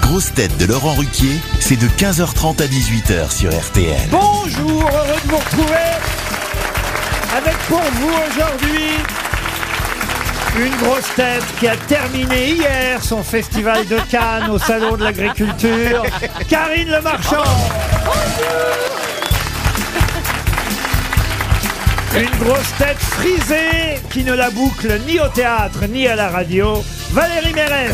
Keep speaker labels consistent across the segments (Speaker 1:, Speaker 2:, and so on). Speaker 1: grosses têtes de Laurent Ruquier, c'est de 15h30 à 18h sur RTL.
Speaker 2: Bonjour, heureux de vous retrouver avec pour vous aujourd'hui une grosse tête qui a terminé hier son festival de Cannes au Salon de l'Agriculture, Karine Le Marchand. Une grosse tête frisée qui ne la boucle ni au théâtre ni à la radio, Valérie Mérès.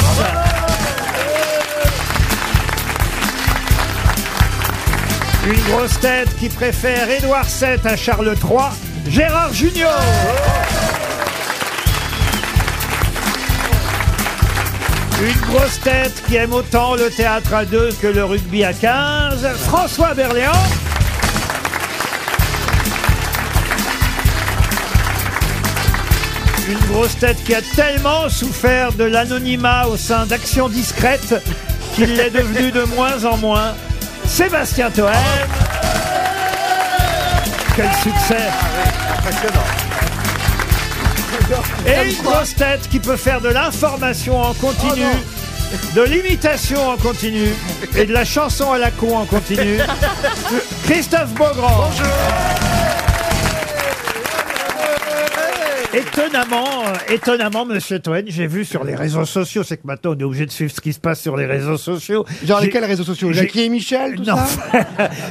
Speaker 2: Une grosse tête qui préfère Édouard VII à Charles III, Gérard Junior. Une grosse tête qui aime autant le théâtre à deux que le rugby à 15, François Berléand. Une grosse tête qui a tellement souffert de l'anonymat au sein d'actions discrètes qu'il l'est devenu de moins en moins, Sébastien Toen. Quel succès Et une grosse tête qui peut faire de l'information en continu, de l'imitation en continu et de la chanson à la con en continu. Christophe Beaugrand. Étonnamment, euh, étonnamment, Monsieur Toen, j'ai vu sur les réseaux sociaux, c'est que maintenant on est obligé de suivre ce qui se passe sur les réseaux sociaux.
Speaker 3: Genre
Speaker 2: J'ai-
Speaker 3: lesquels réseaux sociaux
Speaker 2: j'ai-
Speaker 3: Jackie et Michel, tout
Speaker 2: Non,
Speaker 3: ça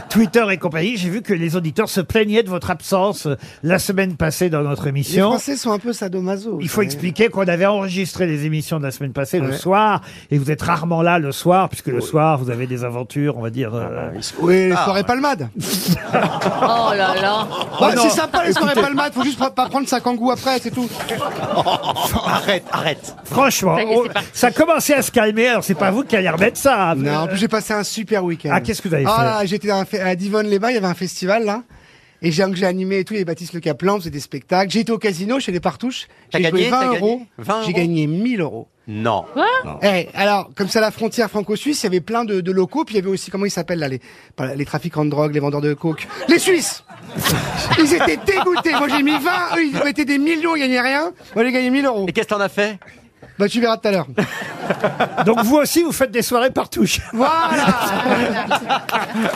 Speaker 2: Twitter et compagnie, j'ai vu que les auditeurs se plaignaient de votre absence euh, la semaine passée dans notre
Speaker 3: Les
Speaker 2: émission.
Speaker 3: Français sont un peu sadomaso.
Speaker 2: Il faut expliquer qu'on avait enregistré les émissions de la semaine passée le
Speaker 3: Ouais.
Speaker 2: soir, et vous êtes rarement là le soir, puisque le soir, vous avez des aventures, on va dire. euh,
Speaker 3: Ah, bah Oui, les soirées palmades.
Speaker 4: Oh là là
Speaker 3: Bah, c'est sympa les soirées palmades, faut juste pas, pas prendre sa kangou après, c'est tout.
Speaker 5: Arrête, arrête.
Speaker 2: Franchement,
Speaker 4: Ça y est,
Speaker 2: on-
Speaker 4: c'est parti.
Speaker 2: ça commençait à se calmer, alors c'est pas vous qui allez remettre ça. hein.
Speaker 3: Non, en plus j'ai passé un super week-end.
Speaker 2: Ah, qu'est-ce que vous avez
Speaker 3: Ah
Speaker 2: fait
Speaker 3: là, j'étais dans un fe- à Divonne-les-Bains, il y avait un festival là. Et j'ai j'ai animé et tout, il y avait Baptiste Le Caplan, on faisait des spectacles. J'ai été au casino chez les Partouches.
Speaker 5: T'as
Speaker 3: J'ai
Speaker 5: gagné,
Speaker 3: joué
Speaker 5: t'as
Speaker 3: 20
Speaker 5: gagné
Speaker 3: euros.
Speaker 5: 20
Speaker 3: J'ai
Speaker 5: euros
Speaker 3: gagné 1000 euros.
Speaker 5: Non.
Speaker 4: Hein
Speaker 3: Eh, alors, comme ça, la frontière franco-suisse, il y avait plein de, de locaux, puis il y avait aussi, comment ils s'appellent là, les, pas les trafiquants de drogue, les vendeurs de coke. Les Suisses Ils étaient dégoûtés. Moi, j'ai mis 20, eux, ils mettaient des millions, ils gagnaient rien. Moi, j'ai gagné 1000 euros.
Speaker 5: Et qu'est-ce que t'en as fait
Speaker 3: Bah, tu verras tout à l'heure.
Speaker 2: Donc vous aussi, vous faites des soirées par touche.
Speaker 3: Voilà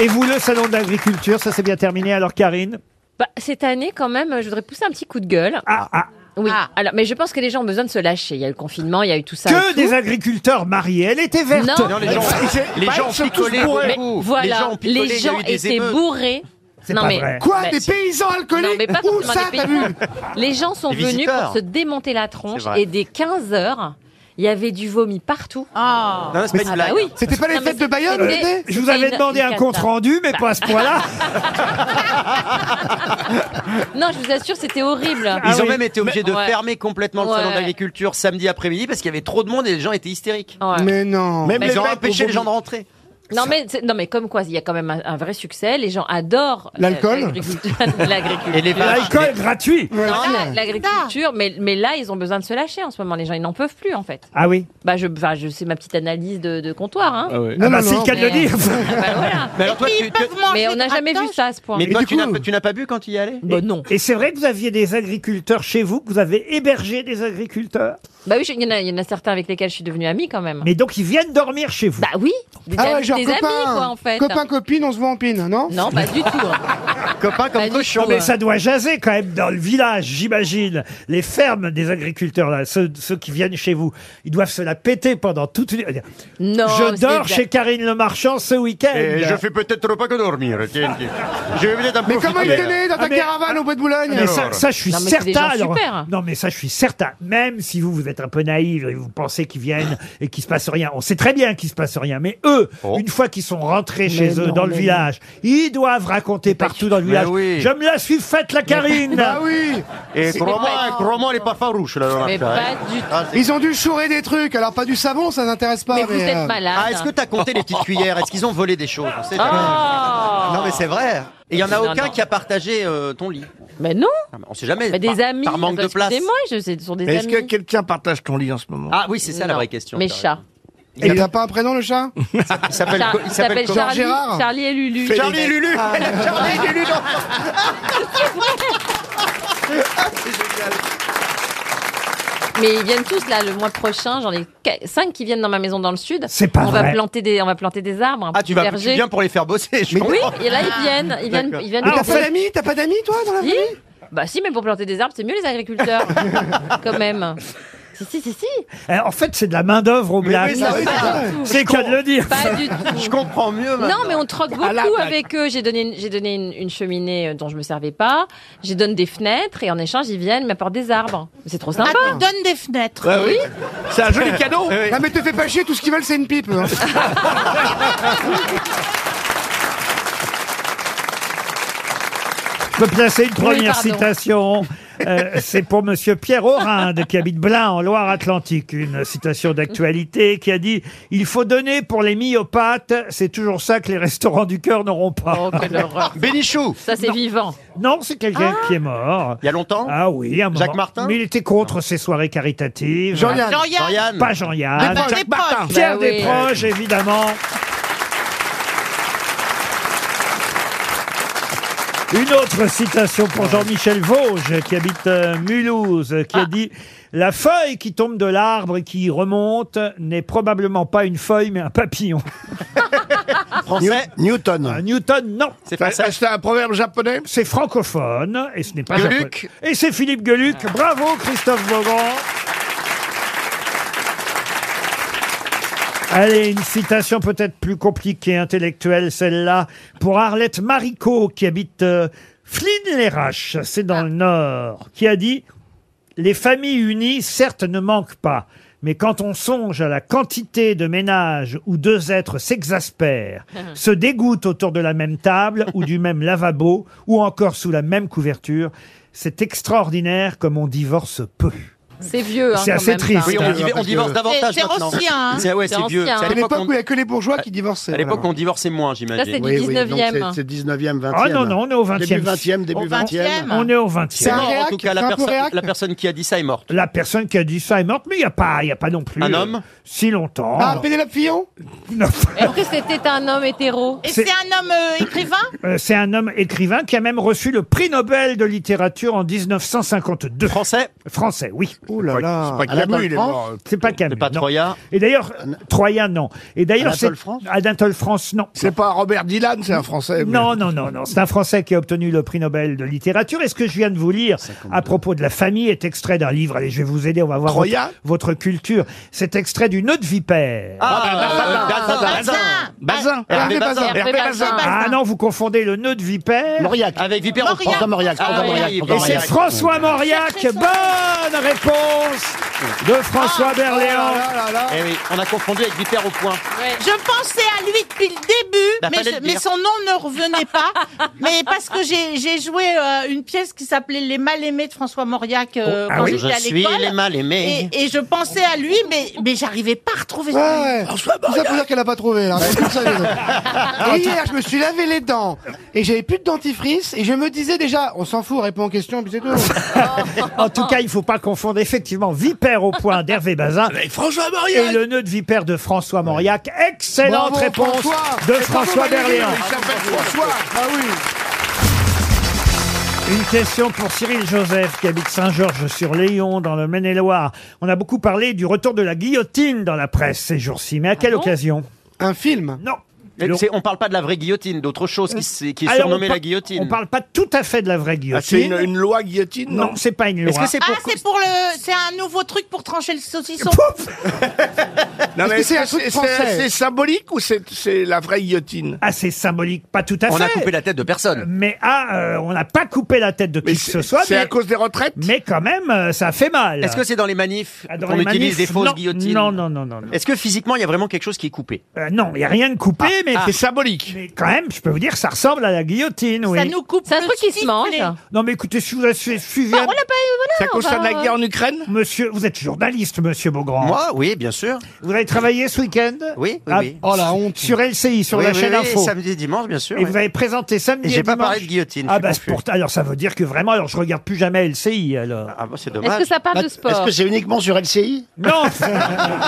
Speaker 2: Et vous, le salon de l'agriculture, ça s'est bien terminé. Alors Karine,
Speaker 4: Bah, Cette année, quand même, je voudrais pousser un petit coup de gueule.
Speaker 2: ah, ah,
Speaker 4: Oui. Alors, mais je pense que les gens ont besoin de se lâcher. Il y a eu le confinement, il y a eu tout ça.
Speaker 2: que
Speaker 4: et
Speaker 2: des
Speaker 4: tout.
Speaker 2: agriculteurs mariés. Elle était verte.
Speaker 4: Non.
Speaker 5: Non, les gens, les gens ont picolé
Speaker 4: Mais
Speaker 5: beaucoup. les gens
Speaker 4: voilà,
Speaker 5: ont picolé,
Speaker 4: les
Speaker 5: il y a
Speaker 4: gens
Speaker 5: eu des
Speaker 4: étaient
Speaker 5: émeutes.
Speaker 4: bourrés.
Speaker 2: C'est pas vrai.
Speaker 3: Quoi
Speaker 4: Bah,
Speaker 3: Des
Speaker 4: si.
Speaker 3: paysans
Speaker 4: Non, mais
Speaker 3: alcooliques
Speaker 4: pas
Speaker 3: Où
Speaker 4: forcément
Speaker 3: ça,
Speaker 4: des
Speaker 3: t'as
Speaker 4: paysans.
Speaker 3: vu
Speaker 4: Les gens sont
Speaker 5: Les
Speaker 4: venus
Speaker 5: visiteurs.
Speaker 4: pour se démonter la tronche
Speaker 5: C'est vrai.
Speaker 4: et dès 15 heures, il y avait du vomi partout.
Speaker 5: Non, non, c'est pas une
Speaker 4: Ah bah
Speaker 5: blague.
Speaker 4: oui.
Speaker 3: C'était pas les
Speaker 4: Non, mais
Speaker 3: fêtes de Bayonne,
Speaker 4: c'était-
Speaker 3: l'été
Speaker 2: Je vous
Speaker 4: c'était
Speaker 2: avais
Speaker 4: une-
Speaker 2: demandé
Speaker 4: une
Speaker 2: un
Speaker 4: cata.
Speaker 2: compte rendu, mais pas à ce point-là.
Speaker 4: Non, je vous assure, c'était horrible.
Speaker 5: Ils ont
Speaker 2: oui.
Speaker 5: même été obligés de
Speaker 4: Ah Ouais.
Speaker 5: fermer complètement le
Speaker 4: Ouais.
Speaker 5: salon d'agriculture samedi après-midi parce qu'il y avait trop de monde et les gens étaient hystériques.
Speaker 4: Ouais.
Speaker 3: Mais non
Speaker 5: Même
Speaker 4: Mais
Speaker 5: Bah, ils ont
Speaker 4: le fait
Speaker 5: empêché
Speaker 4: qu'on
Speaker 5: les gens de rentrer.
Speaker 4: Non mais, c'est- non mais comme quoi, il y a quand même un, un vrai succès. Les gens adorent euh,
Speaker 3: L'alcool
Speaker 4: l'agriculture. l'agriculture.
Speaker 5: Et les vaches.
Speaker 2: L'alcool est gratuit.
Speaker 4: Bah. Non, la- l'agriculture, mais, mais là, ils ont besoin de se lâcher en ce moment. Les gens, ils n'en peuvent plus, en fait.
Speaker 2: Ah oui.
Speaker 4: Bah, je, bah, je c'est ma petite analyse de, de comptoir. Hein.
Speaker 2: Ah
Speaker 3: Non,
Speaker 2: bah,
Speaker 3: non,
Speaker 2: c'est le
Speaker 3: non.
Speaker 2: cas de le
Speaker 4: Mais-
Speaker 2: dire.
Speaker 4: Ah bah, voilà.
Speaker 5: Mais alors toi, tu, tu-
Speaker 4: Mais on n'a jamais vu ça à ce point.
Speaker 5: mais
Speaker 3: Et
Speaker 5: toi,
Speaker 3: du
Speaker 5: tu n'as
Speaker 3: coup-
Speaker 5: tu n'as pas bu quand tu y allais
Speaker 4: Bah, non.
Speaker 2: Et c'est vrai que vous aviez des agriculteurs chez vous, que vous avez hébergé des agriculteurs.
Speaker 4: Bah oui, je- il y, en a- il y en a certains avec lesquels je suis devenue amie quand même.
Speaker 2: Mais donc ils viennent dormir chez vous.
Speaker 4: Bah oui, des,
Speaker 3: Ah ouais,
Speaker 4: amis,
Speaker 3: genre
Speaker 4: des amis, quoi, en fait.
Speaker 3: copain, copine, on se voit en pine, non
Speaker 4: Non, pas du tout. hein.
Speaker 5: Copain
Speaker 4: Pas
Speaker 5: comme
Speaker 4: du
Speaker 5: cochon.
Speaker 4: tout,
Speaker 2: Mais
Speaker 4: hein.
Speaker 2: ça doit jaser quand même dans le village, j'imagine. Les fermes des agriculteurs, là, ceux, ceux qui viennent chez vous, ils doivent se la péter pendant toute une...
Speaker 4: Non,
Speaker 2: je
Speaker 4: c'est
Speaker 2: dors
Speaker 4: des-
Speaker 2: chez Karine Le Marchand ce week-end.
Speaker 5: Eh, fais peut-être pas que dormir. Je vais peut-être
Speaker 3: Mais comment ils tenaient dans ta
Speaker 2: Ah, mais-
Speaker 3: caravane au bois de Boulogne
Speaker 2: Mais ça, ça, je suis
Speaker 4: Non, mais c'est
Speaker 2: certain.
Speaker 4: des gens super.
Speaker 2: Non, mais ça, je suis certain. Même si vous, vous êtes un peu naïf et vous pensez qu'ils viennent et qu'il se passe rien, on sait très bien qu'il se passe rien. Mais eux,
Speaker 5: Oh.
Speaker 2: une fois qu'ils sont rentrés chez
Speaker 3: Mais
Speaker 2: eux
Speaker 3: non,
Speaker 2: dans le
Speaker 3: mais
Speaker 2: village, ils doivent raconter partout dans le
Speaker 5: Mais
Speaker 2: village.
Speaker 5: oui.
Speaker 2: Je me la suis faite, la Karine.
Speaker 3: Bah oui
Speaker 5: Et
Speaker 4: pas-
Speaker 5: crois-moi, les parfums rouges. là, dans la
Speaker 4: Mais
Speaker 5: affaire,
Speaker 4: pas
Speaker 5: hein.
Speaker 4: du tout.
Speaker 5: Ah, c'est-
Speaker 3: Ils ont dû chourer des trucs, alors pas du savon, ça n'intéresse pas.
Speaker 4: Mais vous
Speaker 3: euh,
Speaker 4: êtes malade.
Speaker 5: Ah, est-ce que t'as compté les petites cuillères Est-ce qu'ils ont volé des choses On sait jamais.
Speaker 4: Oh
Speaker 5: Non mais c'est vrai. Et il y en a
Speaker 4: Non,
Speaker 5: aucun
Speaker 4: non.
Speaker 5: qui a partagé euh, ton lit.
Speaker 4: Mais non,
Speaker 5: Ah, mais On sait jamais.
Speaker 4: mais Bah, des
Speaker 5: par,
Speaker 4: amis.
Speaker 5: Par manque de place.
Speaker 4: Excusez-moi, je sais, ce sont des
Speaker 6: Est-ce
Speaker 4: amis.
Speaker 6: que quelqu'un partage ton lit en ce moment
Speaker 5: Ah oui, c'est ça la
Speaker 4: Non.
Speaker 5: vraie question.
Speaker 4: Mes
Speaker 5: t'as raison.
Speaker 4: chats.
Speaker 3: Et il a pas un prénom, le chat
Speaker 5: Il s'appelle
Speaker 4: Char-
Speaker 5: co-
Speaker 4: il
Speaker 5: il
Speaker 4: s'appelle
Speaker 5: s'appelle comment
Speaker 4: Charlie,
Speaker 3: Gérard
Speaker 4: Charlie et Lulu.
Speaker 5: Charlie Lulu. Charlie Lulu. non.
Speaker 4: Mais ils viennent tous là le mois prochain. J'en ai 5 qui viennent dans ma maison dans le sud.
Speaker 2: C'est pas
Speaker 4: on
Speaker 2: vrai.
Speaker 4: Va planter des, on va planter des arbres. Un
Speaker 5: Ah,
Speaker 4: petit
Speaker 5: tu vas tu
Speaker 4: verger.
Speaker 5: viens pour les faire bosser, je
Speaker 3: Mais-
Speaker 5: comprends.
Speaker 4: Oui, et là ils viennent. Ils viennent,
Speaker 5: D'accord.
Speaker 4: ils viennent
Speaker 3: Mais
Speaker 2: Ah, en
Speaker 3: t'as
Speaker 2: fait-
Speaker 3: pas d'amis T'as pas d'amis, toi, dans la
Speaker 4: Si
Speaker 3: famille
Speaker 4: Bah si, mais pour planter des arbres, c'est mieux les agriculteurs, quand même. Si, si, si, si.
Speaker 2: Eh, En fait, c'est de la main-d'œuvre au black.
Speaker 5: oui, ça, oui,
Speaker 4: Pas
Speaker 3: ouais.
Speaker 4: du tout.
Speaker 2: c'est le cas de le dire.
Speaker 4: Pas du
Speaker 5: Je
Speaker 4: tout.
Speaker 5: comprends mieux maintenant.
Speaker 4: Non, mais on troque
Speaker 3: À la
Speaker 4: beaucoup
Speaker 3: plaque.
Speaker 4: avec eux. J'ai donné, une- j'ai donné une, une cheminée euh, dont je me servais pas. J'ai donné des fenêtres et en échange, ils viennent, ils m'apportent des arbres. C'est trop sympa.
Speaker 7: Attends, donne Ah, des fenêtres.
Speaker 5: Ouais, oui. C'est un joli cadeau.
Speaker 3: Non, mais te fais pas chier, tout ce qu'ils veulent, c'est une pipe. hein.
Speaker 2: Je peux placer une première
Speaker 4: pardon.
Speaker 2: citation. Euh, c'est pour Monsieur Pierre Orinde, qui habite Blain, en Loire-Atlantique. Une citation d'actualité qui a dit « Il faut donner pour les myopathes, c'est toujours ça que les restaurants du cœur n'auront pas.
Speaker 4: Oh, quelle horreur. Ah.
Speaker 5: Bénichou.
Speaker 4: Ça, c'est vivant.
Speaker 2: Non, c'est quelqu'un qui est mort.
Speaker 5: Il y a longtemps
Speaker 2: Ah oui, à un moment.
Speaker 5: Jacques Martin
Speaker 2: Mais il était contre ces soirées caritatives.
Speaker 3: Jean-Yann.
Speaker 7: Jean-Yann.
Speaker 5: Dorian.
Speaker 2: Pas Jean-Yann. Ah
Speaker 7: Des
Speaker 3: Jacques Martin.
Speaker 7: proches.
Speaker 2: Pierre
Speaker 4: Bah oui.
Speaker 2: Desproges, évidemment. Une autre citation pour Jean-Michel Vosges, qui habite euh, Mulhouse, qui
Speaker 5: Ah.
Speaker 2: a dit « La feuille qui tombe de l'arbre et qui y remonte n'est probablement pas une feuille, mais un papillon.
Speaker 5: Français.
Speaker 2: Un
Speaker 6: Newton.
Speaker 2: Newton, non.
Speaker 5: C'est
Speaker 6: Ah,
Speaker 5: pas ça.
Speaker 6: C'est un proverbe japonais
Speaker 2: C'est francophone, et ce n'est pas...
Speaker 5: Gueluc.
Speaker 2: japonais. Et c'est Philippe Gueluc. Bravo, Christophe Beaugrand. Allez, une citation peut-être plus compliquée, intellectuelle, celle-là, pour Arlette Marico, qui habite euh, Flines-les-Raches, c'est dans le Nord, qui a dit « Les familles unies, certes, ne manquent pas, mais quand on songe à la quantité de ménages où deux êtres s'exaspèrent, se dégoûtent autour de la même table ou du même lavabo, ou encore sous la même couverture, c'est extraordinaire comme on divorce peu.
Speaker 4: C'est vieux. hein,
Speaker 2: C'est
Speaker 4: quand
Speaker 2: assez
Speaker 4: même, ça.
Speaker 2: triste.
Speaker 5: Oui, on, div-
Speaker 6: Parce
Speaker 5: on
Speaker 6: que-
Speaker 5: divorce davantage
Speaker 7: C'est- c'est
Speaker 5: maintenant.
Speaker 7: ancien, hein.
Speaker 5: C'est ah ouais,
Speaker 4: C'est
Speaker 5: c'est vieux.
Speaker 4: ancien.
Speaker 5: C'est à
Speaker 3: À l'époque
Speaker 5: l'époque
Speaker 3: où il
Speaker 5: on-
Speaker 3: n'y a que les bourgeois qui divorçaient.
Speaker 5: à l'époque,
Speaker 3: voilà.
Speaker 5: on divorçait moins,
Speaker 4: Ça, c'est
Speaker 5: j'imagine.
Speaker 4: du 19e.
Speaker 6: c'est 19e, 20e.
Speaker 2: Ah non, non, on est au 20e.
Speaker 6: Début 20e, début
Speaker 7: Au
Speaker 6: 20e.
Speaker 7: 20e.
Speaker 2: On est au 20e.
Speaker 3: C'est un
Speaker 5: Non, en
Speaker 3: réac,
Speaker 5: tout cas,
Speaker 3: c'est
Speaker 5: la,
Speaker 3: un peu
Speaker 5: perso-
Speaker 3: réac.
Speaker 5: la personne qui a dit ça est morte.
Speaker 2: La personne qui a dit ça est morte, mais il n'y a pas, il y a pas non plus
Speaker 5: Un
Speaker 2: euh,
Speaker 5: homme
Speaker 2: si longtemps.
Speaker 3: Ah, Pénélope Fillon
Speaker 2: Non.
Speaker 4: Est-ce que c'était un homme hétéro
Speaker 7: Et
Speaker 2: C'est-
Speaker 7: c'est un homme euh, écrivain
Speaker 2: Euh, C'est un homme écrivain qui a même reçu le prix Nobel de littérature en 1952.
Speaker 5: Français
Speaker 2: Français, oui.
Speaker 3: Oh là là.
Speaker 6: C'est pas Camus, il est mort.
Speaker 2: C'est pas Camus.
Speaker 5: C'est pas
Speaker 2: non.
Speaker 5: Troya
Speaker 2: Et d'ailleurs, Troyen, non. Et d'ailleurs, c'est
Speaker 6: Anatole France
Speaker 2: Anatole France, non.
Speaker 6: C'est pas Robert Dylan, c'est un français. mais-
Speaker 2: Non, non, non, non. C'est un Français qui a obtenu le prix Nobel de littérature. Et ce que je viens de vous lire à propos de la famille est extrait d'un livre. Allez, je vais vous aider. On va voir
Speaker 6: Troya
Speaker 2: votre, votre culture. C'est extrait d'une autre vipère.
Speaker 5: Ah,
Speaker 7: Bazin.
Speaker 6: Bazin.
Speaker 5: Hervé
Speaker 3: Hervé
Speaker 5: Bazin.
Speaker 3: Bazin.
Speaker 4: Hervé Bazin.
Speaker 2: Ah non, vous confondez le nœud de vipère.
Speaker 6: Mauriac.
Speaker 5: Avec Vipère
Speaker 7: Mauriac.
Speaker 5: François
Speaker 6: Mauriac.
Speaker 5: Ah,
Speaker 6: François
Speaker 5: oui,
Speaker 6: Mauriac,
Speaker 5: oui,
Speaker 6: François
Speaker 2: Et c'est
Speaker 5: Mauriac.
Speaker 2: François Mauriac.
Speaker 7: Sacré son.
Speaker 2: Bonne réponse de François
Speaker 3: Oh
Speaker 2: Berléand.
Speaker 3: là là là.
Speaker 5: Eh oui, on a confondu avec Vipère au point.
Speaker 7: Je pensais à lui depuis le début,
Speaker 5: Bah,
Speaker 7: mais,
Speaker 5: fallait
Speaker 7: je-
Speaker 5: le
Speaker 7: mais
Speaker 5: dire.
Speaker 7: son nom ne revenait pas. mais parce que j'ai j'ai joué euh, une pièce qui s'appelait Les Mal-Aimés de François Mauriac euh,
Speaker 2: Oh, ah
Speaker 7: quand
Speaker 2: oui.
Speaker 7: j'étais à
Speaker 5: Je suis les
Speaker 7: l'école.
Speaker 5: mal aimés.
Speaker 7: Et, et je pensais à lui, mais, mais j'arrivais pas à retrouver son
Speaker 3: Ouais,
Speaker 7: nom.
Speaker 3: ouais. Tout ça Ah, pour dire qu'elle a pas trouvé, là. Vous le savez, donc. Et hier, je me suis lavé les dents et j'avais plus de dentifrice et je me disais déjà, on s'en fout, réponds aux questions, puis c'est tout.
Speaker 2: En tout cas, il faut pas confondre effectivement vipère au point d'Hervé Bazin
Speaker 6: François Mauriac.
Speaker 2: et le nœud de vipère de François Mauriac. Excellente
Speaker 3: Bravo,
Speaker 2: réponse
Speaker 3: François.
Speaker 2: de
Speaker 3: Et bravo,
Speaker 2: François
Speaker 3: Valérie.
Speaker 2: Berléand.
Speaker 6: Il s'appelle François.
Speaker 3: Ah oui.
Speaker 2: Une question pour Cyril Joseph qui habite Saint-Georges-sur-Léon dans le Maine-et-Loire. On a beaucoup parlé du retour de la guillotine dans la presse ces jours-ci, mais à quelle
Speaker 4: bon
Speaker 2: occasion
Speaker 3: Un film.
Speaker 2: Non.
Speaker 5: Et
Speaker 2: Le-
Speaker 5: c'est- On parle pas de la vraie guillotine, d'autre chose qui, s'est- qui est
Speaker 2: Alors, on
Speaker 5: surnommée
Speaker 2: par-
Speaker 5: la guillotine.
Speaker 2: On parle pas tout à fait de la vraie
Speaker 6: Ah, C'est
Speaker 2: guillotine.
Speaker 6: une, une loi guillotine, non
Speaker 2: Non, c'est pas une
Speaker 5: Est-ce
Speaker 2: loi.
Speaker 5: que c'est
Speaker 7: Ah,
Speaker 5: pour.
Speaker 7: c'est pour le. C'est un nouveau truc pour trancher le saucisson.
Speaker 2: Ah,
Speaker 6: Non,
Speaker 3: Est-ce que c'est un truc français
Speaker 6: c'est symbolique ou c'est c'est la vraie guillotine
Speaker 2: assez Ah, symbolique, pas tout à
Speaker 5: on
Speaker 2: fait.
Speaker 5: a coupé la tête de personne.
Speaker 2: Mais ah, euh, on n'a pas coupé la tête de qui que
Speaker 6: c'est-
Speaker 2: ce soit.
Speaker 6: C'est
Speaker 2: Mais,
Speaker 6: à cause des retraites
Speaker 2: mais quand même, euh, ça fait mal.
Speaker 5: Est-ce que c'est dans les manifs
Speaker 2: Ah, dans
Speaker 5: qu'on
Speaker 2: les
Speaker 5: utilise
Speaker 2: manifs,
Speaker 5: des fausses
Speaker 2: non,
Speaker 5: guillotines
Speaker 2: Non, non, non, non. non.
Speaker 5: Est-ce que physiquement il y a vraiment quelque chose qui est coupé Ah,
Speaker 2: Euh, non, il n'y a rien de coupé, mais,
Speaker 6: C'est symbolique.
Speaker 2: mais quand même, je peux vous dire, ça ressemble à la guillotine, oui.
Speaker 7: Ça nous coupe.
Speaker 4: C'est un
Speaker 7: le
Speaker 4: truc qui se
Speaker 7: sifflet.
Speaker 4: mange.
Speaker 2: Non, mais écoutez, si vous avez suivi,
Speaker 4: Bah, On l'a pas eu, voilà. euh,
Speaker 6: Ça
Speaker 4: on va-
Speaker 6: concerne la guerre en Ukraine
Speaker 2: monsieur, vous êtes journaliste, monsieur Beaugrand.
Speaker 5: Moi, oui, bien sûr.
Speaker 2: vous avez travaillé ce week-end
Speaker 5: Oui, oui,
Speaker 2: Ah,
Speaker 5: oui.
Speaker 3: Oh la honte.
Speaker 2: Sur LCI, sur
Speaker 5: Oui,
Speaker 2: la
Speaker 5: oui,
Speaker 2: chaîne
Speaker 5: oui,
Speaker 2: Info.
Speaker 5: Samedi, dimanche, bien sûr.
Speaker 2: Et
Speaker 5: oui.
Speaker 2: vous avez présenté samedi
Speaker 5: Et
Speaker 2: et
Speaker 5: j'ai pas
Speaker 2: dimanche.
Speaker 5: parlé de guillotine. je
Speaker 2: Ah
Speaker 5: suis
Speaker 2: bah,
Speaker 5: confus.
Speaker 2: pour- alors ça veut dire que vraiment, alors je regarde plus jamais LCI, alors.
Speaker 5: Ah bah, c'est
Speaker 4: Est-ce
Speaker 5: dommage.
Speaker 4: que ça parle de sport
Speaker 6: c'est uniquement sur LCI
Speaker 2: Non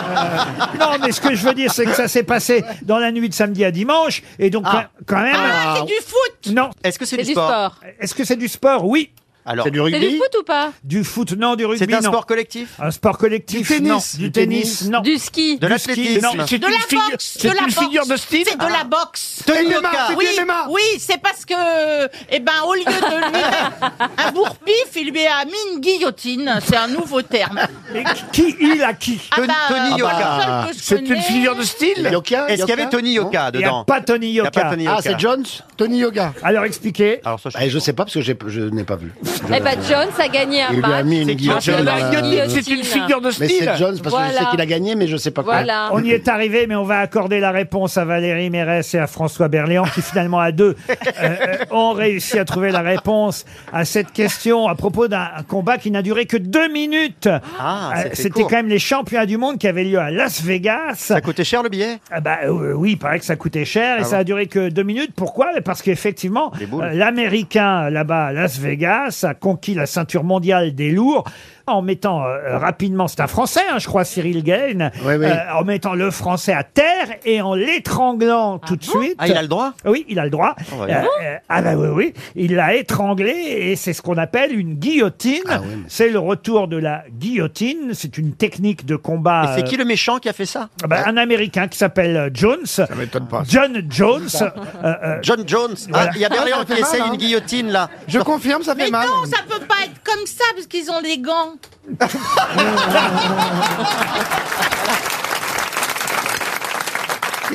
Speaker 2: Non, mais ce que je veux dire, c'est que ça s'est passé dans la nuit de samedi à dimanche, et donc quand- quand même...
Speaker 7: Ah, c'est du foot
Speaker 2: Non.
Speaker 5: Est-ce que c'est
Speaker 4: C'est
Speaker 5: du
Speaker 4: du
Speaker 5: sport
Speaker 4: sport.
Speaker 2: Est-ce que c'est du sport Oui.
Speaker 5: Alors,
Speaker 6: C'est du
Speaker 4: C'est du
Speaker 6: rugby
Speaker 4: foot ou pas
Speaker 2: Du foot, non, du rugby,
Speaker 5: c'est un
Speaker 2: non.
Speaker 5: sport collectif
Speaker 2: Un sport collectif,
Speaker 3: Du tennis.
Speaker 2: non. Du
Speaker 3: Du
Speaker 2: tennis,
Speaker 3: tennis.
Speaker 2: non.
Speaker 4: Du ski
Speaker 5: De
Speaker 2: Du ski,
Speaker 5: l'athlétisme
Speaker 2: non.
Speaker 6: C'est
Speaker 7: De la
Speaker 6: une figure-
Speaker 7: boxe,
Speaker 6: C'est
Speaker 7: de la
Speaker 6: une figure
Speaker 7: boxe.
Speaker 6: de style
Speaker 7: C'est de
Speaker 2: Ah.
Speaker 7: la boxe.
Speaker 3: Tony
Speaker 5: Yoka.
Speaker 3: Yoka, c'est
Speaker 7: Oui,
Speaker 3: du MMA.
Speaker 7: oui, c'est parce que, eh ben, au lieu de lui mettre un bourre-pif, il lui a mis une guillotine. C'est un nouveau terme.
Speaker 2: Mais qui il a qui
Speaker 7: Ah
Speaker 5: Tony- Tony
Speaker 7: le
Speaker 5: Yoka.
Speaker 7: seul que je
Speaker 6: C'est une
Speaker 7: connais-
Speaker 6: figure de style Yoka
Speaker 5: Est-ce qu'il y avait Tony Yoka
Speaker 2: Il n'y a
Speaker 5: dedans
Speaker 2: pas Tony
Speaker 5: Il y a pas
Speaker 2: Yoka.
Speaker 5: Tony
Speaker 6: Ah,
Speaker 5: Yoka.
Speaker 6: c'est Jones
Speaker 3: Tony Bah, Yoga.
Speaker 2: Alors expliquez.
Speaker 5: Alors, ça, je-
Speaker 6: Eh, Je sais pas parce que j'ai- je n'ai pas vu.
Speaker 4: Eh ben, Jones a gagné un
Speaker 6: Il lui a
Speaker 4: match.
Speaker 6: mis une
Speaker 5: C'est qui,
Speaker 6: guillotine.
Speaker 4: Jones
Speaker 6: dans la-
Speaker 4: La
Speaker 3: Euh,
Speaker 4: guillotine.
Speaker 6: Mais
Speaker 4: C'est
Speaker 6: c'est
Speaker 4: une figure
Speaker 2: de
Speaker 6: Jones parce que je
Speaker 4: Voilà.
Speaker 6: sais qu'il a gagné, mais je sais pas quoi.
Speaker 4: Voilà.
Speaker 2: On y est arrivé, mais on va accorder la réponse à Valérie Mérès et à François Berléand, qui finalement, à deux, euh, euh, ont réussi à trouver la réponse à cette question à propos d'un combat qui n'a duré que deux minutes.
Speaker 5: Ah,
Speaker 2: Euh,
Speaker 5: c'était
Speaker 2: C'était
Speaker 5: court.
Speaker 2: quand même les championnats du monde qui avaient lieu à Las Vegas.
Speaker 5: Ça coûtait cher le billet
Speaker 2: Ah bah, euh, oui, il paraît que ça coûtait cher et ça a duré que deux minutes. Pourquoi Parce qu'effectivement,
Speaker 5: Les boules.
Speaker 2: euh, l'Américain là-bas à Las Vegas a conquis la ceinture mondiale des lourds en mettant euh, rapidement, c'est un Français, hein, je crois, Cyril Gain,
Speaker 6: Oui, oui.
Speaker 2: euh, en mettant le Français à terre et en l'étranglant tout de suite.
Speaker 5: Ah, il a le droit Oh,
Speaker 2: Oui, il a le droit.
Speaker 5: On va bien.
Speaker 2: euh, ah bah oui, oui. Il l'a étranglé et c'est ce qu'on appelle une guillotine.
Speaker 5: Ah
Speaker 2: C'est le retour de la guillotine. C'est une technique de combat.
Speaker 5: Et c'est
Speaker 2: euh,
Speaker 5: qui le méchant qui a fait ça
Speaker 2: ah bah, un Américain qui s'appelle euh, Jones.
Speaker 6: m'étonne pas.
Speaker 2: John Jones. Euh, euh,
Speaker 5: John Jones. Ah, il y a Berléand qui
Speaker 3: fait mal,
Speaker 5: essaye
Speaker 3: hein.
Speaker 5: une guillotine là.
Speaker 3: Je confirme, ça fait
Speaker 7: Mais
Speaker 5: Ah.
Speaker 3: mal.
Speaker 7: non, ça peut pas être comme ça parce qu'ils ont des gants.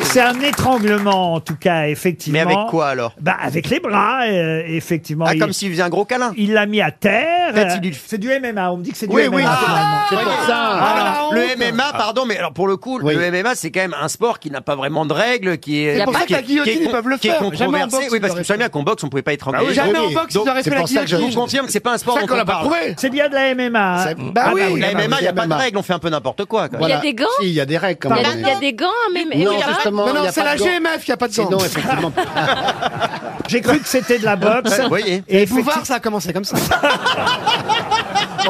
Speaker 2: c'est un étranglement, en tout cas, effectivement.
Speaker 5: Mais avec quoi alors
Speaker 2: bah, Avec les bras, euh, effectivement.
Speaker 5: Ah,
Speaker 2: il,
Speaker 5: comme s'il faisait un gros câlin.
Speaker 2: il l'a mis à terre.
Speaker 5: fait, il
Speaker 2: Euh,
Speaker 5: lui-
Speaker 2: C'est du MMA, on me dit que c'est du
Speaker 6: Oui,
Speaker 2: MMA.
Speaker 6: oui.
Speaker 2: finalement.
Speaker 6: C'est pour ça.
Speaker 5: Ah, le MMA, pardon, mais alors pour le coup,
Speaker 6: Oui.
Speaker 5: le MMA, c'est quand même un sport qui n'a pas vraiment de règles, qui est.
Speaker 4: C'est pour
Speaker 5: qui
Speaker 4: ça
Speaker 5: est-
Speaker 3: que la guillotine,
Speaker 5: qui est con-
Speaker 3: ils peuvent le
Speaker 5: qui est
Speaker 3: faire.
Speaker 5: controversé.
Speaker 3: Jamais en boxe,
Speaker 5: oui, parce
Speaker 3: ils
Speaker 5: que je me bien qu'en boxe, on pouvait pas
Speaker 2: Bah
Speaker 5: être enguerré.
Speaker 3: Jamais
Speaker 6: Ah Oui,
Speaker 3: en
Speaker 6: oui.
Speaker 3: boxe,
Speaker 6: Donc,
Speaker 3: ils auraient
Speaker 6: c'est
Speaker 3: fait la
Speaker 6: pour ça que je-
Speaker 5: Je vous
Speaker 3: guillotine.
Speaker 5: confirme que c'est pas un sport
Speaker 6: C'est ça
Speaker 5: dont
Speaker 6: qu'on
Speaker 5: on
Speaker 6: l'a
Speaker 5: parle.
Speaker 6: prouvé.
Speaker 2: C'est bien de la MMA. hein.
Speaker 6: C'est- bah oui.
Speaker 5: Le
Speaker 6: Ah,
Speaker 5: MMA, il n'y a
Speaker 6: c'est
Speaker 5: pas de
Speaker 6: MMA.
Speaker 5: règles, on fait un peu n'importe quoi. quoi.
Speaker 4: Voilà. des gants
Speaker 6: Si, il y a des règles quand
Speaker 4: Bah, Il y a-
Speaker 6: même.
Speaker 4: il y a des gants, hein, mais, mais-
Speaker 6: Non,
Speaker 4: mais-
Speaker 6: justement,
Speaker 5: Bah
Speaker 3: Non,
Speaker 6: il y
Speaker 3: non,
Speaker 6: a
Speaker 3: c'est
Speaker 6: pas
Speaker 3: la
Speaker 6: de gants.
Speaker 3: GMF qui a pas de sang.
Speaker 6: Sinon, effectivement.
Speaker 2: J'ai cru que c'était de la boxe.
Speaker 5: Vous voyez
Speaker 2: Et
Speaker 3: Bouvard, ça a commencé comme ça.
Speaker 2: effectivement,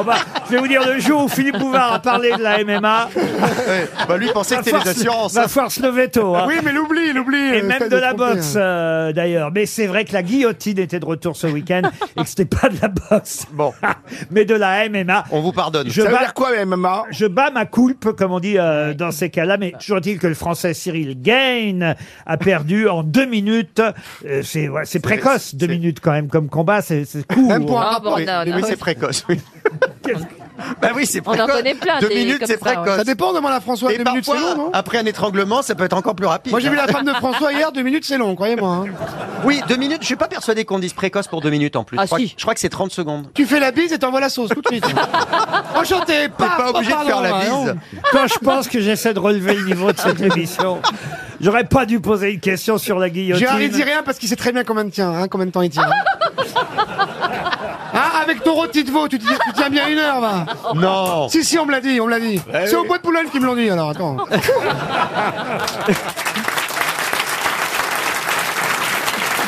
Speaker 2: bah, je vais vous dire, le jour où Philippe Bouvard a parlé de la MMA,
Speaker 5: Bah, lui pensait que
Speaker 2: va
Speaker 5: c'était
Speaker 2: falloir
Speaker 5: les
Speaker 2: se-
Speaker 5: assurances.
Speaker 2: va falloir se lever tôt. hein.
Speaker 3: Oui, mais l'oubli, l'oubli.
Speaker 2: Et
Speaker 3: euh,
Speaker 2: même
Speaker 3: fait
Speaker 2: de la
Speaker 3: tromper,
Speaker 2: boxe,
Speaker 3: hein.
Speaker 2: euh, d'ailleurs. Mais c'est vrai que la guillotine était de retour ce week-end et que c'était pas de la boxe.
Speaker 5: Bon.
Speaker 2: mais de la MMA.
Speaker 5: On vous pardonne.
Speaker 2: Je
Speaker 6: Ça veut
Speaker 2: bats,
Speaker 6: dire quoi, MMA
Speaker 2: je bats ma coulpe, comme on dit euh, dans ces cas-là. Mais toujours dit que le français Cyril Gain a perdu en deux minutes. Euh, c'est ouais, c'est précoce, deux minutes quand même, comme combat. C'est c'est court. hein.
Speaker 3: Même pour un
Speaker 4: Ah,
Speaker 3: rapport.
Speaker 4: bon, non, non.
Speaker 5: Oui, c'est précoce. Oui.
Speaker 2: Qu'est-ce-
Speaker 5: bah oui, c'est
Speaker 4: On en
Speaker 5: précoce.
Speaker 4: connaît plein,
Speaker 5: Deux
Speaker 4: des-
Speaker 5: minutes,
Speaker 4: comme
Speaker 5: c'est
Speaker 4: ça, ouais.
Speaker 5: précoce.
Speaker 3: Ça dépend, demande à François.
Speaker 5: Et
Speaker 3: Deux minutes, c'est
Speaker 5: parfois,
Speaker 3: long, non
Speaker 5: après un étranglement, ça peut être encore plus rapide.
Speaker 3: Moi, j'ai vu la femme de François hier, deux minutes, c'est long, croyez-moi. hein.
Speaker 5: Oui, deux minutes. Je suis pas persuadé qu'on dise précoce pour deux minutes en plus.
Speaker 4: Ah,
Speaker 5: je, crois,
Speaker 4: si.
Speaker 5: je crois que c'est 30 secondes.
Speaker 3: Tu fais la bise et t'envoies la sauce tout de suite. Enchanté,
Speaker 5: T'es
Speaker 3: paf,
Speaker 5: pas
Speaker 3: oh,
Speaker 5: obligé de
Speaker 3: pardon,
Speaker 5: faire la
Speaker 3: hein,
Speaker 5: bise.
Speaker 3: non.
Speaker 2: Quand je pense que j'essaie de relever le niveau de cette émission, j'aurais pas dû poser une question sur la guillotine.
Speaker 3: Gérard, il dit rien parce qu'il sait très bien combien de, tient, hein, combien de temps il tient. hein. Hein, avec ton rôti de veau, tu, te dis- tu tiens bien une heure, va.
Speaker 5: Non. Eh
Speaker 3: Si, si, on me l'a dit, on me l'a dit. C'est au bois de Boulogne qu'ils me l'ont dit, alors attends.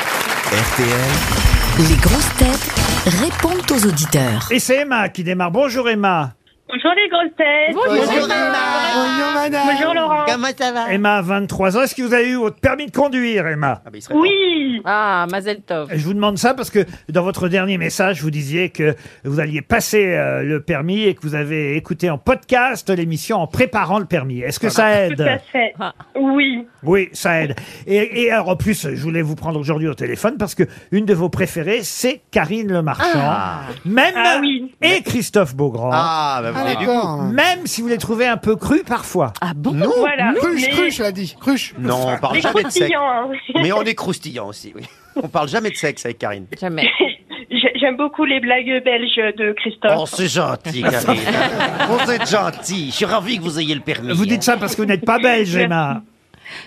Speaker 1: RTL,
Speaker 8: Les grosses têtes répondent aux auditeurs.
Speaker 2: Et c'est Emma qui démarre. Bonjour Emma.
Speaker 9: Bonjour les grosses têtes.
Speaker 5: Bonjour,
Speaker 3: Bonjour, madame.
Speaker 9: Bonjour, Laurent.
Speaker 5: Comment ça va
Speaker 2: Emma, 23 ans. Est-ce que vous avez eu votre permis de conduire, Emma
Speaker 5: Ah, bah, il serait
Speaker 9: Oui,
Speaker 4: Ah, Mazel Tov.
Speaker 2: Je vous demande ça parce que dans votre dernier message, vous disiez que vous alliez passer euh, le permis et que vous avez écouté en podcast l'émission en préparant le permis. Est-ce que ça
Speaker 9: Ah, bah. tout à
Speaker 2: aide
Speaker 9: fait.
Speaker 3: Ah.
Speaker 9: Oui.
Speaker 2: Oui, ça aide. Et, et alors, en plus, je voulais vous prendre aujourd'hui au téléphone parce que une de vos préférées, c'est Karine Le Marchand. Même
Speaker 9: Ah oui.
Speaker 2: et Christophe Beaugrand.
Speaker 5: Ah, bah,
Speaker 3: Ah,
Speaker 5: vous avez du
Speaker 3: d'accord.
Speaker 2: Même si vous les trouvez un peu crus parfois.
Speaker 4: Ah bon
Speaker 9: voilà.
Speaker 3: Cruche,
Speaker 9: mais
Speaker 3: cruche, elle a dit. Cruche.
Speaker 5: Non, on parle
Speaker 9: Les
Speaker 5: jamais de sexe.
Speaker 9: croustillants. hein.
Speaker 5: Mais on est croustillant aussi, oui. On parle jamais de sexe avec Karine.
Speaker 4: Jamais.
Speaker 9: J'ai- J'aime beaucoup les blagues belges de
Speaker 5: Oh,
Speaker 9: Christophe.
Speaker 5: c'est gentil, Karine. vous êtes gentil. Je suis ravi que vous ayez le permis. hein.
Speaker 2: Vous dites ça parce que vous n'êtes pas belge, Emma.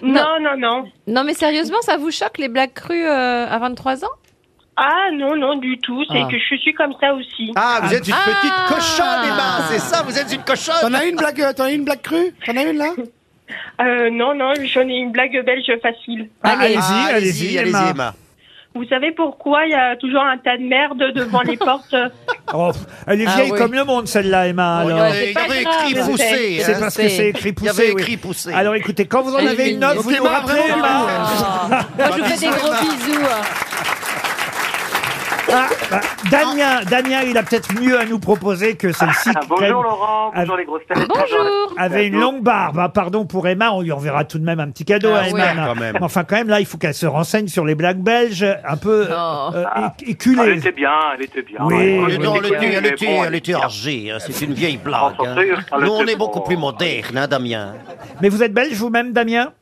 Speaker 9: non, non, non.
Speaker 4: Non, mais sérieusement, ça vous choque les blagues crues euh, à 23 ans
Speaker 9: Ah non, non, du tout. C'est que je suis comme ça aussi.
Speaker 5: Ah, vous êtes une
Speaker 4: Ah.
Speaker 5: petite cochonne, Emma. C'est ça, vous êtes une cochonne.
Speaker 3: T'en as une blague, euh, t'en as une blague crue T'en as une là
Speaker 9: Euh, non, non, j'en ai une blague belge facile.
Speaker 2: Ah, allez-y,
Speaker 5: Ah,
Speaker 2: allez-y,
Speaker 5: allez-y,
Speaker 2: Emma.
Speaker 5: Emma.
Speaker 9: Vous savez pourquoi il y a toujours un tas de merde devant les portes
Speaker 2: Oh, elle est
Speaker 4: Ah
Speaker 2: vieille
Speaker 4: oui.
Speaker 2: comme le monde, celle-là, Emma.
Speaker 5: Oh, Il y
Speaker 2: alors.
Speaker 5: avait- il y
Speaker 9: pas
Speaker 5: avait
Speaker 9: grave,
Speaker 5: écrit
Speaker 9: c'est-
Speaker 5: poussé.
Speaker 2: C'est
Speaker 5: hein.
Speaker 2: parce
Speaker 4: c'est-
Speaker 2: que c'est écrit
Speaker 5: Il y
Speaker 2: poussé.
Speaker 5: avait
Speaker 2: oui.
Speaker 5: écrit poussé.
Speaker 2: Alors écoutez, quand vous en
Speaker 4: Elle
Speaker 2: avez
Speaker 4: est
Speaker 2: une note,
Speaker 4: mignonne.
Speaker 2: vous nous
Speaker 3: Emma,
Speaker 2: bah, Ah. rappelez,
Speaker 3: vraiment,
Speaker 2: Emma.
Speaker 4: Moi, je vous fais des gros bisous.
Speaker 2: Ah, bah, Damien, Damien, il a peut-être mieux à nous proposer que celle-ci. qui
Speaker 10: Ah, Bonjour
Speaker 2: traîne-
Speaker 10: Laurent, bonjour
Speaker 2: Avec-
Speaker 10: les grosses têtes.
Speaker 4: Bonjour.
Speaker 2: avait une longue barbe. Ah, pardon pour Emma, on lui enverra tout de même un petit cadeau
Speaker 4: Ah
Speaker 2: à
Speaker 4: ouais.
Speaker 2: Emma.
Speaker 5: Quand même.
Speaker 2: Mais Enfin, quand même, là, il faut qu'elle se renseigne sur les blagues belges, un peu
Speaker 4: Oh.
Speaker 2: euh, éc-
Speaker 10: Elle
Speaker 2: éculées.
Speaker 10: était bien, elle était bien.
Speaker 2: Oui.
Speaker 10: Elle
Speaker 2: Le
Speaker 10: était
Speaker 5: Le temps, le
Speaker 10: connue,
Speaker 5: tue,
Speaker 10: mais
Speaker 5: le tue,
Speaker 10: bon,
Speaker 5: le
Speaker 10: elle
Speaker 5: tue,
Speaker 10: était bien.
Speaker 5: Hergé, hein, c'est une vieille blague.
Speaker 10: s'en
Speaker 5: hein.
Speaker 10: tire, on le
Speaker 5: Nous, on
Speaker 10: fait
Speaker 5: est beaucoup
Speaker 10: pour-
Speaker 5: plus modernes, hein, Damien.
Speaker 2: Mais vous êtes belge vous-même, Damien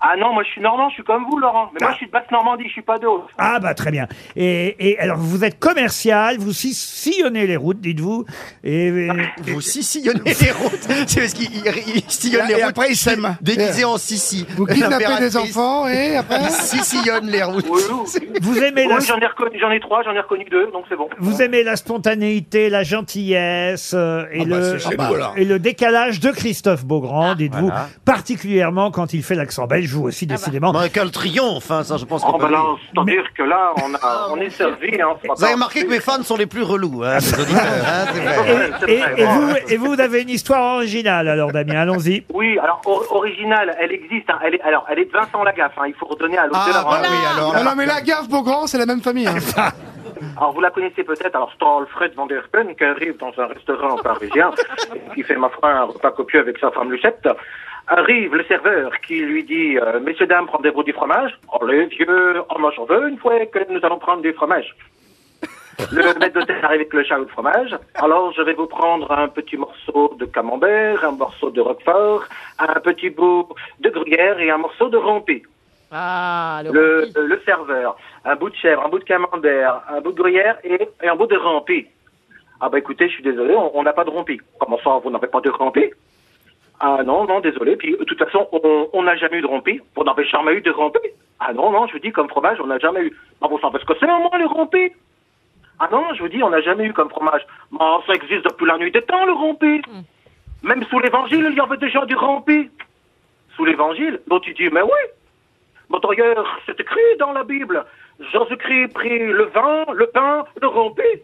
Speaker 10: Ah non, moi je suis normand, je suis comme vous Laurent. Mais moi je suis de Basse-Normandie, je suis pas d'eau.
Speaker 2: Ah, bah, très bien. Et, et alors, vous êtes commercial, vous si- sillonnez les routes, dites-vous. Et,
Speaker 5: Ah, Vous sillonnez les routes. C'est parce qu'il il- il sillonne
Speaker 6: Et
Speaker 5: les routes.
Speaker 6: après, il s'aime.
Speaker 5: Déguisé en Sissi.
Speaker 3: Vous kidnappez des
Speaker 5: L'impératrice.
Speaker 3: enfants et après.
Speaker 5: Il si- sillonne les routes.
Speaker 10: Oui,
Speaker 2: vous aimez la...
Speaker 10: oui, j'en ai reconnu, j'en ai trois, j'en ai reconnu que deux, donc c'est bon.
Speaker 2: Vous aimez la spontanéité, la gentillesse euh, et,
Speaker 6: Ah bah,
Speaker 2: le,
Speaker 6: c'est chez nous, alors.
Speaker 2: et le décalage de Christophe
Speaker 4: Ah,
Speaker 2: Beaugrand, dites-vous, particulièrement quand il fait l'accent belge, vous
Speaker 4: bah.
Speaker 2: aussi, décidément.
Speaker 5: Bon, quel triomphe, hein, ça, je pense qu'on
Speaker 10: Oh
Speaker 5: peut
Speaker 10: bah
Speaker 5: le
Speaker 10: là,
Speaker 5: dire.
Speaker 10: c'est-à-dire que là, on, a,
Speaker 3: Ah,
Speaker 10: on est servi. Hein,
Speaker 5: Vous avez remarqué que mes fans sont les plus relous, hein, les auditeurs, hein, c'est vrai.
Speaker 2: Et, et vous, et vous avez une histoire originale, alors Damien, allons-y.
Speaker 10: Oui, alors or- originale, elle existe. hein, elle est, alors, elle est de Vincent Lagaffe. Hein, il faut redonner à l'auteur.
Speaker 5: Ah,
Speaker 10: hein.
Speaker 5: bah oui, alors.
Speaker 3: Ah
Speaker 5: là.
Speaker 3: non, mais la gaffe, Beaugrand, c'est la même famille. hein.
Speaker 10: Alors vous la connaissez peut-être, alors Stan Alfred van der Pen qui arrive dans un restaurant parisien, qui fait ma foi un repas copieux avec sa femme Lucette, arrive le serveur qui lui dit euh, Messieurs, dames, rendez-vous du fromage Oh les vieux, on mange on veut une fois que nous allons prendre du fromage. Le maître d'hôtel arrive avec le chariot de fromage. Alors, je vais vous prendre un petit morceau de camembert, un morceau de roquefort, un petit bout de gruyère et un morceau de rompi
Speaker 4: Ah,
Speaker 11: hein,
Speaker 4: le,
Speaker 10: le, le serveur, un bout de chèvre, un bout de camembert, un bout de gruyère et, et un bout de rampi. Ah bah écoutez, je suis désolé, on on n'a pas de rompi. Comment ça, vous n'avez pas de rampi Ah non, non, désolé. Puis de toute façon, on on n'a jamais eu de rompi. Vous n'avez jamais eu de rompi Ah non, non, je vous dis, comme fromage, on n'a jamais eu. Ah vous savez ce que c'est au moins le rompi Ah non, je vous dis, on n'a jamais eu comme fromage. Ah, ça existe depuis la nuit des temps, le rompi. Même sous l'évangile, il y avait déjà du rompi. Sous l'évangile L'autre, il dit, mais oui Bon, d'ailleurs, c'est écrit dans la Bible. Jésus-Christ prit le vin, le pain, le rompit.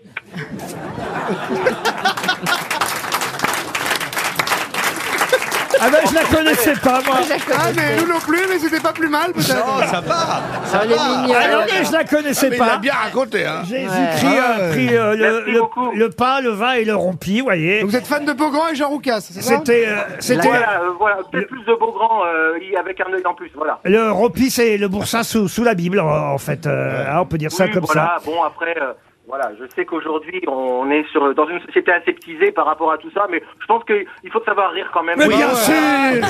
Speaker 2: Ah ben, je la connaissais pas, moi.
Speaker 3: Ah, mais nous non plus, mais c'était pas plus mal, peut-être.
Speaker 5: Oh, ça va, ça
Speaker 4: elle est
Speaker 5: va.
Speaker 4: mignonne.
Speaker 2: Ah non, mais je la connaissais
Speaker 6: Mais il a
Speaker 2: pas.
Speaker 6: bien raconté, hein.
Speaker 2: Jésus-Christ a pris euh, le,
Speaker 10: Merci
Speaker 2: le-
Speaker 10: beaucoup.
Speaker 2: le pain, le vin et le rompi, vous voyez.
Speaker 3: Donc, Vous êtes fan de Beaugrand et Jean Roucas, c'est ça
Speaker 2: C'était, euh, c'était
Speaker 10: Voilà, euh, voilà. Peut-être plus de Beaugrand euh, y- avec un œil en plus, voilà.
Speaker 2: le rompi, c'est le boursin sous, sous la Bible, en, en fait. euh, hein, on peut dire ça
Speaker 10: Oui,
Speaker 2: comme
Speaker 10: voilà.
Speaker 2: ça.
Speaker 10: Bon, après, euh, voilà, je sais qu'aujourd'hui, on est sur, dans une société aseptisée par rapport à tout ça, mais je pense qu'il faut savoir rire quand même.
Speaker 2: Mais
Speaker 10: Oui.
Speaker 2: bien
Speaker 3: ouais.
Speaker 2: sûr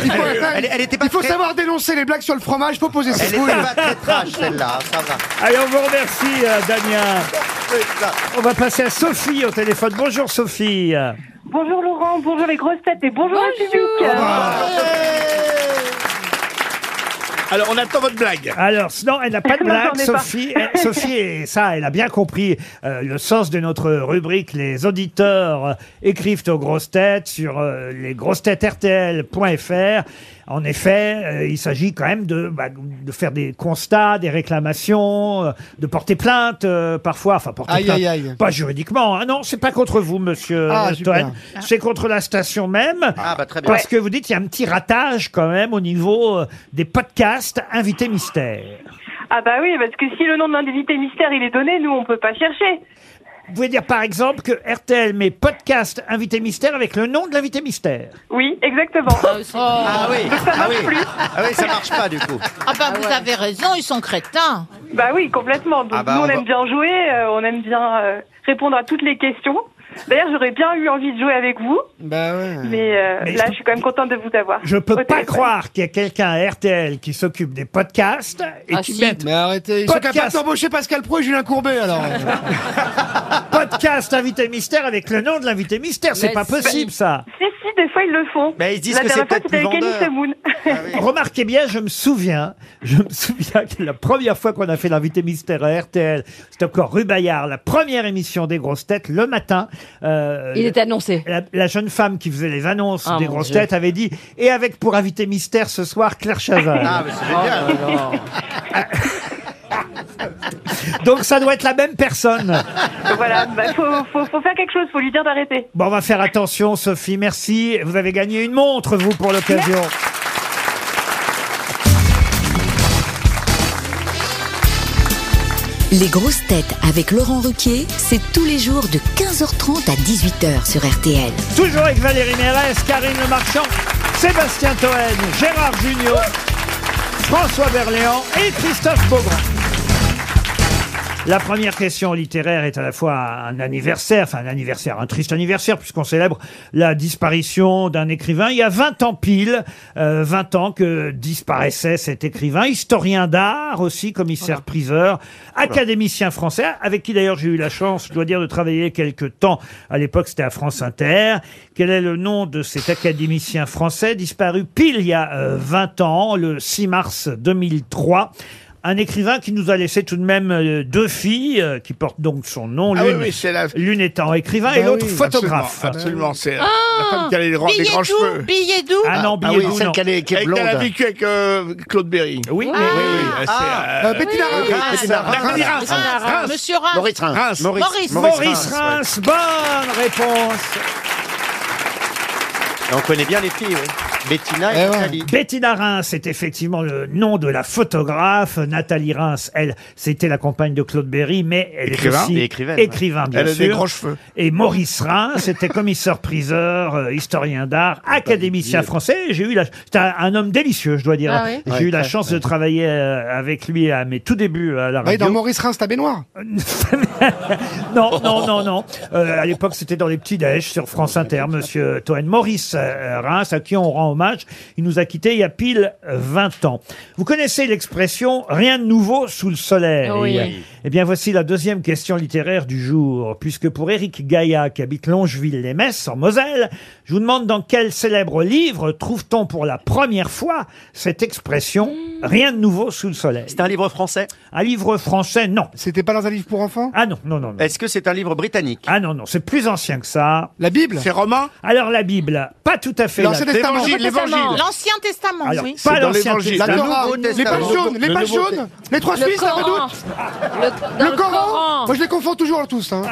Speaker 3: Il faut,
Speaker 5: Elle, elle était pas
Speaker 3: il faut
Speaker 5: très-
Speaker 3: savoir dénoncer les blagues sur le fromage, faut poser ses
Speaker 5: Elle était
Speaker 3: couilles.
Speaker 5: pas très trash, celle-là, ça va.
Speaker 2: Allez, on vous remercie, euh, Damien. On va passer à Sophie au téléphone. Bonjour, Sophie.
Speaker 9: Bonjour Laurent, bonjour les grosses têtes et bonjour, le
Speaker 4: Bonjour.
Speaker 9: public.
Speaker 11: Ah,
Speaker 6: Alors, on attend votre blague.
Speaker 2: Alors, s- non, elle n'a pas de
Speaker 9: Non,
Speaker 2: blague,
Speaker 9: j'en ai pas.
Speaker 2: Sophie. Eh, Sophie, et ça, elle a bien compris euh, le sens de notre rubrique. Les auditeurs euh, écrivent aux grosses têtes sur euh, lesgrossetêtesrtl.fr. En effet, euh, il s'agit quand même de, bah, de faire des constats, des réclamations, euh, de porter plainte euh, parfois. Enfin, porter
Speaker 3: Aïe,
Speaker 2: plainte,
Speaker 3: aïe, aïe.
Speaker 2: pas juridiquement. Ah non, c'est pas contre vous, monsieur
Speaker 3: Ah,
Speaker 2: euh,
Speaker 3: super.
Speaker 2: Toen. C'est contre la station même.
Speaker 5: Ah, bah, très bien.
Speaker 2: Parce que vous dites, il y a un petit ratage quand même au niveau euh, des podcasts invités mystères.
Speaker 9: Ah bah oui, parce que si le nom de l'invité mystère il est donné, nous on peut pas chercher.
Speaker 2: Vous pouvez dire par exemple que RTL met podcast invité mystère avec le nom de l'invité mystère.
Speaker 9: Oui, exactement. Oh.
Speaker 5: Ah oui, ah oui. Ah oui, ça marche pas, du coup.
Speaker 7: Ah bah vous avez raison, ils sont crétins.
Speaker 9: bah oui, complètement. Donc
Speaker 5: Ah bah,
Speaker 9: nous on,
Speaker 5: on va-
Speaker 9: aime bien jouer, euh, on aime bien euh, répondre à toutes les questions. D'ailleurs, j'aurais bien eu envie de jouer avec vous,
Speaker 3: Bah ouais.
Speaker 9: mais, euh,
Speaker 2: Mais
Speaker 9: là,
Speaker 2: je-
Speaker 9: je suis quand même contente de vous avoir.
Speaker 2: Je
Speaker 9: au
Speaker 2: peux pas
Speaker 9: téléphone.
Speaker 2: croire qu'il y a quelqu'un à RTL qui s'occupe des podcasts et
Speaker 4: Ah
Speaker 2: qui
Speaker 4: si.
Speaker 2: mette
Speaker 3: Mais arrêtez, ils sont
Speaker 2: Podcast.
Speaker 3: capables d'embaucher Pascal Pro et Julien Courbet, alors.
Speaker 2: podcast invité mystère avec le nom de l'invité mystère. C'est
Speaker 4: Mais
Speaker 2: pas
Speaker 4: si.
Speaker 2: possible ça.
Speaker 9: Si, si, des fois ils le font.
Speaker 5: Mais Bah, Ben, ils disent
Speaker 9: La
Speaker 5: que
Speaker 9: dernière
Speaker 5: c'est
Speaker 9: fois,
Speaker 5: peut-être
Speaker 9: c'était
Speaker 5: plus
Speaker 9: avec Annie
Speaker 5: vendeur. Ah
Speaker 9: Semoun.
Speaker 2: Remarquez bien, je me souviens, je me souviens que la première fois qu'on a fait l'invité mystère à RTL, c'était encore Rue Bayard, la première émission des grosses têtes le matin. euh,
Speaker 4: Il est annoncé.
Speaker 2: la, la jeune femme qui faisait les annonces
Speaker 4: Ah,
Speaker 2: des
Speaker 4: mon
Speaker 2: grosses
Speaker 4: Dieu.
Speaker 2: têtes avait dit et avec pour invité mystère ce soir Claire Chazal.
Speaker 5: Ah, mais c'est génial.
Speaker 4: Ah,
Speaker 2: Donc ça doit être la même personne.
Speaker 9: voilà, bah, faut, faut, faut faire quelque chose, faut lui dire d'arrêter.
Speaker 2: Bon, on va faire attention, Sophie. Merci. Vous avez gagné une montre, vous, pour l'occasion.
Speaker 8: Les grosses têtes avec Laurent Ruquier, c'est tous les jours de 15h30 à 18h sur RTL.
Speaker 2: Toujours avec Valérie Mérès, Karine Le Marchand, Sébastien Toen, Gérard Junior, François Berléand et Christophe Beaugrand. La première question littéraire est à la fois un anniversaire, enfin un anniversaire, un triste anniversaire, puisqu'on célèbre la disparition d'un écrivain. Il y a 20 ans pile, euh, 20 ans que disparaissait cet écrivain, historien d'art aussi, commissaire priseur, académicien français, avec qui d'ailleurs j'ai eu la chance, je dois dire, de travailler quelque temps. À l'époque, c'était à France Inter. Quel est le nom de cet académicien français disparu pile il y a euh, 20 ans, le 6 mars 2003 un écrivain qui nous a laissé tout de même euh, deux filles euh, qui portent donc son nom.
Speaker 6: Ah oui,
Speaker 2: l'une-
Speaker 6: oui, c'est la...
Speaker 2: L'une étant écrivain et
Speaker 6: Bah
Speaker 2: l'autre
Speaker 6: oui,
Speaker 2: photographe.
Speaker 6: Absolument, absolument, c'est la- la femme qui a les, grands- les
Speaker 7: Billet
Speaker 6: grands
Speaker 7: doux,
Speaker 6: cheveux.
Speaker 7: billet doux.
Speaker 2: Ah non,
Speaker 5: Ah
Speaker 2: billet
Speaker 5: oui,
Speaker 2: doux,
Speaker 5: celle
Speaker 2: non.
Speaker 5: qui a les- qui est
Speaker 6: Elle
Speaker 5: blonde.
Speaker 6: a vécu avec euh, Claude Berry.
Speaker 2: Oui, mais
Speaker 6: Oui, oui, c'est, euh,
Speaker 3: Euh, Bettina Rapp.
Speaker 5: Bettina Rapp.
Speaker 6: Bettina Rapp.
Speaker 7: Monsieur Rapp,
Speaker 6: Reims.
Speaker 7: Monsieur Rapp.
Speaker 5: Maurice Reims.
Speaker 6: Reims.
Speaker 7: Maurice.
Speaker 2: Maurice Reims, bonne réponse.
Speaker 5: Et on connaît bien les filles, oui. Bettina et
Speaker 3: Eh ouais.
Speaker 5: Nathalie.
Speaker 2: Bettina Reims, c'est effectivement le nom de la photographe. Nathalie Reims, elle, c'était la compagne de Claude Berry, mais elle
Speaker 6: Écrivain.
Speaker 2: est aussi
Speaker 5: Et écrivaine,
Speaker 2: écrivain bien
Speaker 6: Elle a
Speaker 2: sûr.
Speaker 6: des grands cheveux.
Speaker 2: Et Maurice Reims, c'était commissaire-priseur, euh, historien d'art,
Speaker 6: Ah bah,
Speaker 2: académicien français. J'ai eu la... C'était un un homme délicieux, je dois dire. hein.
Speaker 4: Ah oui
Speaker 2: J'ai
Speaker 5: Ouais,
Speaker 2: eu la
Speaker 5: très,
Speaker 2: chance de travailler euh, avec lui à mes tout débuts euh, à la
Speaker 3: Oui,
Speaker 2: radio.
Speaker 3: dans Maurice Reims, ta baignoire.
Speaker 2: non, non, non, non. Euh, à l'époque, c'était dans les petits déj sur France Inter, monsieur Toen Maurice euh, Reims, à qui on rend hommage. Il nous a quittés il y a pile euh, 20 ans. Vous connaissez l'expression rien de nouveau sous le soleil.
Speaker 4: Oui.
Speaker 2: Eh bien, voici la deuxième question littéraire du jour. Puisque pour Éric Gaïa, qui habite Longeville-les-Messes, en Moselle, je vous demande dans quel célèbre livre trouve-t-on pour la première fois cette expression rien de nouveau sous le soleil
Speaker 5: C'est un livre français.
Speaker 2: Un livre français, non.
Speaker 3: C'était pas dans un livre pour enfants
Speaker 2: Ah non, non, non, non.
Speaker 5: Est-ce que c'est un livre britannique
Speaker 2: Ah non, non, c'est plus ancien que ça.
Speaker 3: La Bible
Speaker 6: C'est romain
Speaker 2: Alors la Bible, pas tout à fait. la-
Speaker 3: L'Ancien Testament.
Speaker 6: L'évangile,
Speaker 4: Testament.
Speaker 6: l'évangile.
Speaker 7: L'Ancien Testament,
Speaker 2: Alors,
Speaker 7: oui.
Speaker 2: pas
Speaker 6: dans
Speaker 2: l'Ancien
Speaker 6: l'Évangile.
Speaker 3: La
Speaker 5: Le
Speaker 3: Torah,
Speaker 5: Nouveau
Speaker 3: les
Speaker 5: Testament.
Speaker 3: pages jaunes, les
Speaker 6: Le
Speaker 3: pages
Speaker 6: Nouveau
Speaker 3: jaunes, les trois
Speaker 4: Le
Speaker 3: Suisses, la
Speaker 4: Coran.
Speaker 3: redoute,
Speaker 4: Le, dans
Speaker 3: le Coran. Moi, je les confonds toujours tous. hein.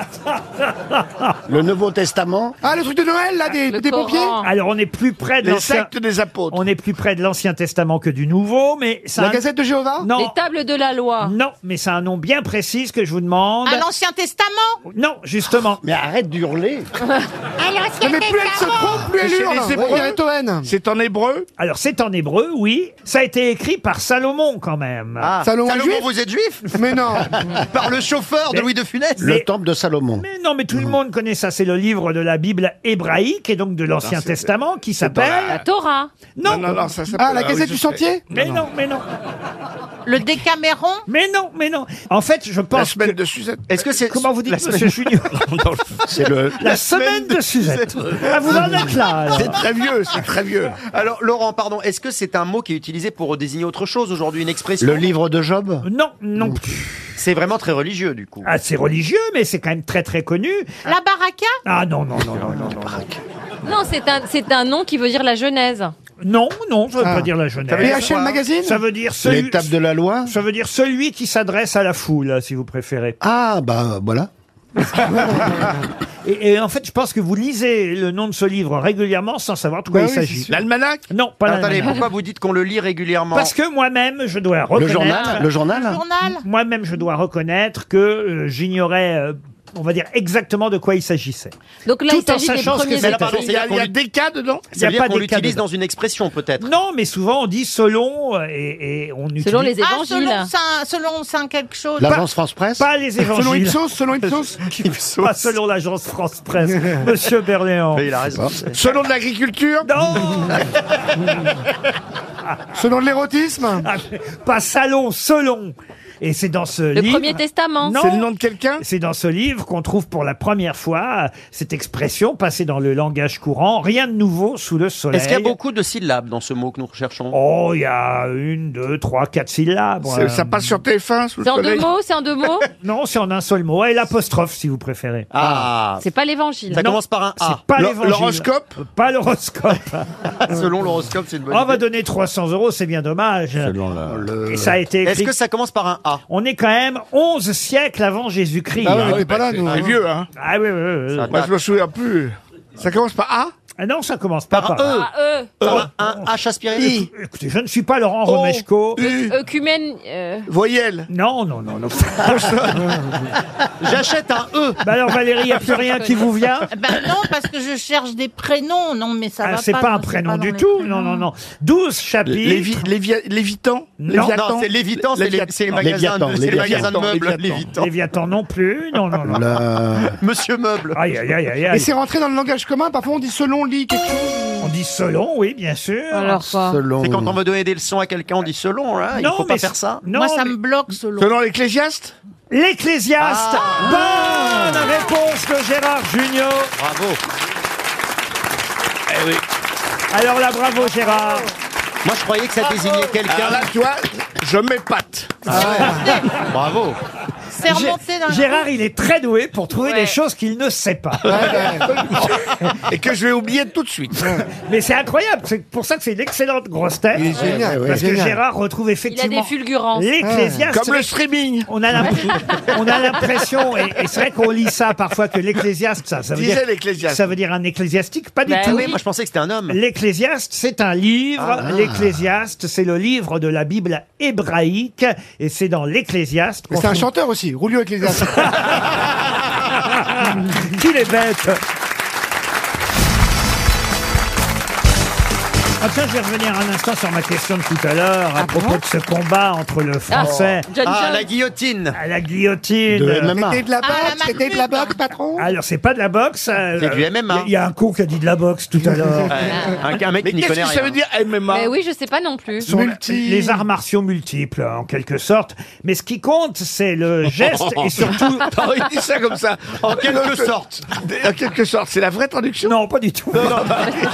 Speaker 5: Le Nouveau Testament.
Speaker 3: Ah, le truc de Noël, là, des,
Speaker 4: Le
Speaker 3: des pompiers
Speaker 4: Coran.
Speaker 2: Alors on est plus près de
Speaker 6: Les
Speaker 2: l'Ancien.
Speaker 6: sectes des apôtres.
Speaker 2: On est plus près de l'Ancien Testament que du Nouveau, mais ça.
Speaker 3: La Gazette de Jéhovah
Speaker 2: Non.
Speaker 4: Les tables de la loi.
Speaker 2: Non, mais c'est un nom bien précis que je vous demande.
Speaker 7: À l'Ancien Testament.
Speaker 2: non, justement.
Speaker 5: Mais arrête d'hurler.
Speaker 3: Non, mais plus elle se trompe, plus elle
Speaker 6: C'est chez
Speaker 3: hurle.
Speaker 6: les Hébreux.
Speaker 3: Ouais, il y a Toen.
Speaker 6: C'est en hébreu
Speaker 2: Alors c'est en hébreu, oui. Ça a été écrit par Salomon quand même.
Speaker 5: Ah.
Speaker 3: Salomon juif
Speaker 5: vous êtes juif
Speaker 3: Mais non.
Speaker 5: Par le chauffeur de
Speaker 2: Mais-
Speaker 5: Louis de Funès.
Speaker 2: Le Mais-
Speaker 5: temple de Salomon.
Speaker 2: Mais non, mais tout le monde connaît ça. C'est le livre de la Bible hébraïque et donc de l'Ancien
Speaker 6: c'est-
Speaker 2: Testament qui s'appelle.
Speaker 4: La Torah.
Speaker 2: Non.
Speaker 6: non, non, ça s'appelle.
Speaker 3: Ah, la
Speaker 6: oui,
Speaker 3: Gazette
Speaker 6: je
Speaker 3: du
Speaker 6: sais.
Speaker 3: Sentier
Speaker 2: Mais non, mais non,
Speaker 7: Le Décaméron.
Speaker 2: mais non, mais non. En fait, je
Speaker 6: La
Speaker 2: pense.
Speaker 6: semaine de Suzette.
Speaker 5: Est-ce que c'est
Speaker 2: Comment vous dites,
Speaker 5: la
Speaker 2: Monsieur Junior
Speaker 5: C'est le.
Speaker 2: La semaine de Suzette. Ah, vous en êtes là. alors.
Speaker 6: C'est très vieux, c'est très vieux.
Speaker 5: Alors Laurent, pardon, est-ce que c'est un mot qui est utilisé pour désigner autre chose aujourd'hui, une expression
Speaker 10: livre de Job
Speaker 2: Non, non plus.
Speaker 5: C'est vraiment très religieux du coup.
Speaker 2: Ah, c'est religieux, mais c'est quand même très très connu.
Speaker 7: La Baraka.
Speaker 2: Ah non, non, non, non, non.
Speaker 4: Non, c'est un, c'est un nom qui veut dire la Genèse.
Speaker 2: Non, non, ça veut
Speaker 3: Ah.
Speaker 2: pas dire la jeunesse.
Speaker 3: PHL Magazine
Speaker 2: Ça veut dire celui,
Speaker 10: de la loi
Speaker 2: ça veut dire celui qui s'adresse à la foule, si vous préférez.
Speaker 10: Ah, bah voilà.
Speaker 2: Et, et en fait, je pense que vous lisez le nom de ce livre régulièrement sans savoir de quoi
Speaker 3: Bah
Speaker 2: il
Speaker 3: oui, c'est
Speaker 2: s'agit.
Speaker 3: sûr.
Speaker 6: L'almanach
Speaker 2: Non, pas
Speaker 5: Attendez,
Speaker 2: l'almanach.
Speaker 5: pourquoi vous dites qu'on le lit régulièrement
Speaker 2: Parce que moi-même, je dois reconnaître.
Speaker 10: journal
Speaker 7: Journal.
Speaker 2: Moi-même, je dois reconnaître que euh, j'ignorais, euh, on va dire exactement de quoi il s'agissait.
Speaker 4: Donc là,
Speaker 2: Tout
Speaker 4: il s'agit
Speaker 2: en
Speaker 4: des
Speaker 2: sachant ce que
Speaker 4: premiers
Speaker 2: c'est.
Speaker 4: écrits.
Speaker 2: Alors, pardon,
Speaker 6: Il y a, il y a des cas dedans
Speaker 2: y a
Speaker 5: Ça veut dire
Speaker 2: pas
Speaker 5: qu'on
Speaker 2: des cas
Speaker 5: l'utilise
Speaker 2: dedans.
Speaker 5: dans une expression peut-être.
Speaker 2: Non, mais souvent on dit selon euh, et, et on utilise
Speaker 4: Selon les
Speaker 7: Ah,
Speaker 4: évangiles.
Speaker 7: selon Saint, selon Saint quelque chose.
Speaker 10: France Presse
Speaker 2: pas les
Speaker 3: Selon
Speaker 2: évangiles,
Speaker 3: Ipsos, selon Ipsos.
Speaker 2: pas selon l'agence France Presse, Monsieur Berléand.
Speaker 5: Mais il a raison.
Speaker 6: Selon de l'agriculture
Speaker 2: Non,
Speaker 3: Selon de l'érotisme
Speaker 2: Ah, pas salon, selon. Et c'est dans ce
Speaker 4: Le
Speaker 2: livre.
Speaker 4: Premier Testament.
Speaker 2: Non.
Speaker 6: C'est le nom de quelqu'un
Speaker 2: C'est dans ce livre qu'on trouve pour la première fois euh, cette expression passée dans le langage courant. Rien de nouveau sous le soleil.
Speaker 5: Est-ce qu'il y a beaucoup de syllabes dans ce mot que nous recherchons
Speaker 2: Oh, il y a une, deux, trois, quatre syllabes.
Speaker 6: C'est-
Speaker 2: Euh,
Speaker 6: Ça passe sur TF1 sous le
Speaker 4: C'est en deux
Speaker 6: soleil
Speaker 4: mots, c'est en deux mots.
Speaker 2: Non, c'est en un seul mot. Et l'apostrophe, si vous préférez.
Speaker 5: Ah,
Speaker 4: C'est pas l'évangile.
Speaker 5: ça commence par un A.
Speaker 2: Pas
Speaker 6: L'ho-
Speaker 2: l'évangile. Euh,
Speaker 6: l'horoscope
Speaker 2: Pas l'horoscope.
Speaker 5: Selon l'horoscope, c'est une bonne
Speaker 2: On va
Speaker 5: idée.
Speaker 2: donner 300 euros, c'est bien dommage. Et ça a été
Speaker 5: Est-ce
Speaker 2: écrit.
Speaker 5: que ça commence par un A
Speaker 2: On est quand même 11 siècles avant Jésus-Christ.
Speaker 3: Ah ouais,
Speaker 2: hein.
Speaker 3: on n'est pas là, nous.
Speaker 6: C'est vieux, hein
Speaker 2: Ah oui, oui, oui, oui.
Speaker 5: Ça-
Speaker 6: Moi, je me souviens plus. Ça commence par A
Speaker 2: Ah non, ça commence pas par,
Speaker 4: E. Par E.
Speaker 2: Par un H aspiré. Écoutez, je ne suis pas Laurent Romeshko.
Speaker 4: Œcumène, euh,
Speaker 2: Voyelle. Non, non, non, non.
Speaker 5: J'achète un E.
Speaker 2: Bah alors Valérie, il n'y a plus rien qui vous vient
Speaker 7: Ben non, parce que je cherche des prénoms. Non, mais ça
Speaker 2: Ah,
Speaker 7: va
Speaker 2: c'est
Speaker 7: pas.
Speaker 2: pas un
Speaker 7: non,
Speaker 2: prénom
Speaker 7: pas
Speaker 2: du
Speaker 7: dans les
Speaker 2: tout, non, non, non. 12 chapitres.
Speaker 6: Lévi-
Speaker 2: Lévitan Non,
Speaker 6: Léviathan
Speaker 5: non, c'est Lévitan, c'est les-
Speaker 6: Léviathan.
Speaker 5: c'est les magasins de-
Speaker 6: Léviathan,
Speaker 5: c'est les magasins de
Speaker 6: Léviathan,
Speaker 5: meubles,
Speaker 6: Léviathan.
Speaker 2: Léviathan non plus, non, non, non.
Speaker 5: Monsieur Meuble.
Speaker 2: Aïe, aïe, aïe, aïe,
Speaker 3: Et
Speaker 2: aïe.
Speaker 3: c'est rentré dans le langage commun, parfois on dit selon lit quelque
Speaker 2: On dit selon, oui, bien sûr.
Speaker 7: Alors quoi
Speaker 5: C'est quand on veut donner des leçons à quelqu'un, on dit selon, là. Ah, il
Speaker 2: Non,
Speaker 5: faut pas
Speaker 2: mais
Speaker 5: faire
Speaker 2: c'est-
Speaker 5: ça.
Speaker 2: Non,
Speaker 7: Moi, ça
Speaker 2: mais-
Speaker 7: me bloque selon.
Speaker 2: l'Ecclésiaste L'Ecclésiaste
Speaker 5: Ah.
Speaker 2: Bonne réponse de Gérard Junior
Speaker 5: Bravo.
Speaker 2: Alors là, bravo Gérard
Speaker 5: Moi, je croyais que ça désignait quelqu'un.
Speaker 6: Alors Ah, là, tu vois, je m'épate.
Speaker 5: Bravo.
Speaker 7: C'est remonté dans le-
Speaker 2: Gérard, il est très doué pour trouver
Speaker 4: Ouais.
Speaker 2: des choses qu'il ne sait pas.
Speaker 6: Et que je vais oublier tout de suite.
Speaker 2: Mais c'est incroyable, c'est pour ça que c'est une excellente grosse tête.
Speaker 3: chose. Génial, ouais,
Speaker 2: Parce que
Speaker 3: génial.
Speaker 2: Gérard retrouve
Speaker 4: il a des
Speaker 2: effectivement
Speaker 4: fulgurances.
Speaker 2: l'Ecclésiaste.
Speaker 6: Comme le streaming.
Speaker 2: On a l'impression, on a l'impression, et, et c'est vrai qu'on lit ça parfois que l'Ecclésiaste, ça, ça veut
Speaker 6: Disait
Speaker 2: dire,
Speaker 6: l'Ecclésiaste.
Speaker 2: ça veut dire un ecclésiastique, pas du
Speaker 4: Bah
Speaker 2: tout.
Speaker 4: oui.
Speaker 5: Oui, moi, je pensais que c'était un homme.
Speaker 2: L'Ecclésiaste, c'est un livre. L'Ecclésiaste, c'est le livre de la Bible hébraïque. Et c'est dans l'Ecclésiaste
Speaker 3: Mais
Speaker 2: qu'on
Speaker 3: C'est un
Speaker 2: trouve-
Speaker 3: chanteur aussi, Roulio avec les as.
Speaker 2: qu'il est bête. Ah tiens, je vais revenir un instant sur ma question de tout à l'heure à propos de ce combat entre le français
Speaker 4: John
Speaker 5: Ah,
Speaker 4: Jones.
Speaker 5: la guillotine.
Speaker 2: à la guillotine.
Speaker 3: C'était de la
Speaker 7: Ah, la
Speaker 3: boxe, c'était de la boxe, patron.
Speaker 2: Alors, c'est pas de la boxe. euh,
Speaker 5: C'est du MMA.
Speaker 2: Il y a un con qui a dit de la boxe tout à l'heure.
Speaker 5: Ouais, Un, un mec
Speaker 6: Mais
Speaker 5: qui n'y
Speaker 6: qu'est-ce
Speaker 5: connaît
Speaker 6: que ça
Speaker 5: rien.
Speaker 6: veut dire MMA
Speaker 4: Mais oui, je sais pas non plus.
Speaker 2: Ce sont
Speaker 3: Multi-
Speaker 2: Les arts martiaux multiples, hein, en quelque sorte. Mais ce qui compte, c'est le geste et surtout.
Speaker 6: Ah oui, il dit ça comme ça.
Speaker 5: En quelque sorte.
Speaker 6: En quelque sorte, c'est la vraie traduction.
Speaker 2: Non, pas du tout.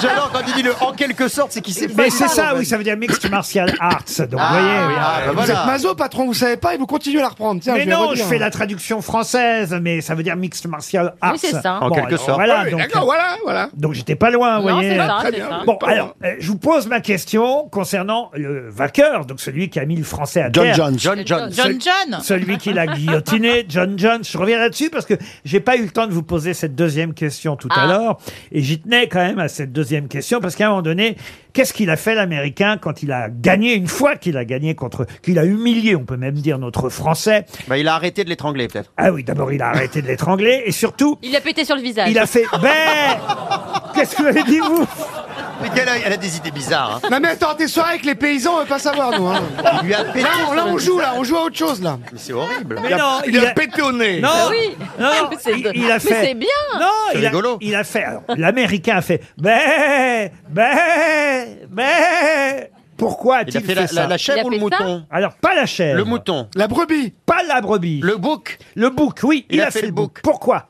Speaker 5: J'adore quand il dit le en quelque sorte, c'est qu'il s'est
Speaker 2: Mais c'est ça, oui, ça veut dire mixed martial arts. Donc, vous voyez.
Speaker 5: Ah, bah
Speaker 3: Vous êtes
Speaker 5: voilà.
Speaker 3: maso, patron, vous savez pas, et vous continuez à la reprendre. Tiens,
Speaker 2: mais
Speaker 3: je vais
Speaker 2: non, je
Speaker 3: redire.
Speaker 2: fais la traduction française, mais ça veut dire mixed martial arts.
Speaker 4: Oui, c'est ça.
Speaker 5: En quelque sorte.
Speaker 2: Voilà,
Speaker 6: Oui,
Speaker 2: donc,
Speaker 6: D'accord, voilà, voilà.
Speaker 2: donc j'étais pas loin, vous
Speaker 4: Non,
Speaker 2: voyez.
Speaker 4: c'est ça,
Speaker 6: très
Speaker 4: c'est
Speaker 6: bien.
Speaker 4: ça.
Speaker 2: Bon,
Speaker 6: Pardon.
Speaker 2: alors, euh, je vous pose ma question concernant le vainqueur, donc celui qui a mis le français à terre.
Speaker 5: John Jones.
Speaker 7: John John.
Speaker 2: Celui qui l'a guillotiné, John Jones. Je reviens là-dessus parce que j'ai pas eu le temps de vous poser cette deuxième question tout à
Speaker 4: Ah.
Speaker 2: l'heure. Et j'y tenais quand même à cette deuxième question parce qu'à un moment donné, qu'est-ce qu'il a fait l'Américain quand il a gagné, une fois qu'il a gagné contre, qu'il a humilié, on peut même dire, notre Français.
Speaker 5: Bah, il a arrêté de l'étrangler, peut-être.
Speaker 2: Ah oui, d'abord il a arrêté de l'étrangler et surtout,
Speaker 4: Il a pété sur le visage.
Speaker 2: il a fait, ben, qu'est-ce que vous avez dit vous?
Speaker 5: Mais quelle- elle a des idées bizarres. hein.
Speaker 3: Non mais attends, tes soirées avec les paysans, on veut pas savoir nous. hein.
Speaker 5: Il lui a pété.
Speaker 3: Là, on, là, on joue, là, on joue à autre chose là.
Speaker 5: Mais c'est horrible.
Speaker 2: Mais non,
Speaker 6: Il a pété au nez.
Speaker 2: Non,
Speaker 4: Bah oui.
Speaker 2: non, non,
Speaker 4: C'est-
Speaker 2: il, il a
Speaker 4: mais
Speaker 2: fait.
Speaker 4: c'est bien.
Speaker 2: Non,
Speaker 5: C'est
Speaker 2: il a,
Speaker 5: rigolo.
Speaker 2: il a fait. alors, L'Américain a fait. Ben, ben, ben.
Speaker 5: Il
Speaker 2: Pourquoi
Speaker 5: a
Speaker 2: a-t-il
Speaker 5: fait
Speaker 2: fait,
Speaker 5: la,
Speaker 2: ça
Speaker 5: la- la
Speaker 4: Il
Speaker 5: chèvre
Speaker 4: a
Speaker 5: ou le
Speaker 4: fait ça
Speaker 5: mouton
Speaker 2: Alors pas la chèvre.
Speaker 5: Le mouton.
Speaker 3: La brebis.
Speaker 2: Pas la brebis.
Speaker 5: Le bouc.
Speaker 2: Le bouc. Oui, il, a, fait, le bouc. Pourquoi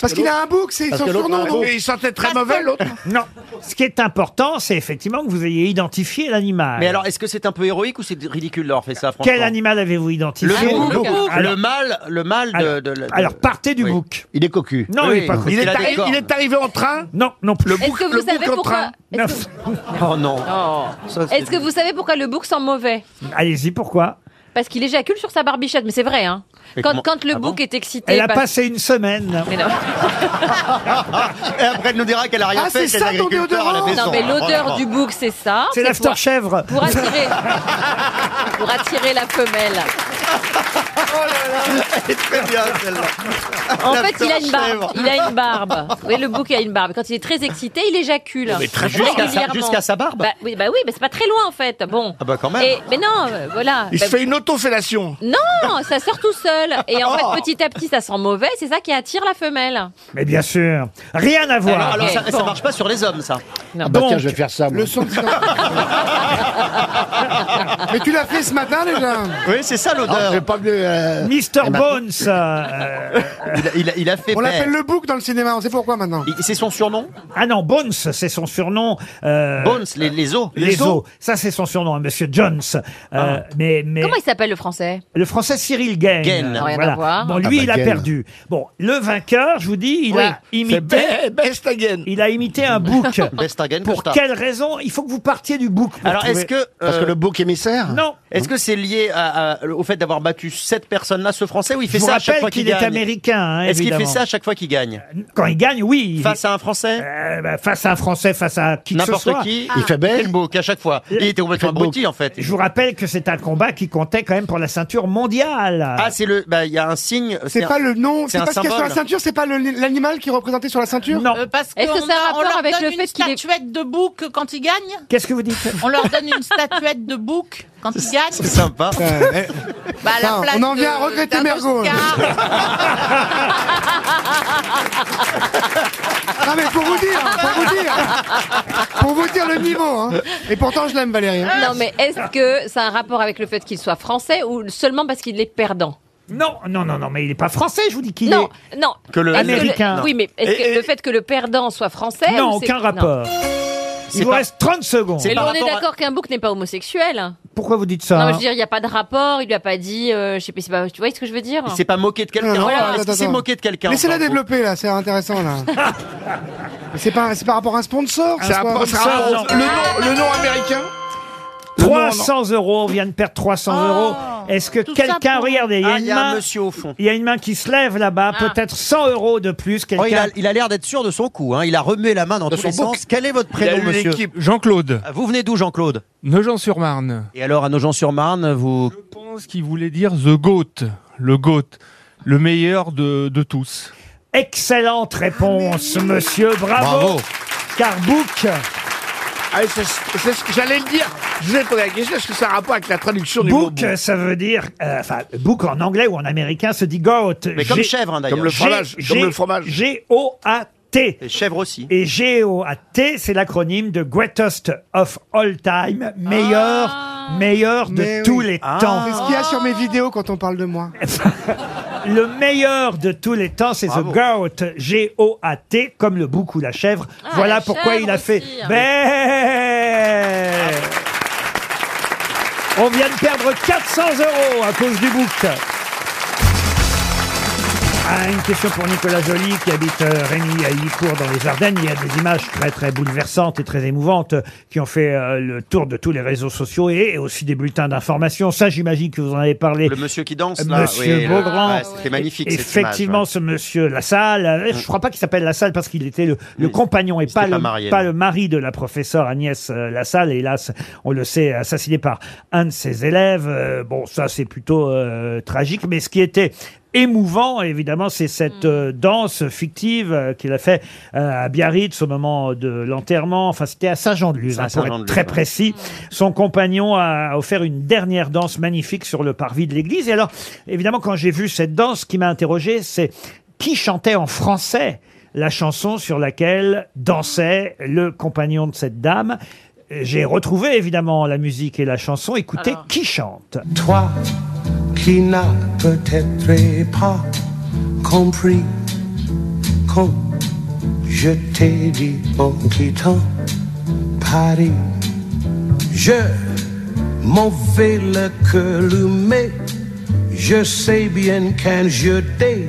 Speaker 3: Parce qu'il a un bouc, c'est son surnom. non
Speaker 6: Et il sentait très mauvais l'autre.
Speaker 2: Non. Ce qui est important, c'est effectivement que vous ayez identifié l'animal.
Speaker 5: Ah, Mais alors, est-ce que c'est un peu héroïque ou c'est ridicule de leur faire ça, franchement
Speaker 2: quel animal avez-vous
Speaker 5: Le
Speaker 2: identifié Ah,
Speaker 5: bouc.
Speaker 4: bouc.
Speaker 5: Le
Speaker 2: Alors-
Speaker 5: mâle, le mâle de,
Speaker 2: alors,
Speaker 5: de- de-
Speaker 2: Euh, alors, partez du
Speaker 5: Oui.
Speaker 2: bouc.
Speaker 6: Il est cocu.
Speaker 2: Non,
Speaker 5: Oui.
Speaker 2: il est pas
Speaker 5: Il
Speaker 2: cool.
Speaker 6: Il est,
Speaker 5: a des
Speaker 6: arri-
Speaker 5: cornes.
Speaker 6: il est arrivé en train.
Speaker 2: Non, non plus.
Speaker 4: Est-ce que
Speaker 6: le
Speaker 4: vous
Speaker 6: bouc
Speaker 4: savez
Speaker 6: en
Speaker 4: pourquoi
Speaker 6: train.
Speaker 2: Non.
Speaker 4: Est-ce
Speaker 5: Oh non.
Speaker 4: que- est-ce que vous savez pourquoi le bouc sent mauvais
Speaker 2: Allez-y, pourquoi
Speaker 4: Parce qu'il éjacule sur sa barbichette, mais c'est vrai. Hein.
Speaker 5: Mais comment-
Speaker 4: Quand, quand le
Speaker 5: Ah
Speaker 4: bouc
Speaker 5: bon
Speaker 4: est excité,
Speaker 2: Elle a
Speaker 4: parce-
Speaker 2: passé une semaine.
Speaker 4: Eh ben- Mais non.
Speaker 5: Et après, elle nous dira qu'elle a rien
Speaker 3: Ah,
Speaker 5: fait.
Speaker 3: c'est
Speaker 5: qu'elle
Speaker 3: ça
Speaker 5: est
Speaker 3: ton
Speaker 5: agriculteur à la
Speaker 3: déodorant
Speaker 5: maison. Oh,
Speaker 4: Non, mais l'odeur
Speaker 5: Franchement.
Speaker 4: du bouc, c'est ça.
Speaker 2: C'est
Speaker 4: pour,
Speaker 2: l'after-chèvre.
Speaker 4: pour attirer, pour attirer la femelle.
Speaker 5: Elle est très bien, celle-là.
Speaker 4: En
Speaker 5: La
Speaker 4: fait, il a une barbe.
Speaker 5: chèvre.
Speaker 4: Il a une barbe. Oui, le bouc a une barbe. Quand il est très excité, il éjacule.
Speaker 5: Mais très- jusqu'à sa-
Speaker 4: Régulièrement.
Speaker 5: jusqu'à sa barbe
Speaker 4: Bah oui, bah oui, mais c'est pas très loin en fait. Bon.
Speaker 5: Ah bah quand même.
Speaker 4: Et- mais non, euh, voilà.
Speaker 6: Il
Speaker 4: Bah,
Speaker 6: se fait une autofellation.
Speaker 4: Non, ça sort tout seul. Et en fait, petit à petit, ça sent mauvais. C'est ça qui attire la femelle.
Speaker 2: Mais bien sûr, rien à voir.
Speaker 5: Alors, alors,
Speaker 4: Ok,
Speaker 5: ça, ça
Speaker 4: bon.
Speaker 5: marche pas sur les hommes, ça. Ah bah,
Speaker 2: Donc, euh,
Speaker 6: faire ça.
Speaker 3: Le son de Mais tu l'as fait ce matin déjà.
Speaker 5: Oui, c'est ça l'odeur.
Speaker 6: pas vu.
Speaker 2: Mr. Bones, euh, euh,
Speaker 5: Euh, Il, a- il a- il a fait.
Speaker 3: On
Speaker 5: peur.
Speaker 3: l'appelle le bouc dans le cinéma, on sait pourquoi maintenant.
Speaker 5: Il- C'est son surnom
Speaker 2: ah non, Bones, c'est son surnom. euh,
Speaker 5: Bones, les, les Ah. os.
Speaker 2: Les os, ça c'est son surnom, hein, Monsieur Jones. Euh, Mais, mais
Speaker 4: Comment il s'appelle le français
Speaker 2: le Français Cyril Gain.
Speaker 5: Gain.
Speaker 4: Rien à voir.
Speaker 5: Ah
Speaker 2: Bon, lui,
Speaker 5: bah,
Speaker 2: il a perdu. Bon, le vainqueur, je vous dis, il
Speaker 5: Oui,
Speaker 2: a
Speaker 6: C'est
Speaker 2: imité,
Speaker 6: be- best again.
Speaker 2: il a imité un bouc.
Speaker 5: Best again,
Speaker 2: pour
Speaker 5: Costa.
Speaker 2: quelle raison Il faut que vous partiez du bouc. pour
Speaker 5: Alors, est-ce
Speaker 2: trouver-
Speaker 5: que. euh,
Speaker 6: bouc émissaire
Speaker 2: non
Speaker 5: Est-ce que c'est lié à- à- au fait d'avoir battu cette personne-là, ce Français, ou il
Speaker 2: Je
Speaker 5: fait
Speaker 2: vous
Speaker 5: ça à chaque
Speaker 2: rappelle
Speaker 5: fois qu'il
Speaker 2: qu'il est
Speaker 5: gagne
Speaker 2: américain, hein,
Speaker 5: Est-ce qu'il fait
Speaker 2: évidemment.
Speaker 5: ça à chaque fois qu'il gagne
Speaker 2: Quand il gagne, oui.
Speaker 5: Face à un Français
Speaker 2: Face à un Français, face à qui que ce
Speaker 5: N'importe
Speaker 2: soit. Ah.
Speaker 5: qui. Il fait Felbrook à chaque fois. Il était complètement abruti, en fait.
Speaker 2: Je vous rappelle que c'est un combat qui comptait quand même pour la ceinture mondiale.
Speaker 5: Ah, c'est le. Bah, il y a un signe.
Speaker 3: C'est pas le nom, c'est
Speaker 5: un
Speaker 3: pas ce qu'il y a sur la
Speaker 5: symbole.
Speaker 3: ceinture, c'est pas le- l'animal qui est représenté sur la ceinture
Speaker 2: Non.
Speaker 7: Euh, Parce
Speaker 4: Est-ce que
Speaker 7: qu'on-
Speaker 4: ça a
Speaker 7: on
Speaker 4: rapport
Speaker 7: leur
Speaker 4: avec
Speaker 7: donne
Speaker 4: le
Speaker 7: une
Speaker 4: fait qu'il est-
Speaker 7: statuette de bouc quand ils gagnent
Speaker 2: Qu'est-ce que vous dites
Speaker 7: On leur donne une statuette de bouc quand ils
Speaker 5: C'est
Speaker 7: gagnent
Speaker 5: sympa.
Speaker 7: bah, à la
Speaker 3: Putain,
Speaker 7: place
Speaker 3: on en vient
Speaker 7: de-
Speaker 3: à regretter
Speaker 7: d'un
Speaker 3: Mergo, là.
Speaker 7: Oscar.
Speaker 3: Ah mais pour vous dire, pour vous dire, pour vous dire le niveau. Hein. Et pourtant je l'aime Valérie.
Speaker 5: Ah.
Speaker 3: hein.
Speaker 4: Non, mais est-ce que ça a un rapport avec le fait qu'il soit français ou seulement parce qu'il est perdant
Speaker 2: Non, non, non, non, mais il n'est pas français, je vous dis qu'il
Speaker 4: Non,
Speaker 2: est
Speaker 4: non.
Speaker 5: Que le-
Speaker 4: Est-ce que
Speaker 2: Américain.
Speaker 4: Oui, mais est-ce que
Speaker 5: Et- et-
Speaker 4: le fait que le perdant soit français
Speaker 2: Non,
Speaker 4: ou c'est-
Speaker 2: aucun rapport. Il
Speaker 5: C'est
Speaker 2: vous
Speaker 5: pas-
Speaker 2: reste 30 secondes.
Speaker 5: C'est
Speaker 4: Mais
Speaker 5: par
Speaker 4: on est
Speaker 5: rapport à-
Speaker 4: d'accord qu'un bouc n'est pas homosexuel.
Speaker 2: Pourquoi vous dites ça
Speaker 4: Non, mais je
Speaker 2: hein
Speaker 4: veux dire, il n'y a pas de rapport, il lui a pas dit, euh, je sais pas, c'est pas- tu vois ce que je veux dire
Speaker 5: Il s'est pas moqué de quelqu'un.
Speaker 3: Non, non,
Speaker 5: Voilà,
Speaker 3: attends,
Speaker 5: Est-ce qu'il s'est
Speaker 3: attends.
Speaker 5: moqué de quelqu'un par
Speaker 3: Laissez-la
Speaker 5: contre
Speaker 3: développer là, c'est intéressant là. Mais c'est pas, c'est par rapport à un sponsor.
Speaker 2: Un
Speaker 3: c'est pas-
Speaker 2: sponsor,
Speaker 3: c'est un-
Speaker 2: non.
Speaker 6: Le nom, le nom américain
Speaker 2: 300 euros, on vient de perdre 300
Speaker 4: Oh.
Speaker 2: euros. Est-ce que
Speaker 7: Tout ça
Speaker 2: quelqu'un,
Speaker 7: pour-
Speaker 2: regardez, il y a
Speaker 5: Ah,
Speaker 2: une
Speaker 5: il y a un
Speaker 2: main,
Speaker 5: monsieur au fond.
Speaker 2: il y a une main qui se lève là-bas,
Speaker 4: Ah.
Speaker 2: peut-être 100 euros de plus.
Speaker 5: Oh, il
Speaker 2: Quelqu'un,
Speaker 5: a il a l'air d'être sûr de son coup. hein. Il a remué la main dans tous les sens. Quel est votre prénom, monsieur
Speaker 12: Jean-Claude,
Speaker 5: Ah, Vous venez d'où, Jean-Claude
Speaker 12: Nogent-sur-Marne.
Speaker 5: Et alors, à Nogent-sur-Marne, vous.
Speaker 12: Je pense qu'il voulait dire The GOAT. Le GOAT. Le meilleur de, de tous.
Speaker 2: excellente réponse,
Speaker 4: Ah,
Speaker 2: monsieur, bravo. Car Bouc,
Speaker 6: Ah, c'est- c'est ce que j'allais le dire. Je vous ai posé la question, est-ce que ça a rapport avec la traduction du mot
Speaker 2: Bouc, ça veut dire, euh, enfin, Bouc en anglais ou en américain se dit goat.
Speaker 5: Mais comme
Speaker 2: G-
Speaker 5: chèvre, hein, d'ailleurs.
Speaker 6: Comme le
Speaker 2: G-
Speaker 6: fromage, comme
Speaker 2: G-
Speaker 6: le fromage.
Speaker 2: G-O-A-T.
Speaker 5: Et chèvre aussi.
Speaker 2: Et GOAT, c'est l'acronyme de Greatest of All Time, meilleur, meilleur de
Speaker 3: Mais oui.
Speaker 2: tous les
Speaker 5: Ah.
Speaker 2: temps.
Speaker 3: C'est ce qu'il y a sur mes vidéos quand on parle de moi.
Speaker 2: Le meilleur de tous les temps, c'est The
Speaker 5: Bravo.
Speaker 2: Goat, G-O-A-T, comme le bouc ou la chèvre.
Speaker 4: Ah,
Speaker 2: voilà
Speaker 4: la
Speaker 2: pourquoi
Speaker 4: chèvre
Speaker 2: il a fait.
Speaker 4: aussi, hein.
Speaker 2: Ben On vient de perdre 400 euros à cause du bouc. Ah, une question pour Nicolas Joly qui habite euh, Rémy à Illicourt dans les Ardennes. Il y a des images très très bouleversantes et très émouvantes euh, qui ont fait euh, le tour de tous les réseaux sociaux et, et aussi des bulletins d'information. Ça, j'imagine que vous en avez parlé.
Speaker 5: Le monsieur qui danse, là.
Speaker 2: Monsieur
Speaker 5: oui, le-
Speaker 2: Beaugrand.
Speaker 5: ouais, C'était magnifique. cette image,
Speaker 2: Effectivement,
Speaker 5: ouais.
Speaker 2: ce monsieur Lassalle, euh, je crois pas qu'il s'appelle Lassalle parce qu'il était le, le
Speaker 5: Oui,
Speaker 2: compagnon et
Speaker 5: c'était
Speaker 2: pas,
Speaker 5: pas
Speaker 2: le,
Speaker 5: marié,
Speaker 2: pas
Speaker 5: non.
Speaker 2: le mari de la professeure Agnès euh, Lassalle. Hélas, on le sait, assassiné par un de ses élèves. Euh, bon, ça, c'est plutôt euh, tragique. Mais ce qui était émouvant, évidemment, c'est cette euh, danse fictive euh, qu'il a fait euh, à Biarritz au moment de l'enterrement. Enfin, c'était à Saint-Jean-de-Luz,
Speaker 5: À
Speaker 2: hein, pour être
Speaker 5: Saint-Jean-de-Luz,
Speaker 2: très
Speaker 5: ouais.
Speaker 2: précis. Son compagnon a offert une dernière danse magnifique sur le parvis de l'église. Et alors, évidemment, quand j'ai vu cette danse, ce qui m'a interrogé, c'est qui chantait en français la chanson sur laquelle dansait le compagnon de cette dame. J'ai retrouvé évidemment la musique et la chanson. Écoutez,
Speaker 4: Alors.
Speaker 2: qui chante
Speaker 13: Toi qui n'as peut-être pas compris quand je t'ai dit en quittant Paris, je m'en vais le cœur lumé. Je sais bien qu'un je t'ai,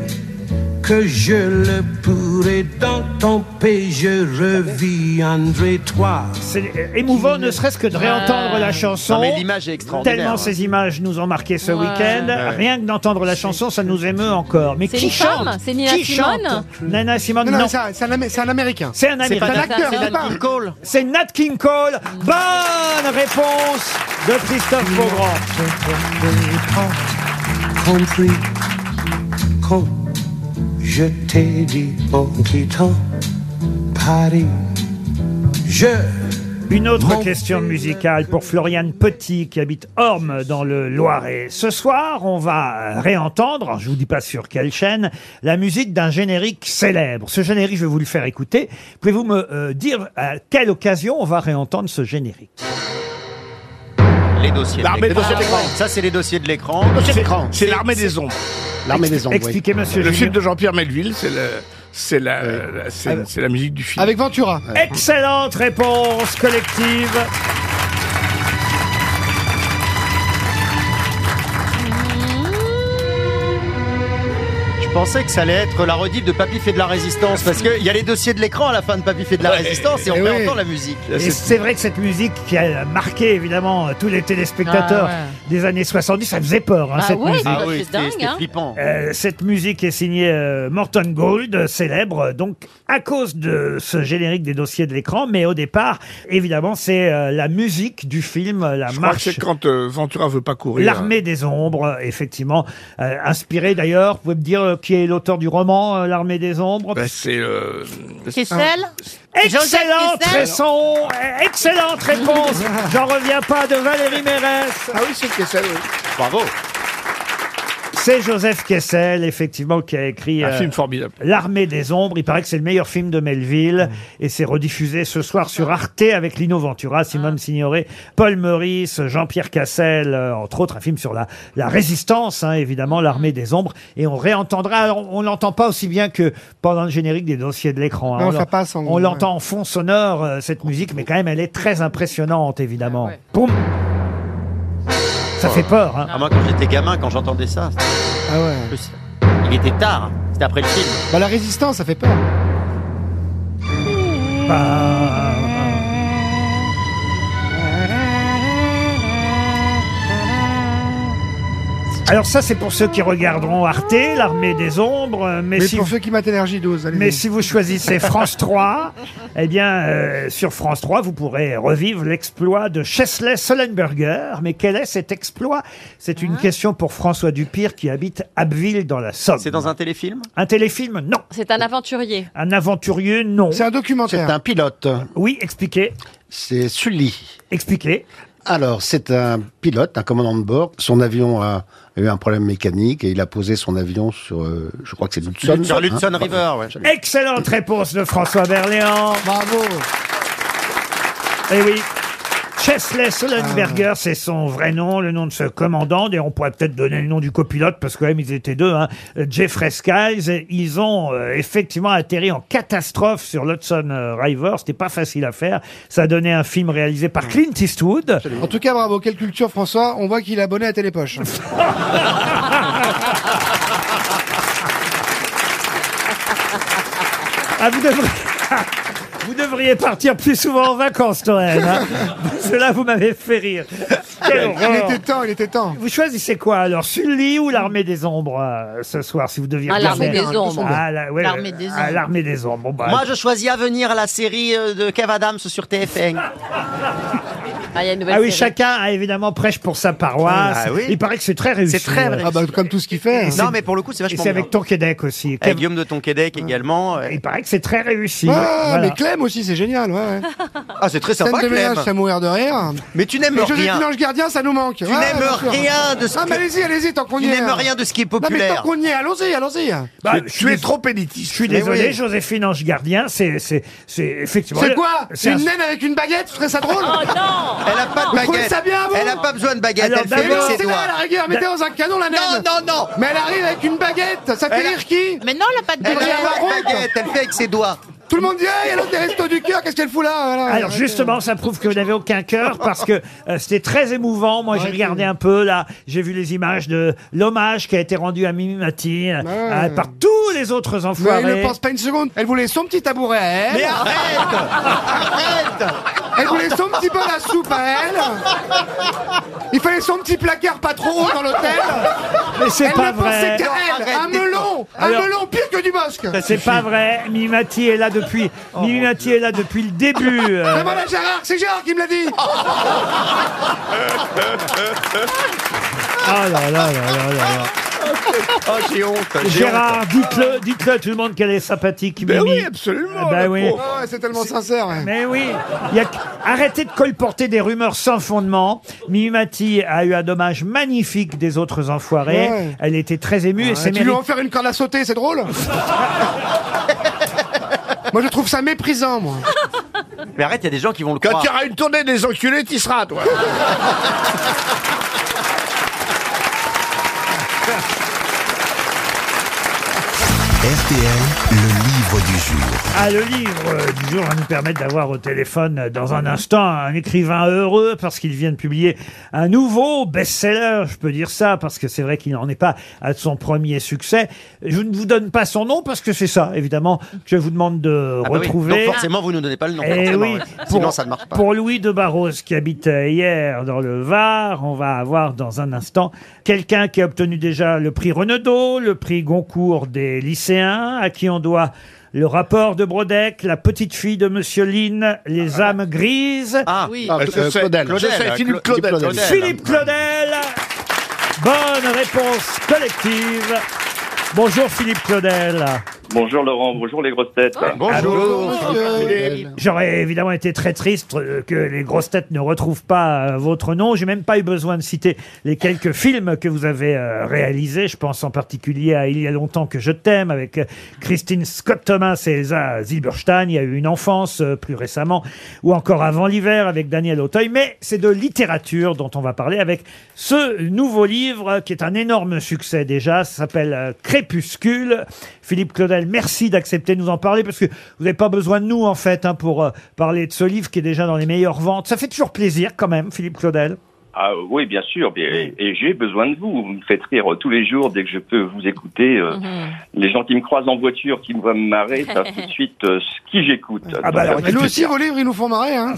Speaker 13: que je le pourrai dans ton pays, je reviendrai toi.
Speaker 2: C'est euh, émouvant, ne serait-ce que de réentendre la chanson.
Speaker 5: Non, Ah, mais l'image est extraordinaire.
Speaker 2: Tellement
Speaker 5: hein.
Speaker 2: ces images nous ont marqué ce
Speaker 4: Ouais.
Speaker 2: week-end.
Speaker 5: Ouais.
Speaker 2: Rien que d'entendre la chanson, ça nous émeut encore. Mais
Speaker 4: C'est
Speaker 2: qui
Speaker 4: une
Speaker 2: chante
Speaker 4: femme C'est Nina
Speaker 2: Qui
Speaker 4: Simone
Speaker 2: chante Nana Simone,
Speaker 3: Non,
Speaker 2: non.
Speaker 3: non, mais ça- c'est un, Amé- c'est un américain.
Speaker 2: C'est un
Speaker 5: C'est pas
Speaker 2: américain.
Speaker 3: un acteur,
Speaker 5: c'est
Speaker 3: c'est
Speaker 5: Dan
Speaker 3: pas-
Speaker 5: King Cole.
Speaker 2: C'est Nat King Cole. Bonne réponse de Christophe Beaugrand.
Speaker 13: compris quand je t'ai dit en quittant Paris. Je
Speaker 2: Une autre
Speaker 13: Mon-
Speaker 2: question musicale pour Floriane Petit qui habite Orme dans le Loiret. Ce soir, on va réentendre, alors je vous dis pas sur quelle chaîne, la musique d'un générique célèbre. Ce générique, je vais vous le faire écouter. Pouvez-vous me euh, dire à quelle occasion on va réentendre ce générique
Speaker 5: Les dossiers. de
Speaker 6: L'armée des
Speaker 5: l'écran.
Speaker 6: dossiers de l'écran.
Speaker 5: Ça, c'est les dossiers de l'écran.
Speaker 6: C'est- C'est l'armée des ombres.
Speaker 2: L'armée des ombres. Expliquez, monsieur.
Speaker 6: Le
Speaker 2: Junior.
Speaker 6: film de Jean-Pierre Melville, c'est le- c'est la, la- c'est- c'est la musique du film.
Speaker 3: Avec Ventura.
Speaker 2: Excellente réponse collective.
Speaker 5: Je pensais que ça allait être la rediff de Papy fait de la résistance parce qu'il y a les dossiers de l'écran à la fin de Papy fait de la
Speaker 2: Ouais.
Speaker 5: résistance et on
Speaker 2: Eh
Speaker 5: perd
Speaker 2: oui.
Speaker 5: encore la musique.
Speaker 2: Et c'est vrai que cette musique qui a marqué évidemment euh, tous les téléspectateurs
Speaker 5: Ah ouais.
Speaker 2: des années 70, ça faisait peur, hein,
Speaker 5: Ah
Speaker 2: cette
Speaker 5: ouais,
Speaker 2: musique.
Speaker 5: bah, Ah oui, c'est c'était- dingue, c'était hein. flippant.
Speaker 2: Euh, cette musique est signée euh, Morton Gold, euh, célèbre euh, donc à cause de ce générique des dossiers de l'écran, mais au départ, évidemment, c'est euh, la musique du film euh, La
Speaker 6: Je crois que
Speaker 2: Marche.
Speaker 6: c'est quand euh, Ventura veut pas courir.
Speaker 2: L'armée des ombres, euh, effectivement, euh, inspiré d'ailleurs. Vous pouvez me dire euh, qui est l'auteur du roman euh, L'armée des ombres
Speaker 6: Bah, c'est. euh,
Speaker 7: Kessel
Speaker 2: Ah. Excellente
Speaker 7: Kessel
Speaker 2: raison, euh, excellente réponse. J'en reviens pas de Valérie Mérès.
Speaker 6: Ah oui, c'est Kessel.
Speaker 5: Bravo.
Speaker 2: C'est Joseph Kessel, effectivement, qui a écrit euh,
Speaker 6: Un film formidable.
Speaker 2: L'armée des ombres. Il paraît que c'est le meilleur film de Melville et c'est rediffusé ce soir sur Arte avec Lino Ventura, Simone Signoret, Paul Meurice, Jean-Pierre Cassel, euh, entre autres, un film sur la, la résistance, hein, évidemment, l'armée des ombres. Et on réentendra, alors, on l'entend pas aussi bien que pendant le générique des dossiers de l'écran. hein.
Speaker 3: Non,
Speaker 2: On
Speaker 3: ça
Speaker 2: l'en-
Speaker 3: passe en-
Speaker 2: On l'entend en fond sonore, euh, cette musique, mais quand même, elle est très impressionnante, évidemment. Poum Ça fait peur, hein.
Speaker 5: Ah, moi, quand j'étais gamin, quand j'entendais ça, c'était-
Speaker 3: Ah ouais.
Speaker 5: en plus, il était tard. hein. C'était après le film.
Speaker 3: Bah, la résistance, ça fait peur.
Speaker 2: Bah, Alors ça, c'est pour ceux qui regarderont Arte, l'armée des ombres. euh, Mais,
Speaker 3: Mais
Speaker 2: si
Speaker 3: pour
Speaker 2: vous-
Speaker 3: ceux qui mettent énergie dose, allez.
Speaker 2: mais si vous choisissez France 3, eh bien, euh, sur France 3, vous pourrez revivre l'exploit de Chesley Sullenberger. Mais quel est cet exploit C'est
Speaker 5: Hein
Speaker 2: une question pour François Dupire qui habite Abbeville dans la Somme.
Speaker 5: C'est dans un téléfilm
Speaker 2: Un téléfilm Non.
Speaker 4: C'est un aventurier.
Speaker 2: Un aventurier Non. C'est un documentaire.
Speaker 14: C'est un pilote.
Speaker 2: Oui, expliquez.
Speaker 14: C'est Sully.
Speaker 2: Expliquez.
Speaker 14: Alors, c'est un pilote, un commandant de bord. Son avion a eu un problème mécanique et il a posé son avion sur, euh, je crois que c'est Hudson.
Speaker 5: Sur l'Hudson
Speaker 14: hein.
Speaker 5: River, ouais.
Speaker 2: Excellente réponse de François Berléand. Bravo. Eh oui. Chesley
Speaker 3: Ah.
Speaker 2: Sullenberger, c'est son vrai nom, le nom de ce commandant. Et on pourrait peut-être donner le nom du copilote, parce que quand même, ils étaient deux. Hein. Euh, Jeffrey Skiles, Et ils ont euh, effectivement atterri en catastrophe sur l'Hudson euh, River. C'était pas facile à faire. Ça donnait un film réalisé par Clint Eastwood.
Speaker 3: Ah. En tout cas, bravo, quelle culture, François. Ah, On voit qu'il est abonné à Télépoche.
Speaker 2: Ah, vous devriez... Vous devriez partir plus souvent en vacances, Toen. Hein Cela, vous m'avez fait rire. Quelle horreur.
Speaker 3: il était temps, il était temps.
Speaker 2: Vous choisissez quoi alors Sully ou l'armée des ombres euh, ce soir si vous deviez
Speaker 5: Ah, l'armée
Speaker 2: regarder
Speaker 5: des ombres.
Speaker 2: Ah, la- ouais,
Speaker 5: L'armée des
Speaker 2: ah,
Speaker 5: ombres.
Speaker 2: l'armée des ombres. Bon, bah,
Speaker 5: Moi, je choisis à venir la série euh, de Kev Adams sur TFN.
Speaker 4: Ah, il y a une nouvelle
Speaker 2: Ah oui,
Speaker 4: série.
Speaker 2: chacun a évidemment prêche pour sa paroisse.
Speaker 5: Ah oui.
Speaker 2: Il paraît que c'est très réussi.
Speaker 5: C'est très réussi. Ah bah,
Speaker 2: comme tout ce qu'il fait. hein.
Speaker 5: Non, mais pour le coup, c'est vachement
Speaker 2: Et c'est avec
Speaker 5: bien.
Speaker 2: Tonquédec aussi.
Speaker 3: Eh
Speaker 5: Avec Guillaume de Tonquédec également. euh.
Speaker 2: Il paraît que c'est très réussi.
Speaker 3: Ah,
Speaker 2: Voilà.
Speaker 3: mais Clem aussi, c'est génial, ouais, ouais.
Speaker 5: Ah, c'est très sympa,
Speaker 3: Scène de
Speaker 5: Clem.
Speaker 3: ménage, ça mourir de rire.
Speaker 5: Mais tu n'aimes
Speaker 3: Et José
Speaker 5: rien.
Speaker 3: Lange Gardien, ça nous manque.
Speaker 5: Tu n'aimes rien de ce
Speaker 3: Ah, mais
Speaker 5: que-
Speaker 3: allez-y, allez-y, tant qu'on
Speaker 5: Tu
Speaker 3: y est. hein.
Speaker 5: n'aimes rien de ce qui est
Speaker 3: Non, mais
Speaker 5: populaire.
Speaker 3: tant qu'on y est, allons-y, allons-y.
Speaker 2: Bah,
Speaker 6: tu,
Speaker 2: je
Speaker 6: tu es
Speaker 2: suis-
Speaker 6: trop élitiste.
Speaker 2: Je suis désolé, Joséphine Ange Gardien, c'est c'est- c'est effectivement.
Speaker 3: C'est quoi C'est
Speaker 2: un-
Speaker 3: une naine avec une baguette Je ferais ça drôle
Speaker 4: Oh non
Speaker 5: Elle a pas de
Speaker 3: Vous trouvez
Speaker 5: baguette.
Speaker 3: ça bien, vous
Speaker 5: elle a pas besoin de baguette.
Speaker 2: Alors,
Speaker 5: elle fait
Speaker 2: d'abord-
Speaker 5: avec ses
Speaker 3: C'est là, à
Speaker 5: doigts.
Speaker 3: la rigueur, mettez dans un canon la naine
Speaker 5: Non, non, non
Speaker 3: Mais elle arrive avec une baguette Ça fait
Speaker 5: Elle a-
Speaker 3: rire qui
Speaker 7: Mais non, la pâte de
Speaker 5: Elle a
Speaker 3: Gabriel
Speaker 5: pas de
Speaker 3: Laroque.
Speaker 5: baguette. Elle fait avec ses doigts.
Speaker 3: Tout le monde dit Ah, il y a l'autre des restos du cœur, qu'est-ce qu'elle fout là Voilà.
Speaker 2: Alors
Speaker 3: Ouais.
Speaker 2: justement, ça prouve que vous n'avez aucun cœur parce que euh, c'était très émouvant. Moi, j'ai regardé un peu là, j'ai vu les images de l'hommage qui a été rendu à Mimi Mati euh, euh, par tous les autres
Speaker 3: Mais
Speaker 2: enfoirés.
Speaker 3: elle ne pense pas une seconde. Elle voulait son petit tabouret à elle.
Speaker 5: Mais arrête Arrête
Speaker 3: Elle voulait son petit bol à soupe à elle. Il fallait son petit placard pas trop haut dans l'hôtel.
Speaker 2: Mais c'est
Speaker 3: Elle
Speaker 2: pas
Speaker 3: ne pensait
Speaker 2: vrai.
Speaker 3: qu'à
Speaker 5: Non,
Speaker 3: elle.
Speaker 5: arrête,
Speaker 3: un
Speaker 5: dis-moi.
Speaker 3: melon.
Speaker 2: Alors-
Speaker 3: Un melon pire que du bosque.
Speaker 2: C'est pas vrai. Mimi Mati est là depuis.
Speaker 6: Oh,
Speaker 2: Mimi Mati est là depuis le début. euh.
Speaker 3: Demande à Ah, Gérard, c'est Gérard qui me l'a dit.
Speaker 2: Ah là là là là là là.
Speaker 5: Oh, j'ai honte. j'ai honte.
Speaker 2: Gérard, dites-le, dites-le à tout le monde qu'elle est sympathique,
Speaker 6: Ben
Speaker 2: Mimi.
Speaker 6: oui, absolument.
Speaker 2: Ben
Speaker 6: la
Speaker 2: oui.
Speaker 6: pauvre.
Speaker 3: Ah ouais, c'est tellement sincère. ouais. Ah,
Speaker 2: Mais oui, il y a... que- arrêtez de colporter des rumeurs sans fondement. Mimimati a eu un dommage magnifique des autres enfoirés.
Speaker 3: Ouais.
Speaker 2: Elle était très émue et
Speaker 3: Ah,
Speaker 2: c'est
Speaker 3: tu lui as
Speaker 2: mérité.
Speaker 3: offert une corde à sauter, c'est drôle Moi je trouve ça méprisant, moi.
Speaker 5: Mais arrête, il y a des gens qui vont le
Speaker 6: Quand
Speaker 5: croire.
Speaker 6: tu auras une tournée des enculés, tu seras, toi.
Speaker 1: RTL, le livre du jour.
Speaker 2: Ah, le livre euh, du jour va nous permettre d'avoir au téléphone euh, dans un instant un écrivain heureux parce qu'il vient de publier un nouveau best-seller, je peux dire ça, parce que c'est vrai qu'il n'en est pas à son premier succès. Je ne vous donne pas son nom parce que c'est ça, évidemment, que je vous demande de
Speaker 5: Ah bah oui.
Speaker 2: retrouver.
Speaker 5: Donc forcément, vous ne donnez pas le nom.
Speaker 2: Eh
Speaker 5: forcément,
Speaker 2: oui,
Speaker 5: ouais.
Speaker 2: pour-
Speaker 5: Sinon, ça ne marche pas.
Speaker 2: Pour Louis de Barros, qui habite euh, hier dans le Var, on va avoir dans un instant quelqu'un qui a obtenu déjà le prix Renaudot, le prix Goncourt des lycéens, à qui on doit le rapport de Brodeck, la petite fille de Monsieur Lynn, les âmes grises.
Speaker 5: Ah,
Speaker 6: Ah,
Speaker 5: euh,
Speaker 6: Oui. Ah, je sais, Claudel, je sais, Philippe Claudel. Claudel.
Speaker 2: Philippe Claudel. Bonne réponse collective. Bonjour Philippe Claudel.
Speaker 15: Bonjour Laurent, bonjour les grosses têtes.
Speaker 2: Oh, J'aurais évidemment été très triste euh, que les grosses têtes ne retrouvent pas euh, votre nom. J'ai même pas eu besoin de citer les quelques films que vous avez euh, réalisés. Je pense en particulier à Il y a longtemps que je t'aime avec euh, Christine Scott Thomas et Elsa Zilberstein. Il y a eu une enfance euh, plus récemment ou encore avant l'hiver avec Daniel Auteuil. Mais c'est de littérature dont on va parler avec ce nouveau livre euh, qui est un énorme succès déjà. Ça s'appelle euh, Crépuscule. Philippe Claudel, merci d'accepter de nous en parler parce que vous n'avez pas besoin de nous en fait hein, pour euh, parler de ce livre qui est déjà dans les meilleures ventes. Ça fait toujours plaisir quand même, Philippe Claudel.
Speaker 15: Ah oui, bien sûr, et, et j'ai besoin de vous. Vous me faites rire tous les jours dès que je peux vous écouter. euh, Les gens qui me croisent en voiture, qui me voient me marrer, savent tout de suite euh, ce qui j'écoute.
Speaker 2: Ah bah alors,
Speaker 15: Donc,
Speaker 3: Mais nous aussi, vos livres, ils nous font marrer, hein.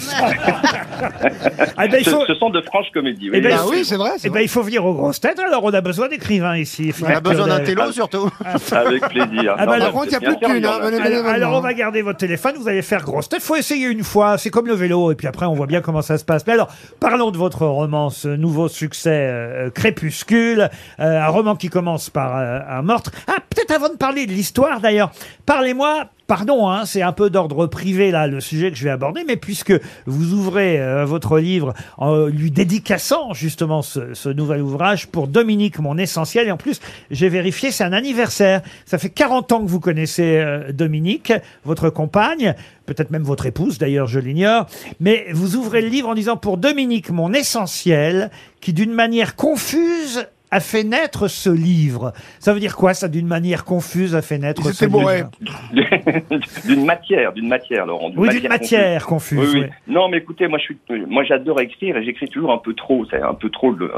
Speaker 2: Ah, bah, il faut-
Speaker 15: ce, ce sont de franches comédies.
Speaker 2: Eh ben, il faut-
Speaker 15: Bah c'est
Speaker 2: eh ben, il faut venir aux grosses têtes. Alors, on a besoin d'écrivains ici.
Speaker 15: On a
Speaker 2: Philippe
Speaker 15: besoin d'un
Speaker 2: Claudel.
Speaker 15: télo,
Speaker 5: surtout.
Speaker 15: Avec plaisir.
Speaker 2: Ah bah
Speaker 15: Non,
Speaker 2: alors-
Speaker 15: non, bien sûr, il y en a.
Speaker 2: Alors, alors, on va garder votre téléphone, vous allez faire grosse tête. Faut essayer une fois, c'est comme le vélo, et puis après, on voit bien comment ça se passe. Mais alors, parlons de votre roman, ce nouveau succès euh, Crépuscule, euh, un roman qui commence par euh, un meurtre. Ah, peut-être avant de parler de l'histoire, d'ailleurs, parlez-moi... Pardon, hein, c'est un peu d'ordre privé là le sujet que je vais aborder, mais puisque vous ouvrez euh, votre livre en lui dédicaçant justement ce, ce nouvel ouvrage pour Dominique, mon essentiel, et en plus j'ai vérifié, c'est un anniversaire. Ça fait 40 ans que vous connaissez euh, Dominique, votre compagne, peut-être même votre épouse d'ailleurs, je l'ignore, mais vous ouvrez le livre en disant pour Dominique, mon essentiel, qui d'une manière confuse a fait naître ce livre. Ça veut dire quoi ça d'une manière confuse a fait naître ce livre
Speaker 15: d'une matière, d'une matière, Laurent.
Speaker 2: Oui, d'une matière confuse,
Speaker 15: Oui, oui.
Speaker 2: ouais.
Speaker 15: Non, mais écoutez, moi, je suis, moi, j'adore écrire et j'écris toujours un peu trop. C'est un peu trop. le-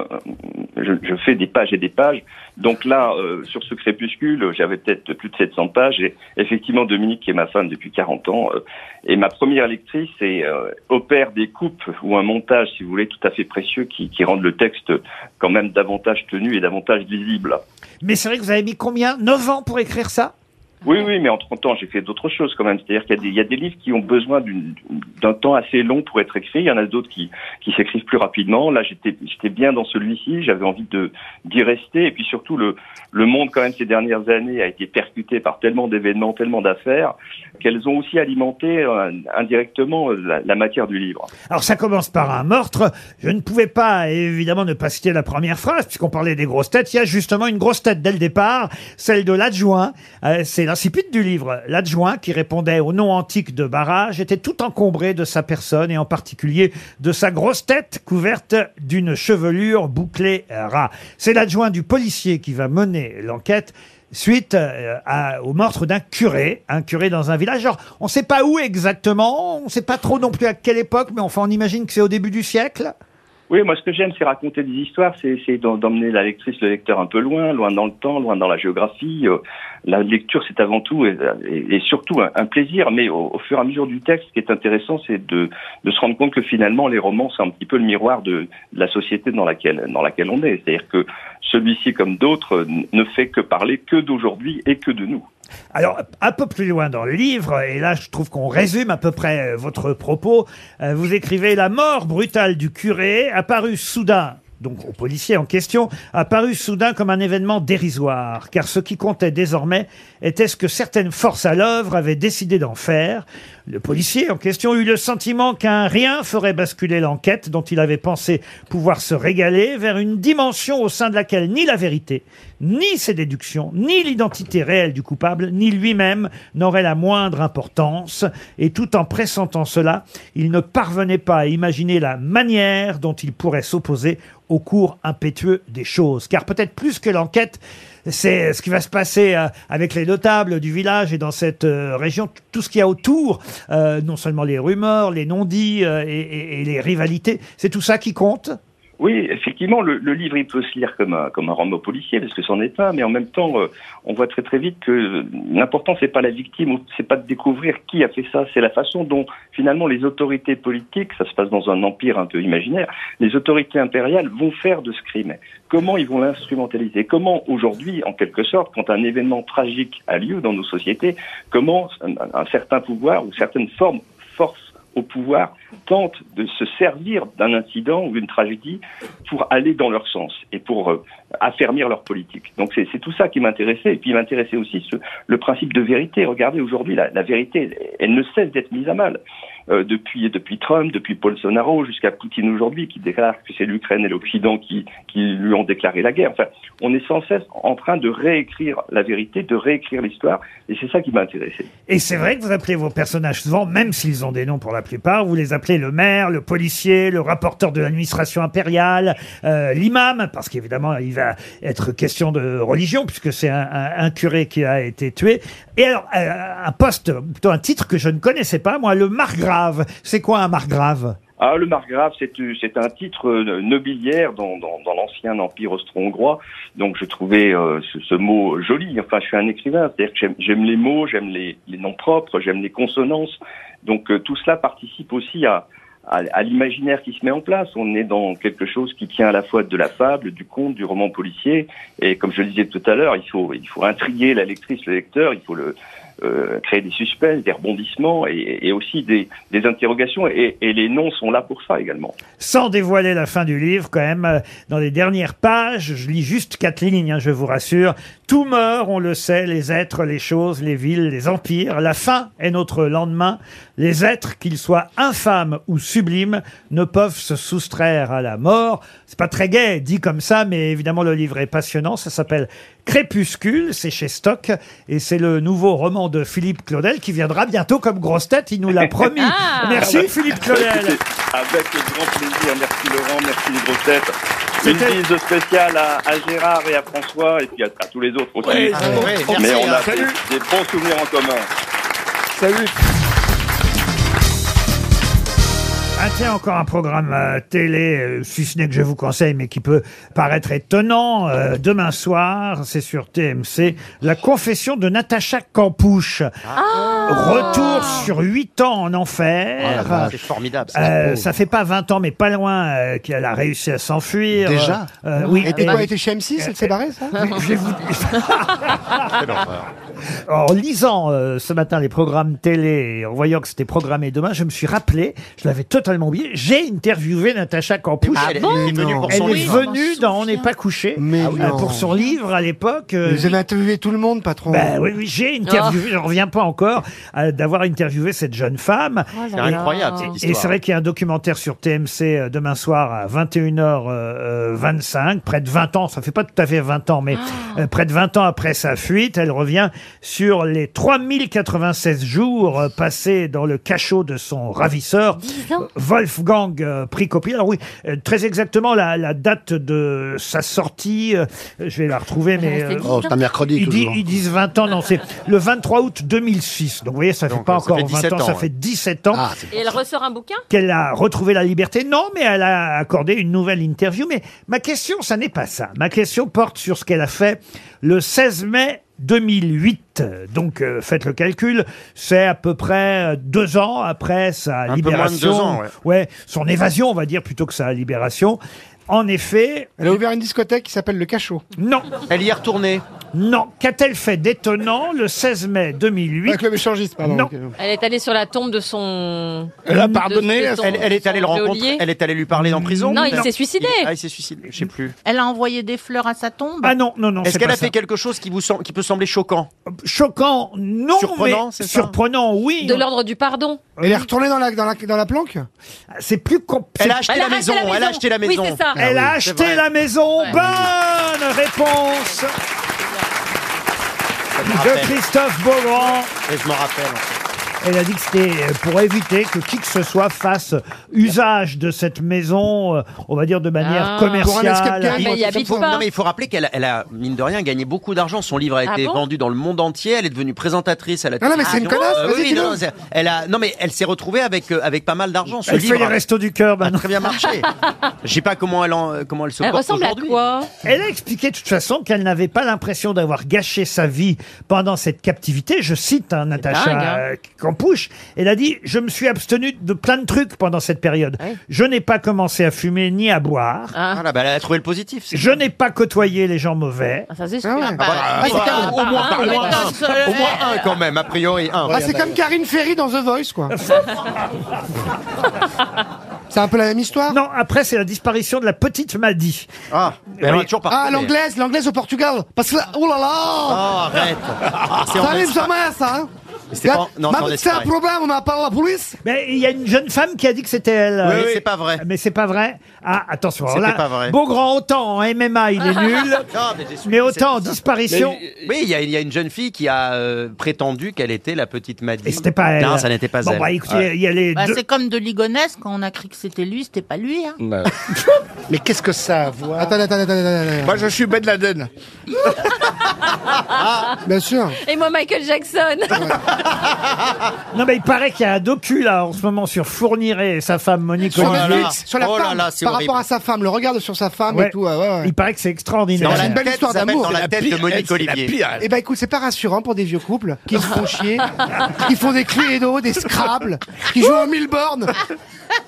Speaker 15: je, je fais des pages et des pages. Donc là, euh, sur ce crépuscule, j'avais peut-être plus de 700 pages. Et effectivement, Dominique, qui est ma femme depuis 40 ans, euh, et ma première lectrice, et euh, opère des coupes ou un montage, si vous voulez, tout à fait précieux, qui, qui rendent le texte quand même davantage tenu et davantage lisible.
Speaker 2: Mais c'est vrai que vous avez mis combien 9 ans pour écrire ça
Speaker 15: Oui, oui, mais en 30 ans, j'ai fait d'autres choses quand même. C'est-à-dire qu'il y a des- il y, a des livres qui ont besoin d'une- d'un temps assez long pour être écrits. Il y en a d'autres qui, qui s'écrivent plus rapidement. Là, j'étais j'étais bien dans celui-ci. J'avais envie de d'y rester. Et puis surtout, le, le monde, quand même, ces dernières années, a été percuté par tellement d'événements, tellement d'affaires, qu'elles ont aussi alimenté euh, indirectement euh, la- la matière du livre.
Speaker 2: Alors ça commence par un meurtre. Je ne pouvais pas évidemment ne pas citer la première phrase puisqu'on parlait des grosses têtes. Il y a justement une grosse tête dès le départ, celle de l'adjoint. Euh, c'est l'incipit du livre. L'adjoint qui répondait au nom antique de barrage était tout encombré de sa personne et en particulier de sa grosse tête couverte d'une chevelure bouclée euh, ras. C'est l'adjoint du policier qui va mener l'enquête suite euh, à- au meurtre d'un curé, un curé dans un village. Alors, on ne sait pas où exactement, on ne sait pas trop non plus à quelle époque, mais enfin, on imagine que c'est au début du siècle.
Speaker 15: Oui, moi, ce que j'aime, c'est raconter des histoires, c'est essayer d'em- d'emmener la lectrice, le lecteur un peu loin, loin dans le temps, loin dans la géographie. Euh, La lecture, c'est avant tout et, et- et surtout un, un plaisir, mais au, au fur et à mesure du texte, ce qui est intéressant, c'est de, de se rendre compte que finalement, les romans, c'est un petit peu le miroir de, de la société dans laquelle, dans laquelle on est. C'est-à-dire que celui-ci, comme d'autres, euh, ne fait que parler que d'aujourd'hui et que de nous.
Speaker 2: Alors, un peu plus loin dans le livre, et là je trouve qu'on résume à peu près euh, votre propos, euh, vous écrivez La mort brutale du curé apparut soudain. Donc au policier en question, apparut soudain comme un événement dérisoire, car ce qui comptait désormais était ce que certaines forces à l'œuvre avaient décidé d'en faire. Le policier en question eut le sentiment qu'un rien ferait basculer l'enquête dont il avait pensé pouvoir se régaler vers une dimension au sein de laquelle ni la vérité, ni ses déductions, ni l'identité réelle du coupable, ni lui-même n'aurait la moindre importance. Et tout en pressentant cela, il ne parvenait pas à imaginer la manière dont il pourrait s'opposer au cours impétueux des choses. Car peut-être plus que l'enquête, c'est ce qui va se passer euh, avec les notables du village et dans cette euh, région, t- tout ce qu'il y a autour, euh, non seulement les rumeurs, les non-dits euh, et- et- et les rivalités, c'est tout ça qui compte
Speaker 15: Oui, effectivement, le, le livre, il peut se lire comme un, comme un roman policier, parce que c'en est un, mais en même temps, euh, on voit très très vite que euh, l'important, c'est pas la victime, ou c'est pas de découvrir qui a fait ça, c'est la façon dont, finalement, les autorités politiques, ça se passe dans un empire un peu imaginaire, les autorités impériales vont faire de ce crime. Comment ils vont l'instrumentaliser Comment, aujourd'hui, en quelque sorte, quand un événement tragique a lieu dans nos sociétés, comment un, un certain pouvoir ou certaines formes, forces au pouvoir tentent de se servir d'un incident ou d'une tragédie pour aller dans leur sens et pour euh, affermir leur politique. Donc c'est c'est tout ça qui m'intéressait. Et puis il m'intéressait aussi ce- le principe de vérité. Regardez, aujourd'hui, la, la vérité, elle ne cesse d'être mise à mal. Euh, depuis, depuis Trump, depuis Bolsonaro, jusqu'à Poutine aujourd'hui, qui déclare que c'est l'Ukraine et l'Occident qui, qui lui ont déclaré la guerre. Enfin, on est sans cesse en train de réécrire la vérité, de réécrire l'histoire, et c'est ça qui m'a intéressé.
Speaker 2: Et c'est vrai que vous appelez vos personnages souvent, même s'ils ont des noms pour la plupart, vous les appelez le maire, le policier, le rapporteur de l'administration impériale, euh, l'imam, parce qu'évidemment il va être question de religion, puisque c'est un, un- un curé qui a été tué. Et alors, euh, un poste, ou plutôt un titre que je ne connaissais pas, moi, le margrave. C'est quoi un margrave
Speaker 15: Ah, le margrave, c'est euh, c'est un titre euh, nobiliaire dans, dans, dans l'ancien empire austro-hongrois. Donc, je trouvais euh, ce, ce mot joli. Enfin, je suis un écrivain, c'est-à-dire que j'aime- j'aime les mots, j'aime les, les noms propres, j'aime les consonances. Donc, euh, tout cela participe aussi à, à, à l'imaginaire qui se met en place. On est dans quelque chose qui tient à la fois de la fable, du conte, du roman policier. Et comme je le disais tout à l'heure, il faut, il faut intriguer la lectrice, le lecteur, il faut le, euh, créer des suspens, des rebondissements et, et aussi des, des interrogations. Et, et les noms sont là pour ça également.
Speaker 2: sans dévoiler la fin du livre, quand même, euh, dans les dernières pages, je lis juste quatre lignes, hein, je vous rassure. Tout meurt, on le sait, les êtres, les choses, les villes, les empires. La fin est notre lendemain. Les êtres, qu'ils soient infâmes ou sublimes, ne peuvent se soustraire à la mort. C'est pas très gai, dit comme ça, mais évidemment, le livre est passionnant. Ça s'appelle Crépuscule, c'est chez Stock, et c'est le nouveau roman de Philippe Claudel qui viendra bientôt comme grosse tête, il nous l'a promis.
Speaker 15: Ah. bah.
Speaker 2: Merci Philippe Claudel.
Speaker 15: Avec grand plaisir. Merci Laurent, merci les grosses têtes. Une
Speaker 2: C'était-
Speaker 15: bise spéciale à, à Gérard et à François et puis à, à tous les autres aussi.
Speaker 6: Ouais, Ah ouais,
Speaker 15: Mais
Speaker 6: merci,
Speaker 15: on a
Speaker 6: hein. Salut.
Speaker 15: des bons souvenirs en commun.
Speaker 6: Salut.
Speaker 2: Ah tiens, encore un programme euh, télé, euh, si ce n'est que je vous conseille, mais qui peut paraître étonnant. euh, demain soir, c'est sur TMC, La confession de Natacha Campouche. Retour sur 8 ans en enfer.
Speaker 5: Oh Ah. la vache, c'est formidable, ça.
Speaker 2: Euh, ça fait pas 20 ans, mais pas loin, euh, qu'elle a réussi à s'enfuir.
Speaker 3: Déjà
Speaker 2: Euh, Oui.
Speaker 3: Et t'es
Speaker 2: Euh,
Speaker 3: quoi était chez M6 Elle s'est barrée, ça
Speaker 2: Je vais vous en lisant euh, ce matin les programmes télé et en voyant que c'était programmé demain, je me suis rappelé, je l'avais totalement oublié, j'ai interviewé Natacha Campouche.
Speaker 5: Ah Elle est- bon elle est venue pour
Speaker 2: Elle
Speaker 5: son
Speaker 2: est
Speaker 5: livre.
Speaker 2: venue dans On n'est pas couché
Speaker 3: Mais
Speaker 2: euh,
Speaker 3: non.
Speaker 2: pour son livre à l'époque. euh,
Speaker 3: Vous avez interviewé tout le monde, patron.
Speaker 2: ben oui, oui, j'ai interviewé,
Speaker 3: Oh.
Speaker 2: j'en reviens pas encore, euh, d'avoir interviewé cette jeune femme.
Speaker 5: Oh là
Speaker 2: Et-
Speaker 5: là. C'est incroyable, cette
Speaker 2: Et
Speaker 5: histoire.
Speaker 2: c'est vrai qu'il y a un documentaire sur TMC euh, demain soir à 21h25, euh, près de 20 ans, ça fait pas tout à fait 20 ans, mais
Speaker 14: Ah.
Speaker 2: euh, près de 20 ans après sa fuite, elle revient sur les 3096 jours euh, passés dans le cachot de son ravisseur, Wolfgang euh, Pricopil. Alors oui, euh, très exactement la, la date de sa sortie, euh, je vais la retrouver, mais... euh,
Speaker 14: restait dix Oh, c'est un ans. mercredi,
Speaker 2: ils,
Speaker 14: toujours.
Speaker 2: disent- ils disent 20 ans, non, c'est le 23 août 2006. Donc vous voyez, ça fait pas
Speaker 14: euh, ça
Speaker 2: encore
Speaker 14: fait
Speaker 2: 20
Speaker 14: 17
Speaker 2: ans, ça
Speaker 14: ans,
Speaker 2: fait
Speaker 14: ouais. Ah,
Speaker 2: 17 ans
Speaker 5: Ah,
Speaker 4: Et elle ressort un bouquin
Speaker 2: qu'elle a retrouvé la liberté. Non, mais elle a accordé une nouvelle interview. Mais ma question, ça n'est pas ça. Ma question porte sur ce qu'elle a fait le 16 mai 2008. Donc, euh, faites le calcul. C'est à peu près euh, deux ans après sa
Speaker 6: Un peu moins de
Speaker 2: libération.
Speaker 6: deux ans, ouais.
Speaker 2: son évasion, on va dire, plutôt que sa libération. En effet.
Speaker 3: Elle a ouvert une discothèque qui s'appelle Le Cachot.
Speaker 2: Non.
Speaker 5: Elle y est retournée.
Speaker 2: Non. Qu'a-t-elle fait d'étonnant le 16 mai 2008 Avec
Speaker 3: le échangiste, pardon.
Speaker 2: Non.
Speaker 4: Elle est allée sur la tombe de son. de- de son-
Speaker 5: Elle, elle est allée le
Speaker 4: son
Speaker 5: rencontrer.
Speaker 4: geôlier.
Speaker 5: Elle est allée lui parler en prison.
Speaker 4: Non, il s'est suicidé.
Speaker 5: Ah, il s'est suicidé. Je sais plus.
Speaker 7: Elle a envoyé des fleurs à sa tombe
Speaker 2: Ah non, non, non.
Speaker 5: Est-ce
Speaker 2: c'est
Speaker 5: qu'elle
Speaker 2: pas
Speaker 5: a fait
Speaker 2: ça.
Speaker 5: quelque chose qui vous sem- qui peut sembler choquant
Speaker 2: Choquant, non,
Speaker 5: Surprenant,
Speaker 2: mais
Speaker 5: c'est ça
Speaker 2: surprenant, oui.
Speaker 4: De l'ordre du pardon.
Speaker 3: Elle est retournée dans la, dans la, dans la planque
Speaker 2: C'est plus compliqué.
Speaker 5: Elle a acheté la maison, elle a acheté la maison. Ah
Speaker 2: Elle a acheté la maison. Bonne réponse
Speaker 5: me
Speaker 2: de
Speaker 5: rappelle.
Speaker 2: Christophe Beaugrand.
Speaker 5: Et je m'en rappelle. en fait.
Speaker 2: Elle a dit que c'était euh, pour éviter que qui que ce soit fasse usage de cette maison, euh, on va dire de manière commerciale.
Speaker 5: Faut- Non, mais Ah. il faut rappeler qu'elle a- elle a, mine de rien, gagné beaucoup d'argent. Son livre a
Speaker 2: Ah
Speaker 5: été
Speaker 2: bon
Speaker 5: vendu dans le monde entier. Elle est devenue présentatrice à la
Speaker 2: Ah non, mais c'est
Speaker 5: télévision.
Speaker 2: une connasse,
Speaker 5: Euh,
Speaker 2: vas-y,
Speaker 5: oui,
Speaker 2: dis-le.
Speaker 5: non, c'est- elle a, non, mais elle s'est retrouvée avec, euh, avec pas mal d'argent. Ce
Speaker 2: Elle fait
Speaker 5: livre
Speaker 2: les restos du cœur maintenant.
Speaker 5: a très bien marché. Je sais pas comment elle, en- comment elle se porte aujourd'hui.
Speaker 2: Elle a expliqué de toute façon qu'elle n'avait pas l'impression d'avoir gâché sa vie pendant cette captivité. Je cite hein,
Speaker 16: dingue,
Speaker 2: Natacha
Speaker 16: hein.
Speaker 2: euh, Campouche. Elle a dit Je me suis abstenue de plein de trucs pendant cette période. Je n'ai pas commencé à fumer ni à boire.
Speaker 5: Voilà, bah, elle a trouvé le positif. c'est
Speaker 2: Je n'ai pas côtoyé les gens mauvais.
Speaker 4: Ça, c'est
Speaker 3: Ah ouais.
Speaker 5: Ah, voilà.
Speaker 3: Ah, c'est
Speaker 5: Ah,
Speaker 3: comme-
Speaker 5: au moins un,
Speaker 3: Ah,
Speaker 5: au moins
Speaker 3: ouais.
Speaker 5: un. Au moins un quand même, a priori. un.
Speaker 3: Ah, c'est comme Karine Ferry dans The Voice, quoi.
Speaker 2: C'est un peu la même histoire Non, après, c'est la disparition de la petite Maddy.
Speaker 5: Ah,
Speaker 3: mais on l'a toujours pas Ah, retrouvée. l'anglaise, l'anglaise au Portugal. Parce que, oh là là
Speaker 5: Ah, arrête. C'est en
Speaker 3: Ça arrive
Speaker 5: Espagne.
Speaker 3: jamais, ça hein.
Speaker 5: C'est pas en- non, c'est en
Speaker 3: Ma- C'est un
Speaker 5: Espagne.
Speaker 3: problème, on appelle la police
Speaker 2: Mais il y a une jeune femme qui a dit que c'était elle.
Speaker 5: Oui, oui, c'est pas vrai.
Speaker 2: Mais c'est pas vrai. Ah, attention. alors
Speaker 5: C'était
Speaker 2: là,
Speaker 5: pas vrai.
Speaker 2: Beau grand, autant en MMA, il est nul.
Speaker 5: Non, mais j'ai su-
Speaker 2: mais autant en
Speaker 5: c'est-
Speaker 2: disparition.
Speaker 5: Mais, euh, oui, il y, a- il y a une jeune fille qui a euh, prétendu qu'elle était la petite Maddy. Et
Speaker 2: c'était pas elle.
Speaker 5: Non, ça n'était pas
Speaker 2: Bon,
Speaker 5: elle.
Speaker 2: bah, écoutez,
Speaker 5: Ouais.
Speaker 2: il y a les
Speaker 7: Bah,
Speaker 2: deux-
Speaker 7: C'est comme de Ligonès, quand on a cru que c'était lui, c'était pas lui. Hein.
Speaker 3: Mais qu'est-ce que ça a à voir Attends, attends, attends, attends.
Speaker 6: Moi, je suis Ben Laden.
Speaker 3: Bien sûr.
Speaker 4: Et moi, Michael Jackson.
Speaker 2: Non, mais il paraît qu'il y a un docu, là, en ce moment, sur Fourniret et sa femme, Monique
Speaker 3: Sur
Speaker 2: Olivier.
Speaker 3: Netflix, sur
Speaker 2: Oh
Speaker 3: la femme, par rapport à sa femme, le regard sur sa femme
Speaker 2: Ouais.
Speaker 3: et tout. ouais, ouais, ouais.
Speaker 2: Il paraît que c'est extraordinaire.
Speaker 3: C'est une belle histoire d'amour. Eh
Speaker 2: Et
Speaker 3: ben écoute, c'est pas rassurant pour des vieux couples qui se font chier, qui font des cluedo, des scrabble, qui jouent aux mille bornes.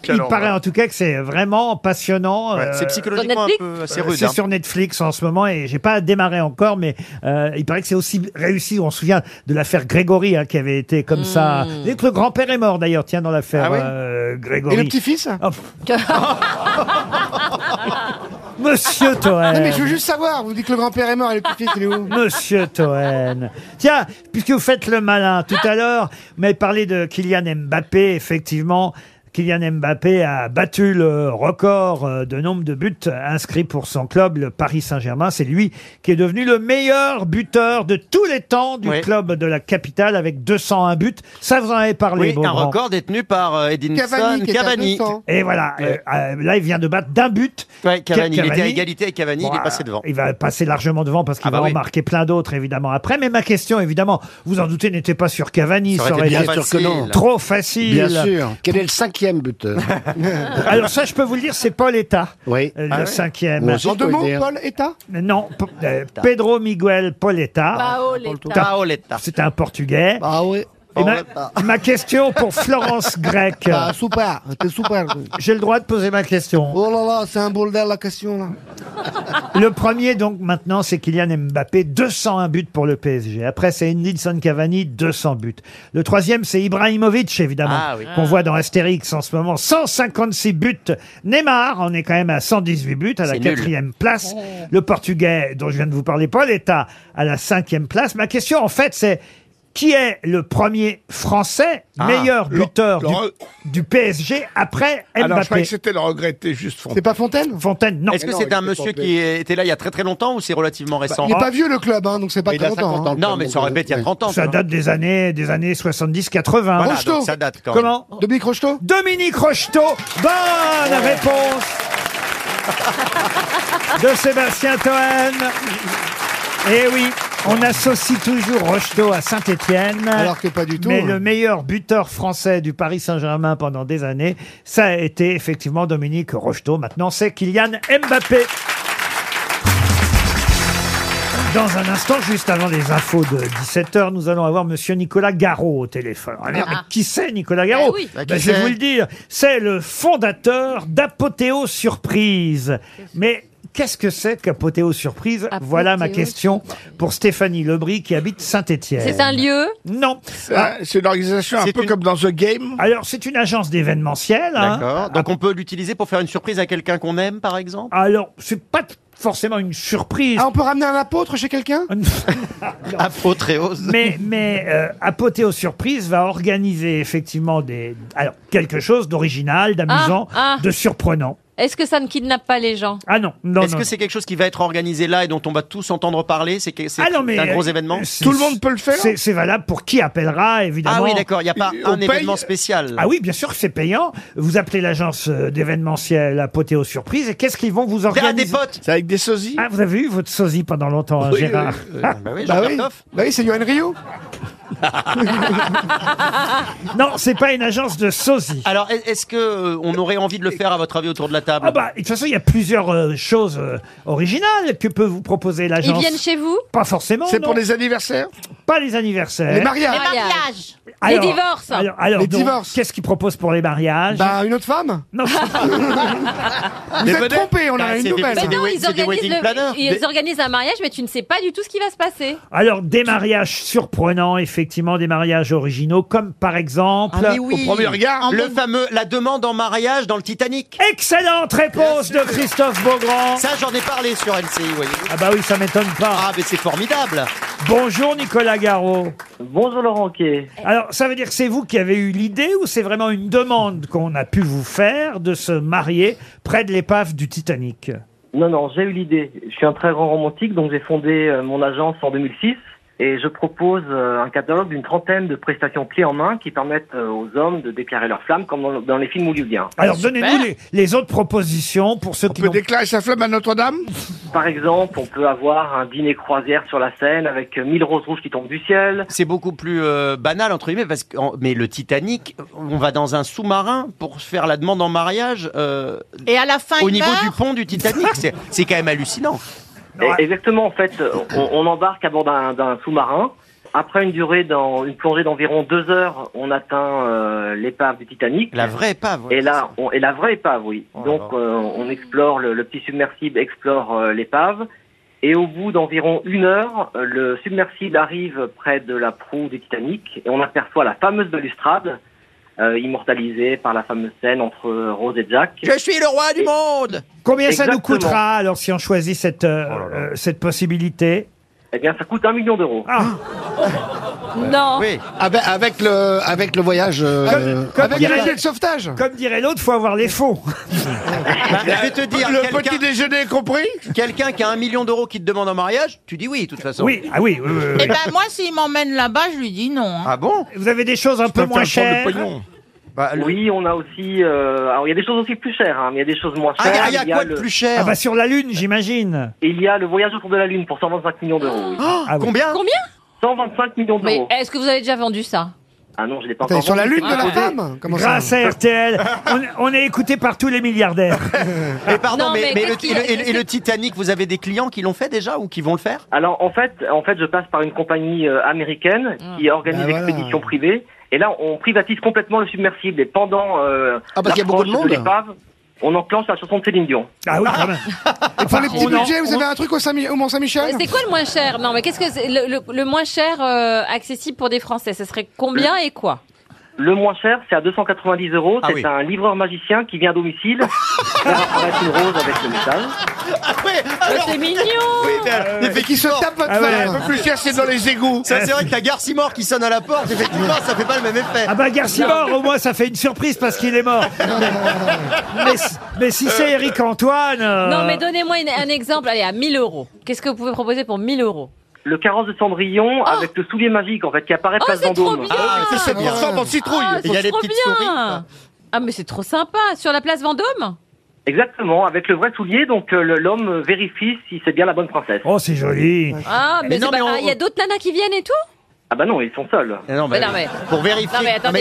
Speaker 2: il paraît en tout cas que c'est vraiment passionnant.
Speaker 5: Ouais,
Speaker 2: euh,
Speaker 5: c'est psychologiquement un peu assez
Speaker 2: euh,
Speaker 5: rude.
Speaker 2: C'est
Speaker 5: hein.
Speaker 2: sur Netflix en ce moment et j'ai pas démarré encore, mais euh, il paraît que c'est aussi réussi. On se souvient de l'affaire Grégory hein, qui avait été comme ça. Dès que le grand-père est mort d'ailleurs, tiens, dans l'affaire
Speaker 3: Ah oui
Speaker 2: euh, Grégory.
Speaker 3: Et le petit-fils
Speaker 2: Oh, Monsieur Toen.
Speaker 3: Non mais je veux juste savoir, vous dites que le grand-père est mort et le petit-fils il est où
Speaker 2: Monsieur Toen. Tiens, puisque vous faites le malin tout à l'heure, vous m'avez parlé de Kylian Mbappé, effectivement. Kylian Mbappé a battu le record euh, de nombre de buts inscrits pour son club, le Paris Saint-Germain. C'est lui qui est devenu le meilleur buteur de tous les temps du
Speaker 5: Oui.
Speaker 2: club de la capitale avec 201 buts. Ça, vous en avez parlé,
Speaker 5: Oui, un
Speaker 2: Beaugrand.
Speaker 5: record détenu par euh, Edinson
Speaker 2: Cavani,
Speaker 5: Cavani.
Speaker 2: qui est à 200. Et voilà,
Speaker 5: Ouais.
Speaker 2: euh, euh, là, il vient de battre d'un but.
Speaker 5: Ouais, Cavani. Il était à
Speaker 2: Cavani.
Speaker 5: égalité avec Cavani,
Speaker 2: Bon,
Speaker 5: il est passé devant.
Speaker 2: Il va passer largement devant parce qu'il
Speaker 5: Ah bah
Speaker 2: va
Speaker 5: oui.
Speaker 2: en marquer plein d'autres, évidemment, après. Mais ma question, évidemment, vous en doutez, n'était pas sur Cavani.
Speaker 14: Ça aurait été bien sûr que non.
Speaker 2: Trop facile.
Speaker 14: Bien sûr. Quel est le cinquième buteur
Speaker 2: Alors ça, je peux vous le dire, c'est Paul État.
Speaker 14: Oui. Ah
Speaker 2: Euh, le cinquième.
Speaker 14: Moi aussi, je peux le dire.
Speaker 3: Eta
Speaker 2: Non, P- euh, Pedro Miguel Pauletta.
Speaker 5: Paoletta.
Speaker 2: C'est un Portugais.
Speaker 14: Ah
Speaker 2: Et ma,
Speaker 5: Paoletta.
Speaker 2: ma question pour Florence Grec.
Speaker 3: Ah, super, t'es super.
Speaker 2: J'ai le droit de poser ma question.
Speaker 3: Oh là là, c'est un bordel la question là.
Speaker 2: Le premier, donc, maintenant, c'est Kylian Mbappé, 201 buts pour le PSG. Après, c'est Nilsson Cavani, 200 buts. Le troisième, c'est Ibrahimovic, évidemment,
Speaker 5: Ah oui.
Speaker 2: qu'on voit dans Astérix en ce moment, 156 buts. Neymar, on est quand même à 118 buts, à la
Speaker 5: C'est nul. Oh.
Speaker 2: quatrième place. Le Portugais, dont je viens de vous parler, Paul, est à, à la cinquième place. Ma question, en fait, c'est qui est le premier Français
Speaker 6: Ah,
Speaker 2: meilleur
Speaker 6: Lo-
Speaker 2: buteur du,
Speaker 6: Laurent-
Speaker 2: du PSG après Mbappé
Speaker 6: Alors, je croyais que c'était le regretté, juste fond.
Speaker 3: C'est pas Fontaine
Speaker 2: Fontaine, non. Bah,
Speaker 5: Est-ce que c'est un monsieur qui était là il y a très très longtemps ou c'est relativement récent
Speaker 3: Bah, Il est pas vieux le club, hein, donc c'est pas très longtemps. hein.
Speaker 5: Non, mais ça aurait pu être il y a 30 ans.
Speaker 2: Ça
Speaker 5: quoi.
Speaker 2: date des années, des années 70-80.
Speaker 5: Voilà, Rocheteau. donc ça date quand même.
Speaker 2: Comment
Speaker 3: Dominique Rocheteau
Speaker 2: Dominique Rocheteau. Bonne réponse de Sébastien Toen. Eh oui, on associe toujours Rocheteau à Saint-Étienne.
Speaker 3: Alors que pas du tout. hein.
Speaker 2: Mais le meilleur buteur français du Paris Saint-Germain pendant des années, ça a été effectivement Dominique Rocheteau. Maintenant, c'est Kylian Mbappé. Dans un instant, juste avant les infos de 17h, nous allons avoir monsieur Nicolas Garot au téléphone. Alors, mais qui c'est Nicolas Garot
Speaker 16: Ah oui. Ah. Bah, qui
Speaker 2: Je vais
Speaker 16: c'est
Speaker 2: vous le dire, c'est le fondateur d'Apothéo Surprise. Mais qu'est-ce que c'est qu'Apothéo Surprise Voilà ma question pour Stéphanie Lebris qui habite Saint-Étienne.
Speaker 4: C'est un lieu Ah.
Speaker 2: Non. Ah,
Speaker 6: Euh, C'est une organisation un peu comme dans The Game.
Speaker 2: Alors, c'est une agence d'événementiel. hein.
Speaker 5: D'accord. Donc on peut l'utiliser pour faire une surprise à quelqu'un qu'on aime, par exemple
Speaker 2: Alors, c'est pas t- forcément une surprise.
Speaker 3: Ah, on peut ramener un apôtre chez quelqu'un
Speaker 2: Euh,
Speaker 5: Apothéose.
Speaker 2: Mais, mais euh, Apothéo Surprise va organiser effectivement des, alors, quelque chose d'original, d'amusant,
Speaker 4: Ah, ah.
Speaker 2: de surprenant.
Speaker 4: Est-ce que ça ne kidnappe pas les gens
Speaker 2: Ah non, non.
Speaker 5: Est-ce que c'est quelque chose qui va être organisé là et dont on va tous entendre parler C'est que- c'est
Speaker 2: Ah
Speaker 5: un
Speaker 2: euh,
Speaker 5: gros événement
Speaker 2: peut le faire C'est valable pour qui appellera, évidemment.
Speaker 5: Ah oui, d'accord, il n'y a pas
Speaker 2: On
Speaker 5: un
Speaker 2: paye-
Speaker 5: événement spécial.
Speaker 2: Ah oui, bien sûr que c'est payant. Vous appelez l'agence euh, d'événementiel Apothéo Surprise et qu'est-ce qu'ils vont vous organiser des potes
Speaker 6: C'est avec des sosies
Speaker 2: Ah, vous avez eu votre sosie pendant longtemps, hein,
Speaker 6: Oui,
Speaker 2: Gérard
Speaker 6: oui, oui.
Speaker 2: Ah.
Speaker 6: Bah oui, Jean-Pierre Coff.
Speaker 3: Bah oui, c'est Yoann Rio.
Speaker 2: non, c'est pas une agence de sosie.
Speaker 5: Alors, est- est-ce que euh, on aurait envie de le faire à votre avis autour de la table
Speaker 2: Ah bah, de toute façon, il y a plusieurs euh, choses euh, originales que peut vous proposer l'agence.
Speaker 4: Ils viennent chez vous
Speaker 2: Pas forcément.
Speaker 4: C'est pour
Speaker 2: les
Speaker 6: anniversaires
Speaker 2: Pas les anniversaires.
Speaker 4: Les mariages. Les divorces.
Speaker 2: Alors, alors
Speaker 4: Les
Speaker 2: donc,
Speaker 4: divorces.
Speaker 2: Qu'est-ce qu'ils proposent pour les mariages Bah,
Speaker 3: une autre femme
Speaker 2: Non.
Speaker 3: Vous êtes trompé, on a une nouvelle.
Speaker 4: Mais non, ils organisent, le- ils organisent un mariage, mais tu ne sais pas du tout ce qui va se passer.
Speaker 2: Alors, des mariages surprenants, effectivement, des mariages originaux, comme par exemple.
Speaker 4: Ah,
Speaker 2: hein,
Speaker 5: le fameux la demande en mariage dans le Titanic.
Speaker 2: Excellente réponse de Christophe Beaugrand.
Speaker 5: Ça, j'en ai parlé sur LCI, voyez.
Speaker 2: Ah bah oui, ça m'étonne pas.
Speaker 5: Ah mais c'est formidable.
Speaker 2: Bonjour Nicolas Garot.
Speaker 16: Bonjour Laurent Quay.
Speaker 2: Alors, ça veut dire que c'est vous qui avez eu l'idée ou c'est vraiment une demande qu'on a pu vous faire de se marier près de l'épave du Titanic
Speaker 16: Non, non, j'ai eu l'idée. Je suis un très grand romantique, donc j'ai fondé euh, mon agence en 2006 et je propose euh, un catalogue d'une trentaine de prestations clés en main qui permettent euh, aux hommes de déclarer leur flamme comme dans, dans les films hollywoodiens.
Speaker 2: Alors, donnez-nous les, les autres propositions pour ceux qui
Speaker 6: peut déclarer sa flamme à Notre-Dame
Speaker 16: Par exemple, on peut avoir un dîner croisière sur la Seine avec euh, 1000 roses rouges qui tombent du ciel.
Speaker 5: C'est beaucoup plus euh, banal entre guillemets parce que en- mais le Titanic, on va dans un sous-marin pour faire la demande en mariage euh,
Speaker 7: Et à la fin,
Speaker 5: au
Speaker 7: il
Speaker 5: niveau
Speaker 7: meurt
Speaker 5: du pont du Titanic, c'est c'est quand même hallucinant.
Speaker 16: Et- Exactement, en fait, on, on embarque à bord d'un d'un sous-marin. Après une durée dans une plongée d'environ deux heures, on atteint euh, l'épave du Titanic.
Speaker 5: La vraie épave. ouais,
Speaker 16: et
Speaker 5: c'est
Speaker 16: là,
Speaker 5: ça.
Speaker 16: on, et la vraie épave, oui.
Speaker 5: Oh là
Speaker 16: Donc,
Speaker 5: là.
Speaker 16: euh, on explore le, le petit submersible, explore euh, l'épave. Et au bout d'environ une heure, euh, le submersible arrive près de la proue du Titanic et on aperçoit la fameuse balustrade euh, immortalisée par la fameuse scène entre euh, Rose et Jack.
Speaker 5: Je suis le roi du monde.
Speaker 2: Combien ça nous
Speaker 16: Exactement. Oh
Speaker 2: coûtera alors si on choisit cette, euh, euh, cette possibilité
Speaker 16: Eh bien, ça coûte un million d'euros.
Speaker 2: Ah,
Speaker 4: Non.
Speaker 14: Avec, avec le, avec le voyage. euh, avec
Speaker 2: dirait-
Speaker 14: la-
Speaker 2: sauvetage Comme dirait l'autre, faut avoir les fonds.
Speaker 5: Bah, je vais te dire,
Speaker 2: Le
Speaker 5: quelqu'un-
Speaker 2: petit déjeuner compris
Speaker 5: Quelqu'un qui a un million d'euros qui te demande en mariage, tu dis oui de toute façon.
Speaker 2: Oui, ah oui, oui, oui, oui.
Speaker 7: Eh ben moi, s'il m'emmène là-bas, je lui dis non. hein.
Speaker 5: Ah bon
Speaker 2: Vous avez des choses un peu moins chères
Speaker 16: Oui, on a aussi. euh, alors, il y a des choses aussi plus chères. hein, mais il y a des choses moins chères. Il y a le-
Speaker 2: Ah bah sur la Lune, j'imagine.
Speaker 16: Il y a le voyage autour de la Lune pour 125 millions d'euros. oui.
Speaker 2: Ah oui.
Speaker 5: Combien
Speaker 4: Combien
Speaker 16: 125 millions
Speaker 4: Mais
Speaker 16: d'euros.
Speaker 4: est-ce que vous avez déjà vendu ça
Speaker 16: Ah non, je l'ai pas
Speaker 3: Attends,
Speaker 16: encore.
Speaker 3: sur la
Speaker 16: vendu,
Speaker 3: Lune de
Speaker 16: c'est
Speaker 3: la
Speaker 16: proposé.
Speaker 3: femme Comment ça
Speaker 2: Grâce à RTL, on, est- on est écouté par tous les milliardaires.
Speaker 5: Mais pardon,
Speaker 16: Non,
Speaker 5: mais,
Speaker 16: mais
Speaker 5: mais le,
Speaker 16: qu'est-ce qu'il-
Speaker 5: et le- et le Titanic, vous avez des clients qui l'ont fait déjà ou qui vont le faire
Speaker 16: Alors en fait, en fait, je passe par une compagnie euh, américaine qui organise
Speaker 5: Ah,
Speaker 16: des
Speaker 5: voilà.
Speaker 16: expéditions privées. Et là, on privatise complètement le submersible. Et pendant euh,
Speaker 14: Ah, parce qu'il y a beaucoup de
Speaker 16: l'approche
Speaker 14: monde.
Speaker 16: l'épave, on enclenche la chanson de Céline Dion.
Speaker 2: Ah oui, quand même.
Speaker 3: Pour les petits
Speaker 2: on en-
Speaker 3: budgets, vous avez un truc au, Saint- au Mont-Saint-Michel
Speaker 4: Euh, C'est quoi le moins cher Non, mais qu'est-ce que c'est le, le- le moins cher euh, accessible pour des Français Ce serait combien et quoi
Speaker 16: Le moins cher, c'est à 290 euros. c'est un livreur magicien qui vient à domicile. Faire apparaître une rose avec le métal.
Speaker 2: Ah
Speaker 4: C'est mignon
Speaker 2: Euh,
Speaker 6: Mais
Speaker 14: qui se tape
Speaker 2: Ah
Speaker 6: votre femme. Un peu plus cher, c'est dans les égouts.
Speaker 5: Ah Ça, c'est vrai que t'as Garcimore qui sonne à la porte, effectivement, ça fait pas le même effet.
Speaker 2: Ah bah Garcimore, au moins ça fait une surprise parce qu'il est mort. mais, s- mais si c'est Eric Antoine... euh,
Speaker 4: Non, mais donnez-moi une- un exemple. Allez, à 1000 euros. Qu'est-ce que vous pouvez proposer pour 1000 euros
Speaker 16: Le carrosse de Cendrillon avec le soulier magique en fait qui apparaît
Speaker 4: Oh,
Speaker 16: place
Speaker 4: c'est trop
Speaker 16: Vendôme.
Speaker 4: bien Ah,
Speaker 16: Il y a
Speaker 4: c'est
Speaker 16: des
Speaker 4: trop
Speaker 16: petites
Speaker 4: bien.
Speaker 16: souris,
Speaker 4: Ah, mais c'est trop sympa Sur la place Vendôme
Speaker 16: Exactement, avec le vrai soulier, donc euh, le- l'homme vérifie si c'est bien la bonne princesse.
Speaker 2: Oh, c'est joli.
Speaker 4: Ah, mais
Speaker 16: Mais non,
Speaker 4: c'est pas-
Speaker 16: mais on-
Speaker 4: ah, il y a d'autres nanas qui viennent et tout
Speaker 16: Ah bah non, ils sont seuls.
Speaker 4: Mais non, mais- Non, mais attendez,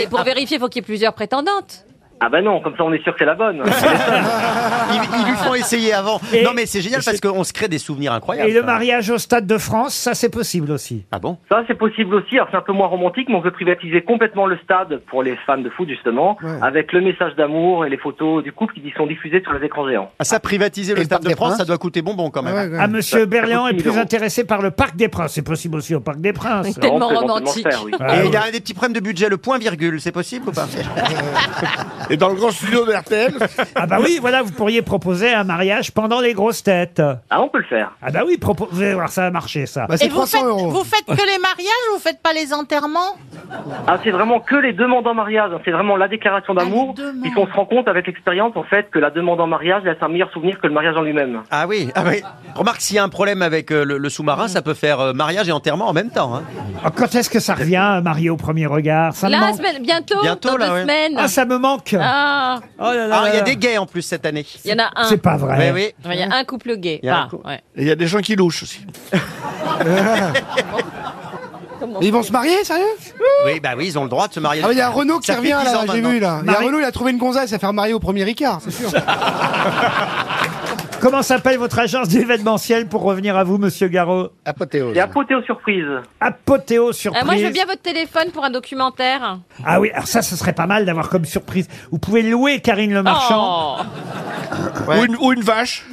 Speaker 4: pour vérifier, il faut qu'il y ait plusieurs prétendantes.
Speaker 16: Ah bah non, comme ça on est sûr que c'est la bonne.
Speaker 5: Ils, ils lui font essayer avant.
Speaker 2: Et-
Speaker 5: non, mais c'est génial parce qu'on se crée des souvenirs incroyables.
Speaker 2: Et le mariage au Stade de France, ça c'est possible aussi.
Speaker 5: Ah bon
Speaker 16: ça c'est possible aussi, alors c'est un peu moins romantique, mais on veut privatiser complètement le stade pour les fans de foot justement, avec le message d'amour et les photos du couple qui sont diffusées sur les écrans géants.
Speaker 5: Ah, ça, privatiser le Stade de France, ça doit coûter bonbon quand même.
Speaker 2: Ah, monsieur Berléand est
Speaker 5: coûte 1000
Speaker 2: plus
Speaker 5: euros.
Speaker 2: intéressé par le Parc des Princes. C'est possible aussi au Parc des Princes.
Speaker 5: C'est tellement Non, c'est romantique. éventuellement faire, oui.
Speaker 2: Ah
Speaker 5: Et
Speaker 2: oui. Euh,
Speaker 5: il y a un des petits problèmes de budget, le point virgule, c'est possible ou pas
Speaker 6: Et dans le grand studio de RTL
Speaker 2: Ah bah oui, voilà, vous pourriez proposer un mariage pendant les grosses têtes.
Speaker 16: Ah, on peut le faire.
Speaker 2: Ah bah oui, propo- vous allez voir, ça a marché, ça.
Speaker 3: Bah,
Speaker 7: Et vous faites, vous faites que les mariages, vous faites pas les enterrements
Speaker 16: Ah, c'est vraiment que les demandes en mariage. hein. C'est vraiment la déclaration d'amour. Puisqu'on se rend compte avec l'expérience, en fait, que la demande en mariage laisse un meilleur souvenir que le mariage en lui-même.
Speaker 5: Ah oui, ah oui. Remarque, s'il y a un problème avec euh, le, le
Speaker 2: Mm.
Speaker 5: sous-marin, ça peut faire euh, mariage et enterrement en même temps. hein.
Speaker 2: Ah, Quand est-ce que ça revient, Mario au premier regard ça me
Speaker 4: Là,
Speaker 2: manque.
Speaker 4: semaine- bientôt,
Speaker 5: Bientôt,
Speaker 4: dans
Speaker 5: là,
Speaker 4: deux
Speaker 5: ouais.
Speaker 4: semaines.
Speaker 2: Ah, ça me manque.
Speaker 4: Ah.
Speaker 2: Oh là
Speaker 5: Ah, il y a
Speaker 2: là.
Speaker 5: des gays en plus cette année.
Speaker 4: Il y en a un.
Speaker 2: C'est pas vrai.
Speaker 5: Oui, oui.
Speaker 4: Ouais, Il y a un couple gay.
Speaker 5: Il y a un
Speaker 4: Ah,
Speaker 5: couple.
Speaker 4: ouais.
Speaker 6: Et il y a des gens qui louchent aussi.
Speaker 3: Ils vont se marier, sérieux
Speaker 5: Oui, bah oui, ils ont le droit de se marier.
Speaker 3: Ah, mais il y a Renault qui
Speaker 5: Ça fait
Speaker 3: revient
Speaker 5: 10
Speaker 3: là,
Speaker 5: ans
Speaker 3: j'ai
Speaker 5: maintenant.
Speaker 3: vu là. Il y a Renault, il a trouvé une gonzesse à faire marier au premier Ricard, c'est sûr.
Speaker 2: Comment s'appelle votre agence d'événementiel pour revenir à vous, monsieur Garot
Speaker 14: Apothéose.
Speaker 16: Et apothéo surprise.
Speaker 2: Apothéo surprise.
Speaker 4: Ah, moi, je veux bien votre téléphone pour un documentaire.
Speaker 2: Ah oui, alors ça, ce serait pas mal d'avoir comme surprise. Vous pouvez louer Karine Le Marchand.
Speaker 4: Oh.
Speaker 6: Ou, une, ou une vache.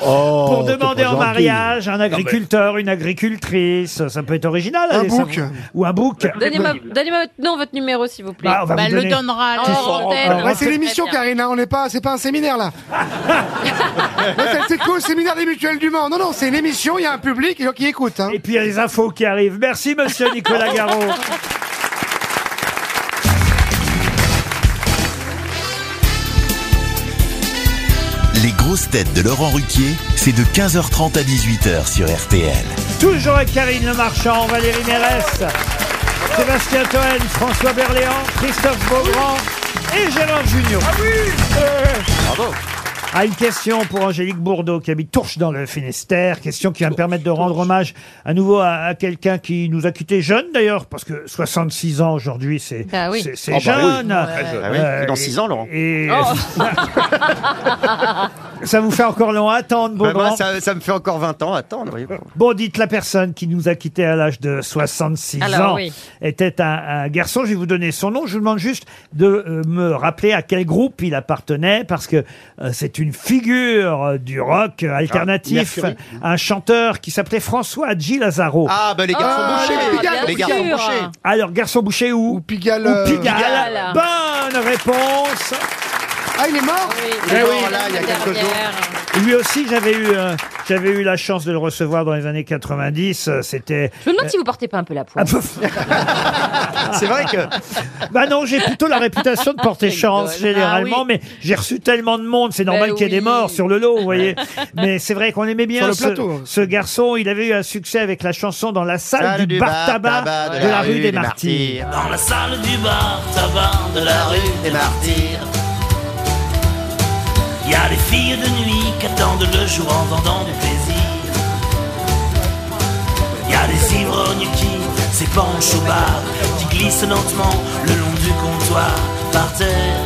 Speaker 2: Pour
Speaker 14: c'est
Speaker 2: demander
Speaker 14: pas
Speaker 2: en
Speaker 14: gentil.
Speaker 2: mariage un agriculteur, une agricultrice, ça peut être original.
Speaker 3: Un
Speaker 2: allez, ça-
Speaker 3: bouc.
Speaker 2: Ou un bouc.
Speaker 4: Donnez-moi donnez votre nom, votre numéro, s'il vous plaît.
Speaker 2: Bah, on va
Speaker 7: Bah,
Speaker 2: vous
Speaker 7: Elle le
Speaker 2: donner-
Speaker 7: donnera.
Speaker 4: Oh,
Speaker 7: alors.
Speaker 4: antenne.
Speaker 2: Ah,
Speaker 3: Ouais, c'est
Speaker 4: Très
Speaker 3: l'émission,
Speaker 4: bien.
Speaker 3: Karine, hein, on n'est pas, c'est pas un séminaire là. Ouais, c'est- c'est quoi, au séminaire des mutuelles du Mans Non, non, c'est une émission, il y a un public, il y a qui écoute. Hein.
Speaker 2: Et puis il y a les infos qui arrivent. Merci monsieur Nicolas Garot.
Speaker 1: Les grosses têtes de Laurent Ruquier, c'est de 15h30 à 18h sur RTL.
Speaker 2: Toujours avec Karine Le Marchand, Valérie Mérès, Sébastien Toen, François Berléand, Christophe Beaugrand et Gérard Junior. Ah
Speaker 5: Bravo.
Speaker 2: une question pour Angélique Bourdeau qui habite Tourche dans le Finistère. Question qui va me permettre de rendre hommage à nouveau à, à quelqu'un qui nous a quittés jeune d'ailleurs, parce que 66 ans aujourd'hui, c'est
Speaker 4: Bah oui.
Speaker 2: c'est- c'est
Speaker 5: Ah bah oui.
Speaker 2: jeune.
Speaker 5: Ah oui,
Speaker 2: Euh,
Speaker 5: Dans 6 ans, Laurent. Ah,
Speaker 2: Et
Speaker 3: Oh.
Speaker 2: ça vous fait encore long à attendre,
Speaker 5: Bah,
Speaker 2: Beaugrand.
Speaker 5: moi, ça, ça me fait encore 20 ans. Attends, voyez.
Speaker 2: Bon, dites la personne qui nous a quittés à l'âge de 66
Speaker 4: Alors,
Speaker 2: ans
Speaker 4: oui.
Speaker 2: était un, un garçon. Je vais vous donner son nom. Je vous demande juste de euh, me rappeler à quel groupe il appartenait parce que euh, c'est une figure euh, du rock euh, alternatif.
Speaker 14: Mercury.
Speaker 2: un chanteur qui s'appelait François G. Lazaro.
Speaker 5: Ah, bah les garçons
Speaker 4: Ah,
Speaker 5: bouchés.
Speaker 4: bien
Speaker 5: les garçons
Speaker 4: sûr.
Speaker 5: bouchés.
Speaker 2: Alors, garçon bouché où
Speaker 3: Ou Pigalle.
Speaker 2: Ou
Speaker 3: euh,
Speaker 2: Pigalle.
Speaker 4: Pigalle.
Speaker 2: Bonne réponse.
Speaker 3: Ah, il est mort
Speaker 4: Oui,
Speaker 5: Eh
Speaker 4: d'abord,
Speaker 5: oui, là, il y a
Speaker 4: la
Speaker 5: quelques jours.
Speaker 4: dernière.
Speaker 2: Lui aussi, j'avais eu, euh, j'avais eu la chance de le recevoir dans les années 90. Euh, C'était
Speaker 4: Je me demande si vous portez pas un peu la
Speaker 2: Ah,
Speaker 4: poisse.
Speaker 5: C'est vrai que.
Speaker 2: Bah non, j'ai plutôt la réputation de porter
Speaker 4: Je
Speaker 2: chance
Speaker 4: rigole.
Speaker 2: généralement,
Speaker 4: Ah oui.
Speaker 2: mais j'ai reçu tellement de monde, c'est normal
Speaker 4: Ben
Speaker 2: qu'il y ait des
Speaker 4: oui.
Speaker 2: morts sur le lot, vous voyez. mais c'est vrai qu'on aimait bien
Speaker 3: Sur le
Speaker 2: ce,
Speaker 3: plateau.
Speaker 2: ce garçon. Il avait eu un succès avec la chanson dans la salle, du bar tabac de, la rue des Martyrs.
Speaker 11: Dans la salle du bar, tabac de la rue des martyrs. Y a des filles de nuit qui attendent le jour en vendant du plaisir. Y a des ivrognes qui s'épanchent au bar, qui glissent lentement le long du comptoir par terre.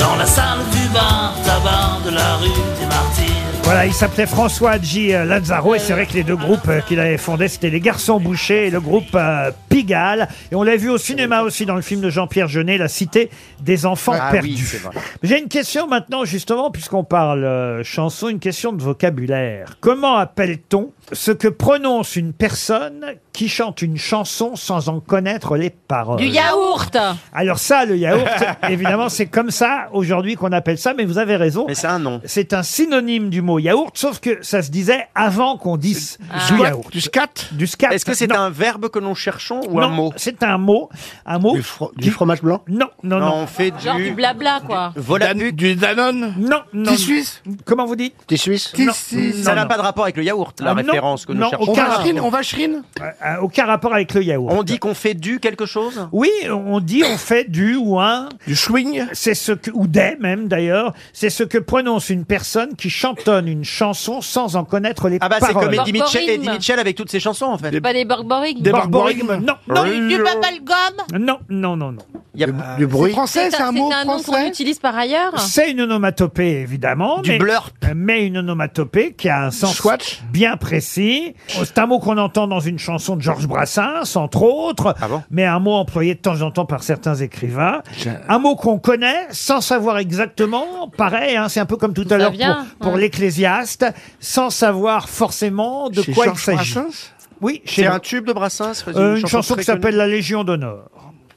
Speaker 11: Dans la salle du bar, tabac de la rue des martyrs.
Speaker 2: Voilà, il s'appelait François G. euh, Lazzaro et c'est vrai que les deux groupes euh, qu'il avait fondés, c'était les Garçons Bouchers et le groupe euh, Pigalle. Et on l'a vu au cinéma aussi dans le film de Jean-Pierre Jeunet, La Cité des Enfants
Speaker 5: Ah
Speaker 2: Perdus.
Speaker 5: oui, c'est vrai.
Speaker 2: J'ai une question maintenant, justement, puisqu'on parle euh, chanson, une question de vocabulaire. Comment appelle-t-on ce que prononce une personne qui chante une chanson sans en connaître les paroles
Speaker 4: Du yaourt.
Speaker 2: Alors ça, le yaourt, évidemment, c'est comme ça aujourd'hui qu'on appelle ça, mais vous avez raison.
Speaker 5: Mais c'est un nom.
Speaker 2: C'est un synonyme du mot yaourt, sauf que ça se disait avant qu'on dise du yaourt.
Speaker 6: Du scat
Speaker 2: Du scat.
Speaker 5: Est-ce que c'est
Speaker 2: non.
Speaker 5: un verbe que nous cherchons ou un
Speaker 2: Non,
Speaker 5: mot
Speaker 2: C'est un mot. Un mot.
Speaker 14: Du, fro- du fromage blanc
Speaker 2: Non, non, non.
Speaker 5: on fait
Speaker 4: Genre du
Speaker 5: du.
Speaker 4: blabla, quoi.
Speaker 5: Voilà.
Speaker 6: Dan- Du Danone
Speaker 2: Non, non.
Speaker 3: Petit Suisse
Speaker 2: Comment vous dites
Speaker 14: T'es suisse
Speaker 3: Petit
Speaker 2: Non.
Speaker 3: Suisse
Speaker 5: Ça
Speaker 2: Non,
Speaker 5: n'a
Speaker 2: non.
Speaker 5: pas de rapport avec le yaourt, la
Speaker 2: Ah, non,
Speaker 5: référence que nous
Speaker 2: non,
Speaker 5: cherchons.
Speaker 3: On
Speaker 2: Aucun
Speaker 3: vacherine,
Speaker 2: rapport.
Speaker 3: on vacherine
Speaker 2: Euh, Aucun rapport avec le yaourt.
Speaker 5: On dit qu'on fait du quelque chose
Speaker 2: Oui, on dit on fait du ou un.
Speaker 6: Du swing
Speaker 2: C'est ce que, ou des même d'ailleurs, c'est ce que prononce une personne qui chantonne une chanson sans en connaître les
Speaker 5: Ah bah c'est
Speaker 2: paroles.
Speaker 5: comme Eddie Mitchell,
Speaker 4: Barborigme.
Speaker 5: Eddie Mitchell avec toutes ses chansons en fait.
Speaker 4: Pas des borborigmes.
Speaker 6: Des
Speaker 2: Barborigme.
Speaker 6: barborigmes
Speaker 2: Non,
Speaker 7: Non, du bubblegum
Speaker 2: non, non, non, non.
Speaker 5: Il y a-
Speaker 14: Du bruit
Speaker 3: Français, c'est un
Speaker 4: nom
Speaker 3: mot
Speaker 4: qu'on
Speaker 3: français
Speaker 4: utilise par ailleurs.
Speaker 2: C'est une onomatopée évidemment,
Speaker 5: Du
Speaker 2: mais,
Speaker 5: blurp.
Speaker 2: mais une onomatopée qui a un sens
Speaker 6: Swatch
Speaker 2: bien précis. Oh, C'est un mot qu'on entend dans une chanson de Georges Brassens, entre autres,
Speaker 5: Ah bon
Speaker 2: mais un mot employé de temps en temps par certains écrivains. Un mot qu'on connaît sans savoir exactement, pareil, hein, c'est un peu comme tout à l'heure
Speaker 4: vient,
Speaker 2: pour, pour
Speaker 4: ouais.
Speaker 2: l'Ecclésiaste, sans savoir forcément de
Speaker 6: Chez
Speaker 2: quoi il
Speaker 6: Georges
Speaker 2: s'agit.
Speaker 6: Brassens
Speaker 2: Oui, chez
Speaker 5: C'est un tube de Brassens
Speaker 2: euh, une chanson qui s'appelle La Légion d'honneur.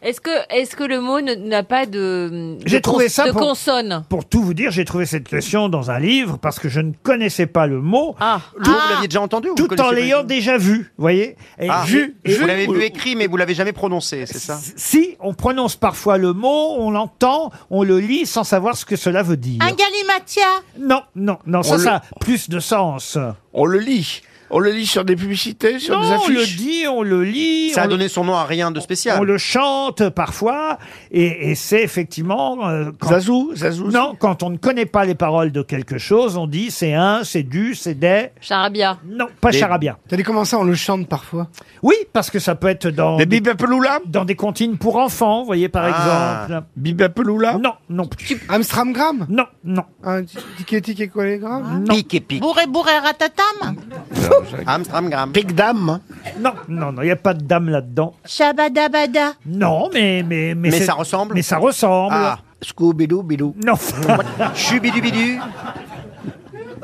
Speaker 4: Est-ce que, est-ce que le mot ne- n'a pas de, de
Speaker 2: J'ai trouvé
Speaker 4: cons-
Speaker 2: ça
Speaker 4: de
Speaker 2: pour-
Speaker 4: consonne
Speaker 2: Pour tout vous dire, j'ai trouvé cette question dans un livre parce que je ne connaissais pas le mot.
Speaker 4: Ah,
Speaker 2: Tout-
Speaker 5: Ah, vous l'aviez déjà entendu ou vous
Speaker 2: Tout en
Speaker 5: connaissiez pas du
Speaker 2: l'ayant
Speaker 5: tout
Speaker 2: déjà vu, vous voyez Et
Speaker 5: Ah,
Speaker 2: vu- et-
Speaker 5: vous l'avez
Speaker 2: ou-
Speaker 5: vu écrit, mais vous l'avez jamais prononcé, c'est ça
Speaker 2: Si on prononce parfois le mot, on l'entend, on le lit sans savoir ce que cela veut dire.
Speaker 7: Un galimatia
Speaker 2: Non, non, non,
Speaker 7: On
Speaker 2: ça,
Speaker 7: le-
Speaker 2: ça a plus de sens.
Speaker 6: On le lit. On le lit sur des publicités, sur
Speaker 2: Non,
Speaker 6: des
Speaker 2: on le
Speaker 6: affiches.
Speaker 2: dit, on le lit.
Speaker 5: Ça a
Speaker 2: on le-
Speaker 5: donné son nom à rien de spécial.
Speaker 2: On le chante parfois, et, et c'est effectivement... euh, quand-
Speaker 6: Zazou, Zazou.
Speaker 2: Non, quand on ne connaît pas les paroles de quelque chose, on dit c'est un, c'est du, c'est des...
Speaker 4: Charabia.
Speaker 2: Non, pas charabia.
Speaker 3: T'as dit comment ça, on le chante parfois
Speaker 2: Oui, parce que ça peut être dans...
Speaker 6: Des
Speaker 2: des-
Speaker 6: bibepeloula
Speaker 2: Dans des comptines pour enfants, vous voyez, par
Speaker 6: Ah.
Speaker 2: exemple.
Speaker 6: Bibepeloula
Speaker 2: Non, non plus.
Speaker 3: Amstramgram
Speaker 2: Non, non.
Speaker 3: Un ticket et quoi les grammes
Speaker 5: Pique et pique.
Speaker 7: Bourré, bourré, ratatam
Speaker 5: Amstramgram.
Speaker 14: Pique dame.
Speaker 6: hein.
Speaker 2: Non, non, non, il n'y a pas de dame là-dedans.
Speaker 7: Shabadabada
Speaker 2: Non, mais... Mais,
Speaker 5: Mais
Speaker 2: c'est-
Speaker 5: ça ressemble
Speaker 2: Mais ça ressemble.
Speaker 5: Ah.
Speaker 14: Scooby-Doo, bidou.
Speaker 2: Non.
Speaker 5: Chubidubidu.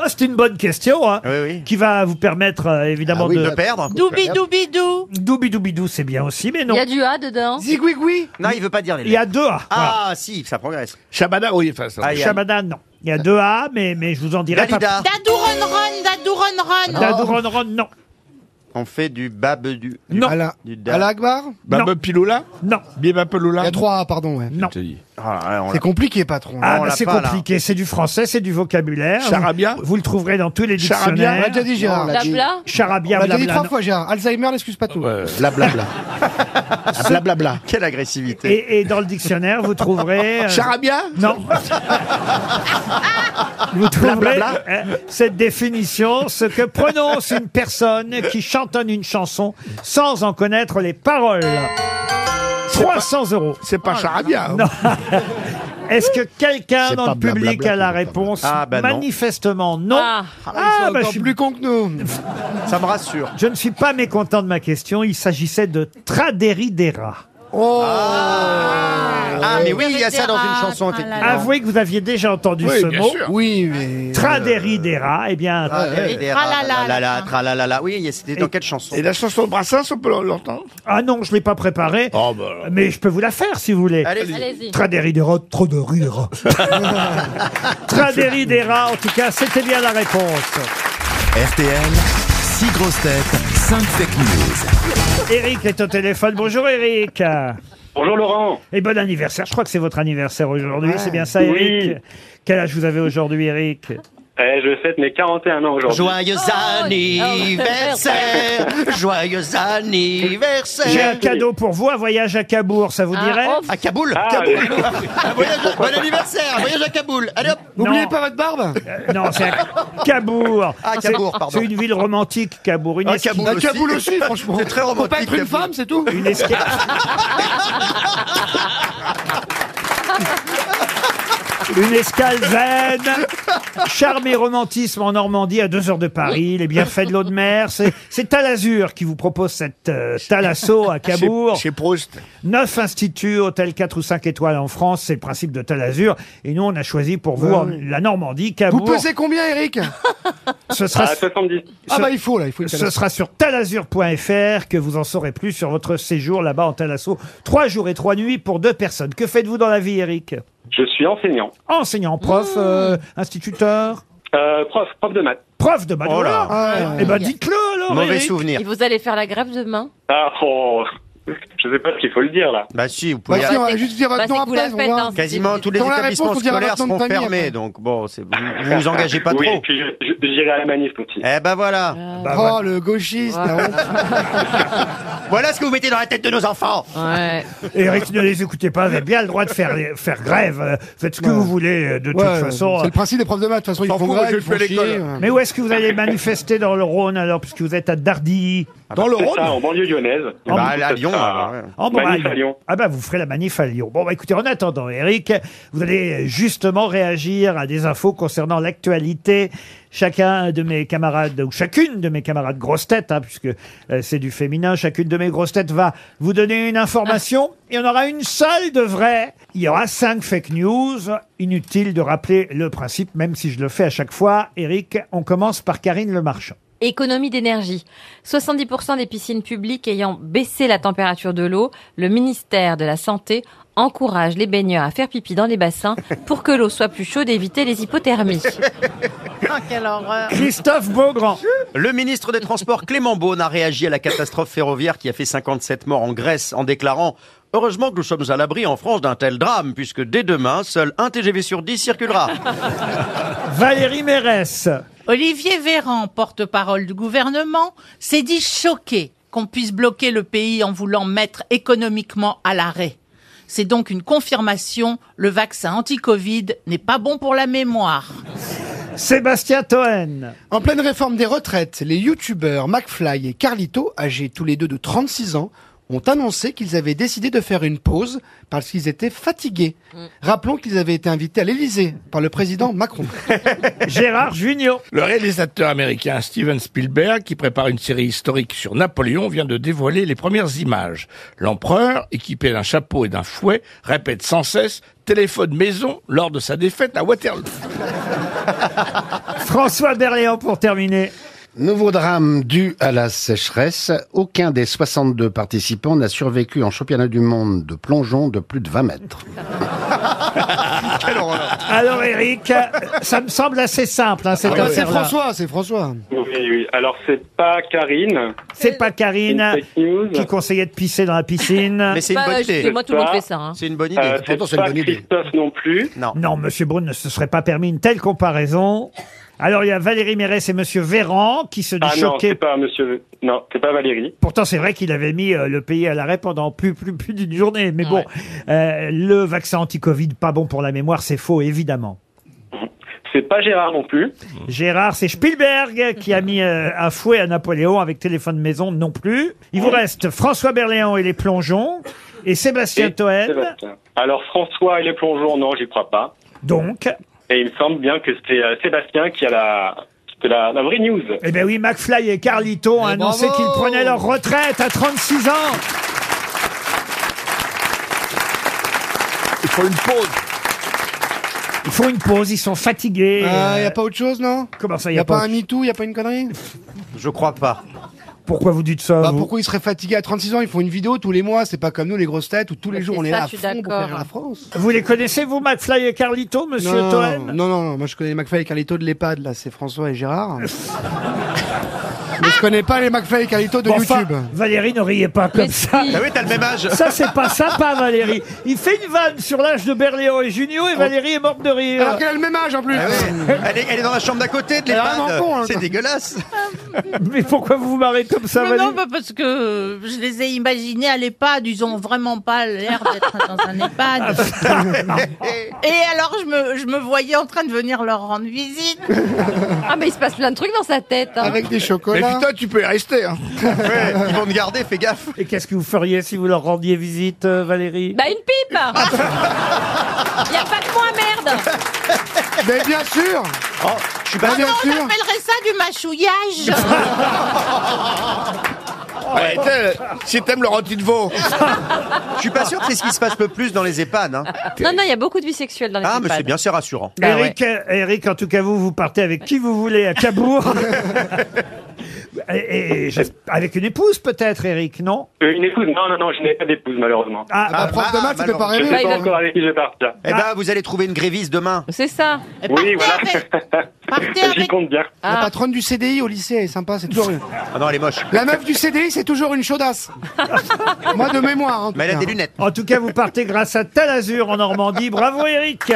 Speaker 2: Ah, C'est une bonne question, hein, qui va vous permettre euh, évidemment
Speaker 5: Ah oui,
Speaker 2: de...
Speaker 5: de perdre.
Speaker 7: Doubi doubi dou
Speaker 2: Doubidou, c'est bien aussi, mais non.
Speaker 4: Il y a du A dedans.
Speaker 3: Zigouigoui
Speaker 5: Non, il veut pas dire les
Speaker 2: Il y
Speaker 5: lettres.
Speaker 2: a deux A. voilà.
Speaker 5: Ah, si, ça progresse.
Speaker 6: Shabada, oui, enfin, ça.
Speaker 5: Ah, il y a-
Speaker 2: Shabada, non. Il y a deux A, mais, mais je vous en dirai
Speaker 5: Dalida.
Speaker 2: pas.
Speaker 7: Dadou ron ron, dadou ron ron
Speaker 2: Dadouronron, non.
Speaker 5: On fait du bab du. du-
Speaker 2: Non.
Speaker 3: Allah
Speaker 5: Du da-
Speaker 3: Allah Akbar
Speaker 6: Babepiloula
Speaker 2: Non.
Speaker 3: Il y
Speaker 6: Bibepeloula
Speaker 3: a trois, pardon, ouais.
Speaker 2: Non.
Speaker 5: Ah, là, là, on
Speaker 3: C'est
Speaker 5: l'a-
Speaker 3: compliqué, patron.
Speaker 2: Ah,
Speaker 5: on
Speaker 2: bah,
Speaker 5: l'a
Speaker 2: c'est
Speaker 5: pas, là.
Speaker 2: compliqué. C'est du français, c'est du vocabulaire.
Speaker 6: Charabia
Speaker 2: Vous, vous le trouverez dans tous les
Speaker 6: Charabia,
Speaker 3: On l'a
Speaker 2: dictionnaires.
Speaker 3: déjà dit, Gérard.
Speaker 4: La bla
Speaker 2: Charabia,
Speaker 3: On l'a déjà dit
Speaker 2: blabla,
Speaker 3: trois
Speaker 2: non.
Speaker 3: fois, Gérard. Alzheimer n'excuse pas tout.
Speaker 14: Blablabla. Ah, Blablabla.
Speaker 5: Quelle agressivité.
Speaker 2: Et, et dans le dictionnaire, vous trouverez. euh,
Speaker 6: Charabia
Speaker 2: Non. Vous trouverez euh, cette définition, ce que prononce une personne qui chantonne une chanson sans en connaître les paroles. 300 euros.
Speaker 6: C'est pas Charabia. hein.
Speaker 2: Est-ce que quelqu'un
Speaker 14: C'est
Speaker 2: dans
Speaker 14: pas
Speaker 2: le public
Speaker 14: blablabla,
Speaker 2: a la
Speaker 14: c'est pas
Speaker 2: réponse
Speaker 5: blablabla. Ah, bah non.
Speaker 2: Manifestement non.
Speaker 4: Ah.
Speaker 2: Ah, bah,
Speaker 3: Encore
Speaker 2: je, suis-
Speaker 3: plus con que nous.
Speaker 5: Ça me rassure.
Speaker 2: je ne suis pas mécontent de ma question. Il s'agissait de Traderidera.
Speaker 3: Oh.
Speaker 5: Ah, mais oui, il y a ça dans une chanson, effectivement.
Speaker 2: Avouez que vous aviez déjà entendu
Speaker 6: Oui,
Speaker 2: ce
Speaker 6: bien
Speaker 2: mot.
Speaker 6: sûr.
Speaker 3: Oui, mais.
Speaker 2: Traderidera. Eh bien,
Speaker 5: Tralalala, tralalala. Oui, il y a- c'était dans
Speaker 2: Et-
Speaker 5: quelle chanson
Speaker 6: Et la chanson de Brassens, on peut l'entendre
Speaker 2: ah non, je l'ai pas préparé.
Speaker 6: Oh, bah, alors.
Speaker 2: Mais je peux vous la faire si vous voulez.
Speaker 5: Allez-y.
Speaker 4: Allez-y.
Speaker 2: Traderidera, trop de rire. Traderidera, en tout cas, c'était bien la réponse.
Speaker 1: RTL, 6 grosses têtes, 5 fake news.
Speaker 2: Eric est au téléphone. Bonjour Eric.
Speaker 10: Bonjour Laurent.
Speaker 2: Et bon anniversaire. Je crois que c'est votre anniversaire aujourd'hui. C'est bien ça, Eric
Speaker 10: Oui.
Speaker 2: Quel âge vous avez aujourd'hui, Eric
Speaker 10: Eh, je fête mes 41 ans aujourd'hui.
Speaker 5: Joyeux
Speaker 4: Oh, oui.
Speaker 5: anniversaire Joyeux
Speaker 2: J'ai
Speaker 5: anniversaire
Speaker 2: un cadeau pour vous, un voyage à Cabourg, ça vous
Speaker 4: Ah,
Speaker 2: dirait
Speaker 4: oh,
Speaker 5: À Kaboul
Speaker 10: Ah,
Speaker 5: Kaboul.
Speaker 10: oui.
Speaker 5: Un voyage- Bon anniversaire Un Voyage à Kaboul Allez hop
Speaker 3: N'oubliez
Speaker 2: Non.
Speaker 3: pas votre barbe
Speaker 2: Euh, Non, c'est à Cabourg.
Speaker 5: Ah,
Speaker 2: C'est-
Speaker 5: Cabourg, pardon.
Speaker 2: C'est une ville romantique, Cabourg. Une,
Speaker 5: Ah,
Speaker 2: esqui-
Speaker 5: Kaboul
Speaker 3: Bah,
Speaker 5: aussi.
Speaker 3: Kaboul aussi, franchement.
Speaker 5: C'est très
Speaker 3: Faut pas
Speaker 5: romantique.
Speaker 3: être une
Speaker 5: Kaboul.
Speaker 3: femme, c'est tout.
Speaker 2: une esca- Une escale zen, charme et romantisme en Normandie à deux heures de Paris, les bienfaits de l'eau de mer. C'est- C'est Talazur qui vous propose cette euh, Thalasso à
Speaker 6: Chez-
Speaker 2: Cabourg.
Speaker 6: Chez Proust.
Speaker 2: Neuf instituts, hôtels 4 ou 5 étoiles en France, c'est le principe de Talazur. Et nous, on a choisi pour vous en- la Normandie,
Speaker 3: Bah Vous
Speaker 2: Cabourg.
Speaker 3: pesez combien, Eric
Speaker 2: Ce sera,
Speaker 10: À 70.
Speaker 3: Ah, bah, il faut, là. Il faut une
Speaker 2: ce sera sur talazur.fr que vous en saurez plus sur votre séjour là-bas en Talasso. Trois jours et trois nuits pour deux personnes. Que faites-vous dans la vie, Eric
Speaker 10: Je suis enseignant.
Speaker 2: Enseignant, prof, euh, instituteur,
Speaker 10: Euh, prof, prof de maths.
Speaker 2: prof de maths.
Speaker 5: Oh là.
Speaker 3: Ah,
Speaker 2: Eh ben, dites-le alors,
Speaker 5: Mauvais
Speaker 2: Eric.
Speaker 5: souvenir.
Speaker 4: Et vous allez faire la grève demain
Speaker 10: Ah, oh. Je sais pas ce qu'il faut le dire là.
Speaker 5: Bah si, vous
Speaker 3: Bah,
Speaker 5: pouvez...
Speaker 3: si, on va
Speaker 4: c'est-
Speaker 3: juste dire
Speaker 4: bah,
Speaker 3: votre
Speaker 4: c'est
Speaker 3: nom
Speaker 4: que vous la
Speaker 3: après. on
Speaker 4: faites,
Speaker 3: verra.
Speaker 7: Ah,
Speaker 4: hein.
Speaker 5: Quasiment tous les
Speaker 3: Dans la
Speaker 5: établissements
Speaker 3: réponse, on dira
Speaker 5: scolaires
Speaker 3: votre nom de
Speaker 5: seront
Speaker 3: famille,
Speaker 5: fermés,
Speaker 3: après.
Speaker 5: donc bon, c'est- vous vous vous engagez pas
Speaker 10: oui,
Speaker 5: trop.
Speaker 10: et puis je- je- j'irai à la manif aussi.
Speaker 5: Eh ben voilà
Speaker 2: Bah,
Speaker 3: Oh, le gauchiste. ah,
Speaker 5: Voilà ce que vous mettez dans la tête de nos enfants
Speaker 4: Ouais.
Speaker 2: Eric, ne les écoutez pas, vous avez bien le droit de faire, faire grève. Euh, Faites ce que
Speaker 3: Ouais.
Speaker 2: vous voulez, euh, de
Speaker 3: ouais.
Speaker 2: toute
Speaker 3: Ouais,
Speaker 2: façon.
Speaker 3: C'est le principe des profs de maths. De toute façon, ils
Speaker 6: S'en
Speaker 3: font
Speaker 6: fout,
Speaker 3: grève,
Speaker 6: je
Speaker 3: ils font
Speaker 6: fais
Speaker 3: chier.
Speaker 6: l'école.
Speaker 3: ouais.
Speaker 2: Mais où est-ce que vous allez manifester dans le Rhône alors, puisque vous êtes à Dardilly
Speaker 6: Dans le
Speaker 10: Ah bah, C'est ça,
Speaker 6: Rhône
Speaker 10: en banlieue lyonnaise.
Speaker 2: Ah,
Speaker 5: Bah, allez à
Speaker 10: Ça
Speaker 5: Lyon,
Speaker 10: sera-
Speaker 5: alors, ouais.
Speaker 2: En
Speaker 10: Manif
Speaker 2: Bretagne.
Speaker 10: à Lyon.
Speaker 2: Ah bah vous ferez la manif à Lyon. Bon bah écoutez, en attendant, Eric, vous allez justement réagir à des infos concernant l'actualité. Chacun de mes camarades, ou chacune de mes camarades grosses têtes, hein, puisque euh, c'est du féminin, chacune de mes grosses têtes va vous donner une information. Il y en aura une seule de vraie. Il y aura cinq fake news. Inutile de rappeler le principe, même si je le fais à chaque fois. Eric, on commence par Karine Le Marchand.
Speaker 4: Économie d'énergie. 70% des piscines publiques ayant baissé la température de l'eau, le ministère de la Santé encourage les baigneurs à faire pipi dans les bassins pour que l'eau soit plus chaude et éviter les hypothermies.
Speaker 7: Ah, quelle horreur.
Speaker 2: Christophe Beaugrand.
Speaker 5: Le ministre des Transports Clément Beaune a réagi à la catastrophe ferroviaire qui a fait 57 morts en Grèce en déclarant Heureusement que nous sommes à l'abri en France d'un tel drame, puisque dès demain, seul un TGV sur 10 circulera.
Speaker 2: Valérie Mérès.
Speaker 7: Oh. Olivier Véran, porte-parole du gouvernement, s'est dit choqué qu'on puisse bloquer le pays en voulant mettre économiquement à l'arrêt. C'est donc une confirmation, le vaccin anti-Covid n'est pas bon pour la mémoire.
Speaker 2: Sébastien Toen.
Speaker 3: En pleine réforme des retraites, les youtubeurs McFly et Carlito, âgés tous les deux de 36 ans, ont annoncé qu'ils avaient décidé de faire une pause parce qu'ils étaient fatigués.
Speaker 5: Mm.
Speaker 3: Rappelons qu'ils avaient été invités à l'Élysée par le président Macron.
Speaker 2: Gérard Junior.
Speaker 6: Le réalisateur américain Steven Spielberg, qui prépare une série historique sur Napoléon, vient de dévoiler les premières images. L'empereur, équipé d'un chapeau et d'un fouet, répète sans cesse téléphone maison lors de sa défaite à Waterloo.
Speaker 2: François Berléand pour terminer.
Speaker 14: Nouveau drame dû à la sécheresse. Aucun des 62 participants n'a survécu en championnat du monde de plongeon de plus de 20 mètres.
Speaker 2: Alors Eric, ça me semble assez simple. hein, cette
Speaker 3: Ah bah, c'est
Speaker 2: affaire-là.
Speaker 3: François, c'est François.
Speaker 17: Oui, oui. Alors, c'est pas Karine.
Speaker 2: C'est pas Karine qui conseillait de pisser dans la piscine.
Speaker 17: Mais c'est une Bah, bonne idée. excusez-moi, tout le monde fait ça, hein. C'est une bonne idée. Euh, Pourtant, c'est c'est une pas bonne idée. Christophe non plus.
Speaker 2: Non. Non, Monsieur Brune ne se serait pas permis une telle comparaison. Alors il y a Valérie Mérès et Monsieur Véran qui se disent
Speaker 17: Ah non,
Speaker 2: choqués.
Speaker 17: c'est pas monsieur. Non, c'est pas Valérie.
Speaker 2: Pourtant, c'est vrai qu'il avait mis euh, le pays à l'arrêt pendant plus, plus, plus d'une journée. Mais bon, euh, le vaccin anti-Covid, pas bon pour la mémoire, c'est faux, évidemment.
Speaker 17: C'est pas Gérard non plus.
Speaker 2: Gérard, c'est Spielberg qui a mis euh, un fouet à Napoléon avec téléphone maison non plus. Il vous reste François Berléand et les plongeons et Sébastien
Speaker 17: Et
Speaker 2: Toen.
Speaker 17: Sébastien. Alors, François et les plongeons, non, j'y crois pas.
Speaker 2: Donc,
Speaker 17: Et il me semble bien que c'est euh, Sébastien qui a la, qui a la, la vraie news.
Speaker 2: eh ben oui, McFly et
Speaker 3: Eh
Speaker 2: Carlito ont
Speaker 3: ben
Speaker 2: annoncé
Speaker 17: bravo
Speaker 2: qu'ils prenaient leur retraite à 36 ans.
Speaker 6: Il faut une pause.
Speaker 2: Ils font une pause, ils sont fatigués.
Speaker 3: Ah, Il
Speaker 2: Euh,
Speaker 3: n'y a pas autre chose, non
Speaker 2: Comment ça,
Speaker 3: Il
Speaker 2: y
Speaker 3: n'y
Speaker 2: a,
Speaker 3: a, pas,
Speaker 2: autre-
Speaker 3: un MeToo, il n'y a pas une connerie
Speaker 5: Je crois pas.
Speaker 2: Pourquoi vous dites ça
Speaker 3: Bah,
Speaker 2: vous
Speaker 3: Pourquoi ils seraient fatigués à 36 ans Ils font une vidéo tous les mois, c'est pas comme nous les grosses têtes où tous les jours on
Speaker 4: ça,
Speaker 3: est là
Speaker 4: je
Speaker 3: à
Speaker 4: suis
Speaker 3: fond pour
Speaker 4: d'accord.
Speaker 3: faire la France.
Speaker 2: Vous les connaissez, vous, McFly et Carlito, monsieur
Speaker 3: non,
Speaker 2: Toen
Speaker 3: non, non, non, moi je connais les McFly et Carlito de l'EHPAD, là c'est François et Gérard. Mais je connais pas les McFly et Carlito de
Speaker 2: Bon, enfin,
Speaker 3: YouTube.
Speaker 2: Valérie, ne riez pas comme ça.
Speaker 5: Bah oui, t'as le même âge.
Speaker 2: Ça, c'est pas sympa, Valérie. Il fait une vanne sur l'âge de Berléon et Junio et Valérie est morte de rire.
Speaker 3: Oh. Alors qu'elle a le même âge en plus.
Speaker 5: Ah ouais. elle, est, elle est dans la chambre d'à côté de
Speaker 2: Elle est
Speaker 5: l'EHPAD.
Speaker 2: vraiment con, hein.
Speaker 5: C'est dégueulasse.
Speaker 2: Mais pourquoi vous vous marrez comme ça,
Speaker 7: Mais non,
Speaker 2: Valérie
Speaker 7: bah, parce que je les ai imaginés à l'EHPAD, ils ont vraiment pas l'air d'être dans un
Speaker 6: Ah,
Speaker 7: EHPAD. Et alors, je me, je me voyais en train de venir leur rendre visite.
Speaker 4: Ah, mais il se passe plein de trucs dans sa tête. hein.
Speaker 6: Mais putain, tu peux y rester. Hein.
Speaker 5: Ouais, ils vont te garder, fais gaffe.
Speaker 2: Et qu'est-ce que vous feriez si vous leur rendiez visite, euh, Valérie
Speaker 4: Bah, une pipe
Speaker 7: bah,
Speaker 4: Il a pas que moi, merde
Speaker 3: Mais bien sûr
Speaker 5: Je suis
Speaker 7: Ah
Speaker 5: pas
Speaker 7: non, on appellerait ça du mâchouillage.
Speaker 2: Ah
Speaker 6: Ouais, t'sais, si t'aimes le rôti de veau.
Speaker 5: Je suis pas sûr que c'est ce qui se passe le plus dans les EHPAD. hein.
Speaker 4: Non, non, il y a beaucoup de vie sexuelle dans les
Speaker 5: Ah, mais c'est
Speaker 4: EHPAD.
Speaker 5: bien, c'est rassurant.
Speaker 2: Eric, euh, Eric, en tout cas, vous, vous partez avec qui vous voulez à Cabourg. Et- et j'es- avec une épouse, peut-être, Eric, non
Speaker 17: Euh, une épouse Non, non, non, je n'ai pas d'épouse, malheureusement.
Speaker 2: Ah,
Speaker 5: bah, prof de maths, ça fait pas
Speaker 17: Je
Speaker 5: rêver,
Speaker 17: ne sais
Speaker 5: bah,
Speaker 17: pas
Speaker 5: il-
Speaker 17: encore avec qui je vais partir.
Speaker 5: Eh ben, vous allez trouver une gréviste demain.
Speaker 4: C'est ça.
Speaker 17: Oui, voilà. J'y compte bien.
Speaker 3: La patronne du CDI au lycée elle est sympa, c'est toujours une...
Speaker 5: Ah non, elle est moche.
Speaker 3: La meuf du CDI, c'est toujours une chaudasse. Moi de mémoire. en tout
Speaker 5: Mais elle a
Speaker 3: cas.
Speaker 5: des lunettes.
Speaker 2: En tout cas, vous partez grâce à Talazur en Normandie. Bravo, Eric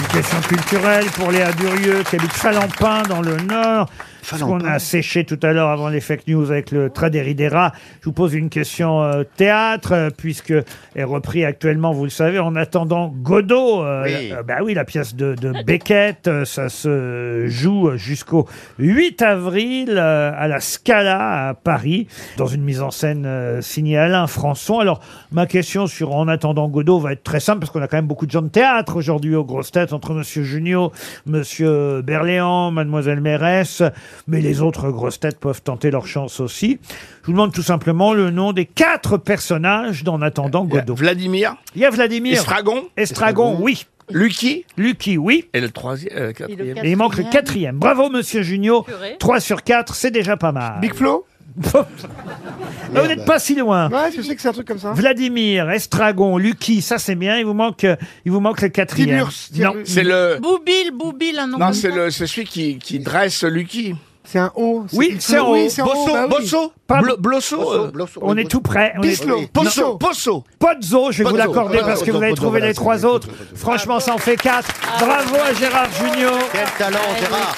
Speaker 2: Une question culturelle pour Léa Durieux, qui habite Falampin, dans le Nord. Ce qu'on a séché tout à l'heure avant les fake news avec le Traderidera. Je vous pose une question euh, théâtre, euh, puisque est repris actuellement, vous le savez, en attendant Godot. euh,
Speaker 5: Oui.
Speaker 2: euh, bah oui, la pièce de, de Beckett, euh, ça se joue jusqu'au 8 avril euh, à la Scala à Paris, dans une mise en scène euh, signée Alain Françon. Alors, ma question sur En attendant Godot va être très simple, parce qu'on a quand même beaucoup de gens de théâtre aujourd'hui aux grosses têtes, entre Monsieur Junio, Monsieur Berléand, Mademoiselle Mérès, mais les autres grosses têtes peuvent tenter leur chance aussi. Je vous demande tout simplement le nom des quatre personnages d'En attendant Godot.
Speaker 6: Vladimir
Speaker 2: Il y a Vladimir.
Speaker 6: Estragon
Speaker 2: Estragon, oui.
Speaker 6: Lucky
Speaker 2: Lucky, oui.
Speaker 6: Et le troisième, euh, quatrième.
Speaker 2: Et il manque le quatrième. Bravo, monsieur Junio. 3 sur 4, c'est déjà pas mal. Big Flo Vous n'êtes pas si loin.
Speaker 3: Ouais, je sais que c'est un truc comme ça.
Speaker 2: Vladimir, Estragon, Lucky, ça c'est bien. Il vous manque, euh, il vous manque le quatrième. Non,
Speaker 6: C'est le.
Speaker 7: Boubil, Boubil, un nom
Speaker 6: Non,
Speaker 7: comme
Speaker 6: c'est
Speaker 7: ça.
Speaker 6: le, c'est celui qui, qui dresse Lucky.
Speaker 3: C'est un O.
Speaker 6: Oui, Oh, c'est un O.
Speaker 3: Oui, c'est en haut,
Speaker 6: Bosso,
Speaker 3: bah oui.
Speaker 6: Bosso,
Speaker 2: Pas-
Speaker 6: Blo- Blosso,
Speaker 2: Blosso,
Speaker 6: euh,
Speaker 2: Blosso, On oui, est tout près, on est-
Speaker 6: Bislo,
Speaker 2: Oui.
Speaker 6: Posso,
Speaker 2: Non.
Speaker 6: Posso.
Speaker 2: Pozzo, je vais vous
Speaker 6: Pozzo.
Speaker 2: l'accorder
Speaker 6: Ah,
Speaker 2: parce que
Speaker 6: Pozzo,
Speaker 2: vous avez
Speaker 6: Pozzo,
Speaker 2: trouvé
Speaker 6: voilà,
Speaker 2: les
Speaker 6: c'est
Speaker 2: trois autres. Franchement, ça en fait quatre. Bravo à Gérard Junior.
Speaker 5: Quel talent, Gérard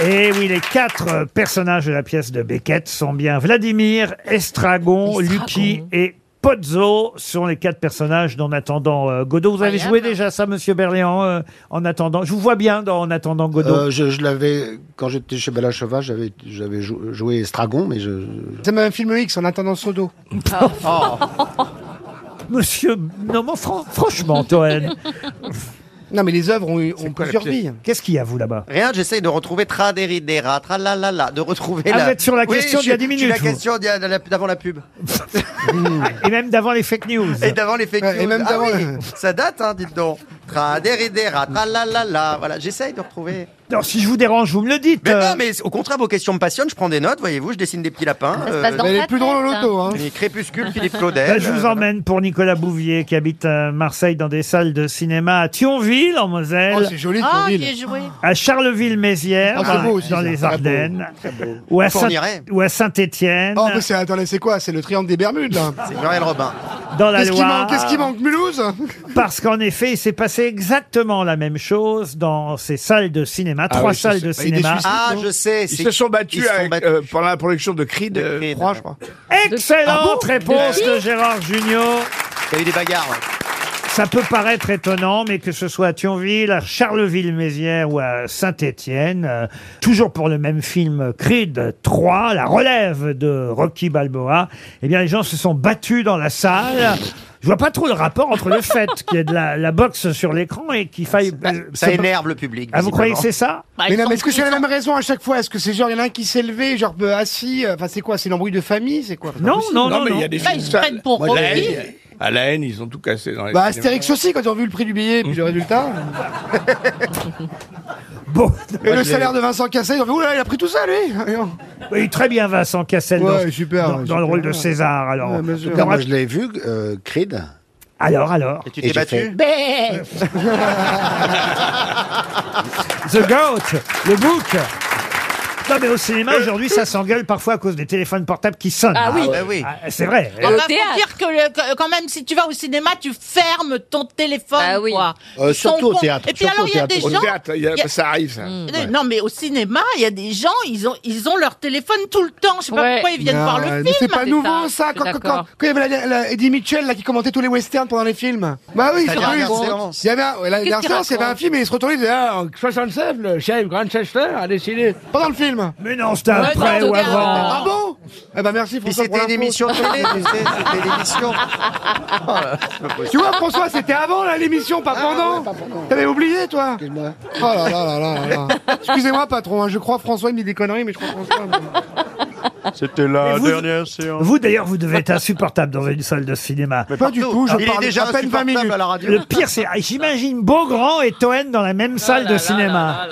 Speaker 2: Et Eh oui, les quatre euh, personnages de la pièce de Beckett sont bien Vladimir, Estragon, Lucky et Pozzo sont les quatre personnages d'En attendant euh, Godot. Vous avez joué déjà ça, monsieur Berléand, euh, en attendant. Je vous vois bien dans En attendant Godot.
Speaker 14: Euh, je je l'avais quand j'étais chez Balachova, j'avais j'avais jou- joué Estragon, mais je. Ah.
Speaker 3: C'est même un film X en attendant Sodo.
Speaker 2: Oh. Monsieur, non, mais fran- franchement, Toen.
Speaker 3: Non, mais les œuvres ont, eu- ont plusieurs
Speaker 5: pièce
Speaker 3: vies.
Speaker 2: Qu'est-ce qu'il y a, vous, là-bas
Speaker 5: Rien, j'essaye de retrouver Traderidera, tralalala, de retrouver
Speaker 2: Ah,
Speaker 5: la...
Speaker 2: vous êtes sur la question
Speaker 5: oui,
Speaker 2: d'il y a
Speaker 5: je suis-
Speaker 2: 10
Speaker 5: je suis
Speaker 2: minutes,
Speaker 5: la
Speaker 2: vous.
Speaker 5: question d'il y a- de la- d'avant la pub.
Speaker 2: Et même d'avant les fake news.
Speaker 5: Et d'avant les fake news.
Speaker 2: Ouais, et même
Speaker 5: Ah
Speaker 2: d'avant
Speaker 5: oui,
Speaker 2: le-
Speaker 5: Ça date, hein, dites donc. Traderidera, tralalala, voilà, j'essaye de retrouver...
Speaker 2: Non, si je vous dérange, vous me le dites.
Speaker 5: Mais
Speaker 2: euh.
Speaker 5: non, mais au contraire, vos questions me passionnent, je prends des notes, voyez-vous, je dessine des petits lapins.
Speaker 2: se passe dans Mais elle est ta plus drôle au tête, loto, hein.
Speaker 5: Les crépuscules, Philippe
Speaker 2: Bah,
Speaker 5: Claudel.
Speaker 2: je
Speaker 5: euh,
Speaker 2: vous
Speaker 5: voilà.
Speaker 2: emmène pour Nicolas Bouvier qui habite à Marseille dans des salles de cinéma à Thionville en
Speaker 3: Oh,
Speaker 2: Moselle.
Speaker 7: Ah, il est joué.
Speaker 2: À Charleville-Mézières,
Speaker 3: Ah, c'est
Speaker 2: dans,
Speaker 3: beau aussi,
Speaker 2: dans
Speaker 3: ça.
Speaker 2: les
Speaker 3: Très
Speaker 2: Ardennes,
Speaker 3: beau, très beau.
Speaker 2: ou à,
Speaker 3: On
Speaker 2: Saint-
Speaker 3: irait.
Speaker 2: ou à Saint-Étienne,
Speaker 3: Oh, mais c'est, attendez, c'est quoi C'est le triangle des Bermudes, là
Speaker 5: C'est Muriel Robin.
Speaker 2: dans la
Speaker 3: Qu'est-ce qui
Speaker 2: Loire.
Speaker 3: manque Qu'est-ce qui manque Mulhouse
Speaker 2: Parce qu'en effet, il s'est passé exactement la même chose dans ces salles de cinéma,
Speaker 6: Ah
Speaker 2: trois
Speaker 6: oui, je
Speaker 2: salles
Speaker 6: sais.
Speaker 2: de
Speaker 6: Bah, il y a des
Speaker 2: cinéma.
Speaker 6: Suicides,
Speaker 5: Ah,
Speaker 6: non Ils se sont battus avec, euh, pendant la production de Creed, euh, 3, je crois.
Speaker 2: Excellente
Speaker 6: Ah bon
Speaker 2: réponse
Speaker 6: De qui
Speaker 2: de Gérard Junior.
Speaker 5: Il y a eu des bagarres.
Speaker 2: Ça peut paraître étonnant, mais que ce soit à Thionville, à Charleville-Mézières ou à Saint-Étienne, euh, toujours pour le même film Creed 3, la relève de Rocky Balboa, eh bien les gens se sont battus dans la salle. Je vois pas trop le rapport entre le fait qu'il y ait de la, la boxe sur l'écran et qu'il faille... euh,
Speaker 5: Bah, Ça
Speaker 2: se-
Speaker 5: énerve le public.
Speaker 2: Ah, vous croyez que c'est
Speaker 5: visiblement.
Speaker 2: ça
Speaker 3: Mais non, mais est-ce que c'est la même raison à chaque fois Est-ce que c'est genre, il y en a un qui s'est levé, genre euh, assis euh, Enfin, c'est quoi C'est l'embrouille de famille C'est quoi
Speaker 2: Non, non,
Speaker 6: mais il y a des
Speaker 3: Bah,
Speaker 6: films
Speaker 3: ils se
Speaker 6: sales.
Speaker 3: prennent pour Bah,
Speaker 6: Moi, la
Speaker 3: Rocky.
Speaker 6: haine, À la haine, ils ont tout cassé dans les
Speaker 3: Bah,
Speaker 6: cinémas.
Speaker 3: Astérix aussi, quand ils ont vu le prix du billet, puis le résultat.
Speaker 2: Bon.
Speaker 3: Et le salaire de Vincent Cassel, ils ont fait, oula, il a pris tout ça, lui
Speaker 2: Oui, très bien Vincent Cassel
Speaker 3: Ouais,
Speaker 2: dans,
Speaker 3: super,
Speaker 2: dans-
Speaker 3: ouais,
Speaker 2: dans
Speaker 3: super.
Speaker 2: le rôle de César. Alors,
Speaker 3: Ouais, bien
Speaker 14: En tout cas, moi, je l'ai vu, euh, Creed.
Speaker 2: Alors, alors.
Speaker 14: Et
Speaker 5: tu t'es
Speaker 14: j'ai
Speaker 5: battu
Speaker 14: fait-
Speaker 2: The Goat, le book. Non mais au cinéma aujourd'hui ça s'engueule parfois à cause des téléphones portables qui sonnent.
Speaker 7: Ah oui. Ah bah
Speaker 5: oui.
Speaker 2: Ah, c'est vrai.
Speaker 7: Ah bah, faut dire que, le- que- quand même, si tu vas au cinéma, tu fermes ton téléphone.
Speaker 18: Bah
Speaker 7: quoi.
Speaker 6: Euh,
Speaker 7: Ils sont
Speaker 6: surtout au
Speaker 7: bons.
Speaker 6: théâtre,
Speaker 7: Et puis
Speaker 6: surtout
Speaker 7: alors,
Speaker 6: au
Speaker 7: il y a
Speaker 6: théâtre.
Speaker 7: des
Speaker 6: Au
Speaker 7: gens.
Speaker 6: théâtre, il y a-
Speaker 7: il
Speaker 6: ça arrive,
Speaker 18: Mm.
Speaker 6: ça.
Speaker 7: Euh,
Speaker 6: Ouais.
Speaker 7: Non, mais au cinéma, il y a des gens, ils ont, ils ont leur téléphone tout le temps. Je sais pas pourquoi ils viennent
Speaker 3: Non,
Speaker 7: voir le
Speaker 3: mais
Speaker 7: film.
Speaker 3: C'est pas nouveau, ça, quand, quand, quand- quand il y avait la- la- Eddie Mitchell là, qui commentait tous les westerns pendant les films. Bah oui,
Speaker 5: La
Speaker 3: c'est
Speaker 5: dernière
Speaker 3: vrai.
Speaker 5: séance.
Speaker 3: Il y avait un- ouais, la
Speaker 5: Qu'est-ce
Speaker 3: dernière
Speaker 5: qu'il
Speaker 3: séance, il y avait un
Speaker 5: raconte
Speaker 3: film et il se retournait, il disait Ah, en 67, le chef Grandchester a décidé. Pendant le film.
Speaker 2: Mais non, c'était
Speaker 3: Ouais,
Speaker 2: après
Speaker 3: non,
Speaker 2: ou
Speaker 3: regarde.
Speaker 2: avant.
Speaker 3: Ah bon Eh ben merci
Speaker 5: Puis
Speaker 3: François. pour
Speaker 5: c'était une
Speaker 3: l'info.
Speaker 5: émission télé, tu sais, c'était une émission. Oh
Speaker 3: Tu vois François, c'était avant là l'émission, pas
Speaker 5: Ah,
Speaker 3: pendant. T'avais oublié toi.
Speaker 14: Excuse-moi.
Speaker 3: Oh là là là là. là. Excusez-moi patron, hein, je crois François il me dit des conneries mais je crois François.
Speaker 5: C'était
Speaker 2: Mais
Speaker 5: la
Speaker 2: vous-
Speaker 5: dernière séance.
Speaker 2: Vous d'ailleurs vous devez être insupportable dans une salle de cinéma.
Speaker 3: Pas du tout, je
Speaker 5: Il est
Speaker 3: parle
Speaker 5: déjà
Speaker 3: à peine 20
Speaker 5: insupportable
Speaker 3: minutes.
Speaker 5: à la radio.
Speaker 2: Le pire c'est ah, j'imagine Beaugrand et Toen dans la même
Speaker 5: Ah
Speaker 2: salle de cinéma.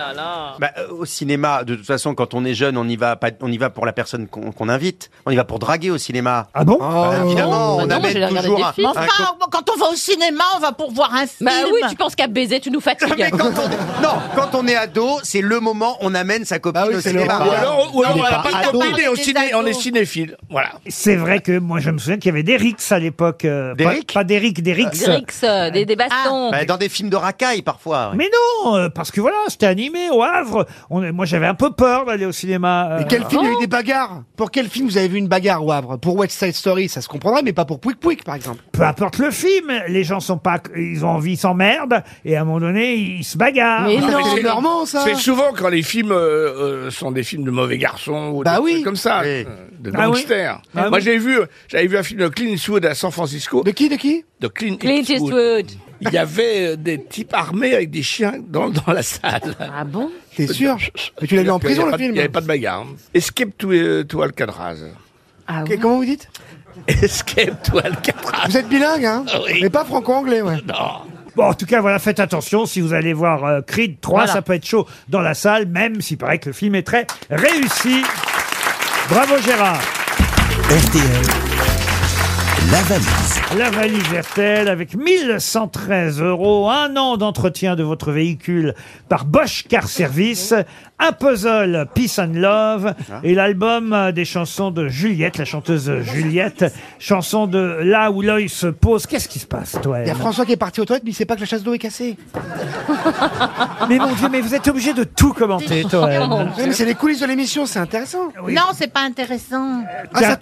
Speaker 5: Bah, euh, au cinéma, de toute façon, quand on est jeune, on y va, pas, on y va pour la personne qu'on qu'on invite. On y va pour draguer au cinéma.
Speaker 2: Ah bon
Speaker 5: Bah, Évidemment,
Speaker 3: Oh.
Speaker 5: on
Speaker 3: Bah non, j'ai
Speaker 5: amène
Speaker 3: regardé
Speaker 5: toujours
Speaker 3: des
Speaker 5: un,
Speaker 7: Mais
Speaker 5: un
Speaker 7: enfin, quand on va au cinéma, on va pour voir un film.
Speaker 18: Bah oui, tu penses qu'à baiser, tu nous fatigues.
Speaker 5: Mais quand on est... Non, quand on est ado, c'est le moment on amène sa copine
Speaker 3: Ah
Speaker 5: au cinéma.
Speaker 6: Ou alors, ou alors, on n'a pas de
Speaker 5: ado.
Speaker 6: copine et on,
Speaker 7: Des
Speaker 6: ciné- on est
Speaker 7: ados.
Speaker 6: cinéphile. Voilà.
Speaker 2: C'est vrai que moi je me souviens qu'il y avait des Rix à l'époque. euh, pas- Pas des Rix, des Rix.
Speaker 18: Des rixes, euh, des, des bastons.
Speaker 5: Bah, dans des films de racaille parfois. ouais.
Speaker 2: Mais non, euh, parce que voilà, c'était animé au Havre. On- moi, j'avais un peu peur d'aller au cinéma. euh.
Speaker 3: Mais quel film il y a eu des bagarres Pour quel film vous avez vu une bagarre au Havre Pour West Side Story, ça se comprendrait, mais pas pour Pouic Pouic par exemple.
Speaker 2: Peu importe le film, les gens sont pas, ils ont envie, ils s'emmerdent, et à un moment donné, ils se bagarrent.
Speaker 18: Mais
Speaker 3: Ah,
Speaker 18: non.
Speaker 3: mais c'est normand ça.
Speaker 6: C'est souvent quand les films euh, euh, sont des films de mauvais garçons ou
Speaker 3: Bah
Speaker 6: des
Speaker 3: oui. Bah
Speaker 6: trucs comme ça,
Speaker 5: Oui.
Speaker 6: euh, de
Speaker 2: Ah oui.
Speaker 6: gangsters.
Speaker 2: Ah
Speaker 6: Moi,
Speaker 2: oui.
Speaker 6: j'ai vu, j'avais vu un film de Clint Eastwood à San Francisco.
Speaker 3: De qui De qui
Speaker 6: De Clint,
Speaker 18: Clint Eastwood.
Speaker 6: Il y avait euh, des types armés avec des chiens dans, dans la salle.
Speaker 18: Ah bon
Speaker 3: T'es sûr Mais tu l'as vu en
Speaker 6: Il y avait
Speaker 3: prison
Speaker 6: pas
Speaker 3: le
Speaker 6: de- hein. Il n'y avait
Speaker 3: film
Speaker 6: pas de bagarre. Escape to, euh, to Alcatraz.
Speaker 18: Ah
Speaker 3: Que- Comment vous dites
Speaker 6: Escape to Alcatraz.
Speaker 3: Vous êtes bilingue, hein Mais pas franco-anglais, ouais.
Speaker 2: Bon, en tout cas, voilà, faites attention si vous allez voir euh, Creed 3,
Speaker 3: Voilà.
Speaker 2: ça peut être chaud dans la salle, même s'il paraît que le film est très réussi. Bravo Gérard
Speaker 1: RTL, la valise.
Speaker 2: La valise RTL avec 1113 euros, un an d'entretien de votre véhicule par Bosch Car Service, un puzzle Peace and Love et l'album euh, des chansons de Juliette, la chanteuse Juliette, chanson de Là où l'œil se pose. Qu'est-ce qui se passe, toi
Speaker 3: Il y a
Speaker 2: Anne
Speaker 3: François qui est parti aux toilettes, mais il sait pas que la chasse d'eau est cassée.
Speaker 2: Mais mon Dieu, mais vous êtes obligé de tout commenter, toi. Anne.
Speaker 3: Oui, mais c'est les coulisses de l'émission, c'est intéressant.
Speaker 7: Non, c'est pas intéressant.
Speaker 5: Ah,
Speaker 2: Tiens,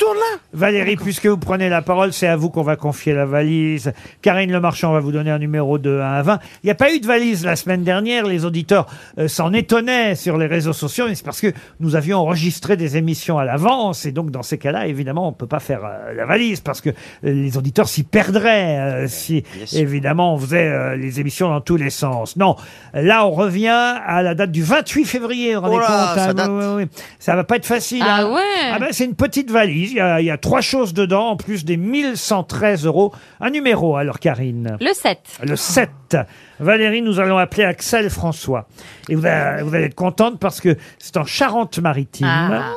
Speaker 2: Valérie, puisque vous prenez la parole, c'est à vous qu'on va confier la valise. Karine Le Marchand va vous donner un numéro de 1 à 20. Il n'y a pas eu de valise la semaine dernière. Les auditeurs euh, s'en étonnaient sur les réseaux sociaux, mais c'est parce que nous avions enregistré des émissions à l'avance. Et donc, dans ces cas-là, évidemment, on ne peut pas faire euh, la valise parce que euh, les auditeurs s'y perdraient euh, si, évidemment, on faisait euh, les émissions dans tous les sens. Non, là, on revient à la date du 28 février. vous vous rendez
Speaker 5: Oh là,
Speaker 2: compte, hein,
Speaker 5: ça
Speaker 2: oui,
Speaker 5: date.
Speaker 2: oui, oui. Ça va pas être facile.
Speaker 5: Ah
Speaker 2: hein.
Speaker 5: ouais.
Speaker 2: Ah ben, c'est une petite valise. Il y, a, il y a trois choses dedans, en plus des 1113 euros. Un numéro, alors, Karine
Speaker 4: Le 7.
Speaker 2: Le 7. Valérie, nous allons appeler Axel François. Et vous, allez- vous allez être contente parce que c'est en Charente-Maritime.
Speaker 7: Ah,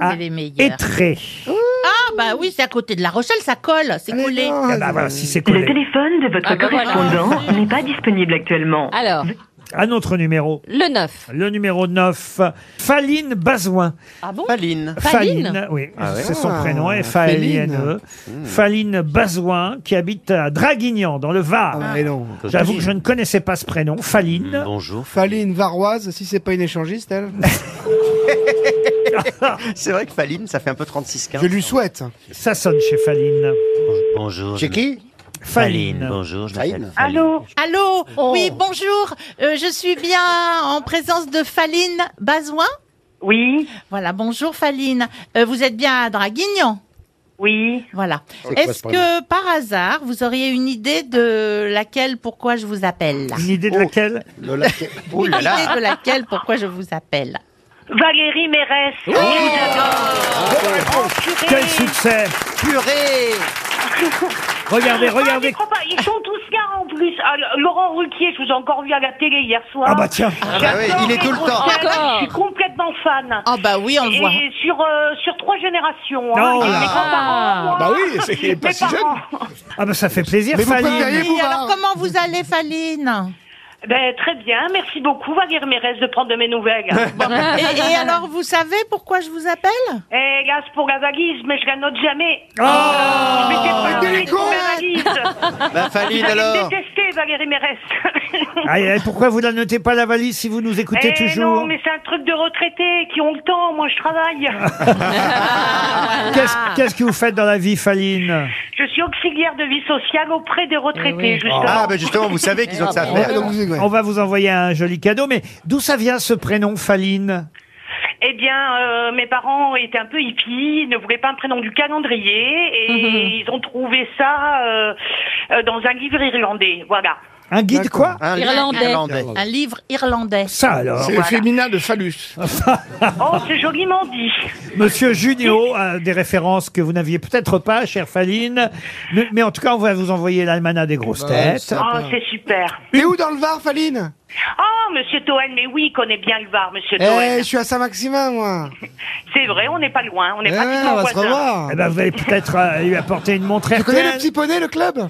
Speaker 2: à
Speaker 7: c'est les meilleurs.
Speaker 2: Étré.
Speaker 7: Ah, bah oui, c'est à côté de La Rochelle, ça colle, c'est collé.
Speaker 2: Ah bah voilà, si c'est collé.
Speaker 7: Le téléphone de votre Ah bah voilà. correspondant
Speaker 2: n'est pas disponible actuellement.
Speaker 4: Alors,
Speaker 2: Un autre numéro.
Speaker 4: le 9.
Speaker 2: Le numéro 9, Faline Bazouin.
Speaker 4: Ah
Speaker 5: bon Faline.
Speaker 2: Faline, oui,
Speaker 5: Ah ouais.
Speaker 2: c'est son
Speaker 5: Ah,
Speaker 2: prénom, f a
Speaker 5: Féline.
Speaker 2: n Faline Bazouin, qui habite à Draguignan, dans le Var.
Speaker 3: Ah, mais non.
Speaker 2: J'avoue que je ne connaissais pas ce prénom, Hmm, Faline.
Speaker 5: Bonjour.
Speaker 3: Fallait une varoise, si c'est pas une échangiste, elle.
Speaker 5: C'est vrai que Faline, ça fait un peu 36-15.
Speaker 3: Je lui souhaite.
Speaker 2: Ça sonne chez Faline.
Speaker 5: Bonjour.
Speaker 2: Chez qui Faline.
Speaker 5: Faline, bonjour, je m'appelle
Speaker 3: Ah,
Speaker 7: Allô Allô
Speaker 19: Oh.
Speaker 7: Oui, bonjour. Euh, je suis bien en présence de Faline Bazouin Oui. Voilà, bonjour Faline. Euh, vous êtes bien à Draguignan Oui. Voilà.
Speaker 19: C'est quoi ce
Speaker 7: Est-ce que par hasard, vous auriez une idée de laquelle, pourquoi je vous appelle
Speaker 2: Une idée Oh. de laquelle
Speaker 19: Oh.
Speaker 2: Oh
Speaker 7: Une idée de laquelle, pourquoi je vous appelle
Speaker 19: Valérie Mérès.
Speaker 5: Oh
Speaker 19: je vous
Speaker 5: Ah,
Speaker 19: adore.
Speaker 2: Quel succès
Speaker 19: Purée.
Speaker 2: Regardez,
Speaker 19: regardez. Ils sont tous là en plus. Ah, Laurent Ruquier, je vous ai encore vu à la télé hier soir.
Speaker 2: Ah bah tiens. Ah bah oui, il est tout le
Speaker 19: J'adore
Speaker 2: temps.
Speaker 19: les grosses têtes.
Speaker 2: D'accord.
Speaker 19: Je suis complètement fan.
Speaker 7: Ah bah oui, on le
Speaker 19: Et
Speaker 7: voit.
Speaker 19: Sur, euh, sur trois générations. hein.
Speaker 2: Oh
Speaker 19: Et
Speaker 2: là.
Speaker 19: Mes grands-parents, moi,
Speaker 2: Bah oui, c'est qu'il est pas
Speaker 19: mes
Speaker 2: si jeune.
Speaker 19: parents.
Speaker 2: Ah bah ça fait plaisir, Faline.
Speaker 7: Oui, alors comment vous allez, Faline
Speaker 19: Ben, très bien, merci beaucoup Valérie Mérès de prendre de mes nouvelles.
Speaker 7: et, et alors, vous savez pourquoi je vous appelle
Speaker 19: Hélas pour la valise, mais je la note jamais.
Speaker 2: Oh.
Speaker 7: Ah,
Speaker 19: je m'étais pas
Speaker 7: quel
Speaker 19: notée sur
Speaker 7: con.
Speaker 19: ma valise.
Speaker 5: Bah, Faline,
Speaker 19: Vous allez me
Speaker 5: alors.
Speaker 19: détester Valérie Mérès.
Speaker 2: Aïe, aïe, pourquoi vous ne la notez pas la valise si vous nous écoutez
Speaker 19: Eh
Speaker 2: toujours
Speaker 19: non, mais c'est un truc de retraités qui ont le temps. Moi, je travaille.
Speaker 2: Qu'est-ce qu'est-ce que vous faites dans la vie, Faline
Speaker 19: Je suis auxiliaire de vie sociale auprès des retraités,
Speaker 3: Eh
Speaker 19: justement.
Speaker 5: Ah, ben justement, vous savez qu'ils ont de ça à
Speaker 3: Ah,
Speaker 5: faire.
Speaker 2: On va vous envoyer un joli cadeau, mais d'où ça vient ce prénom Faline
Speaker 19: Eh bien, euh, mes parents étaient un peu hippies, ils ne voulaient pas un prénom du calendrier et
Speaker 3: Mhm.
Speaker 19: ils ont trouvé ça euh, euh, dans un livre irlandais. Voilà.
Speaker 2: Un guide quoi
Speaker 7: Un livre irlandais.
Speaker 2: Ça alors.
Speaker 7: Voilà.
Speaker 2: féminin de phallus.
Speaker 19: Oh, c'est joliment dit.
Speaker 2: Monsieur Junio a des références que vous n'aviez peut-être pas, chère Faline. Mais, mais en tout cas, on va vous envoyer l'almanach des grosses têtes.
Speaker 19: Oh, c'est super.
Speaker 3: T'es où Bah, dans le Var, Faline
Speaker 19: Oh, monsieur Toen, mais oui, il connaît bien le Var, monsieur
Speaker 3: Eh,
Speaker 19: Toen.
Speaker 3: je suis à Saint-Maximin, moi.
Speaker 19: C'est vrai, on n'est pas loin, on est
Speaker 3: Eh,
Speaker 19: pratiquement
Speaker 3: on va se
Speaker 19: voisins.
Speaker 3: revoir.
Speaker 2: Eh ben, vous allez peut-être euh, lui apporter une montre
Speaker 3: Tu connais le
Speaker 2: RTL.
Speaker 3: petit poney, le club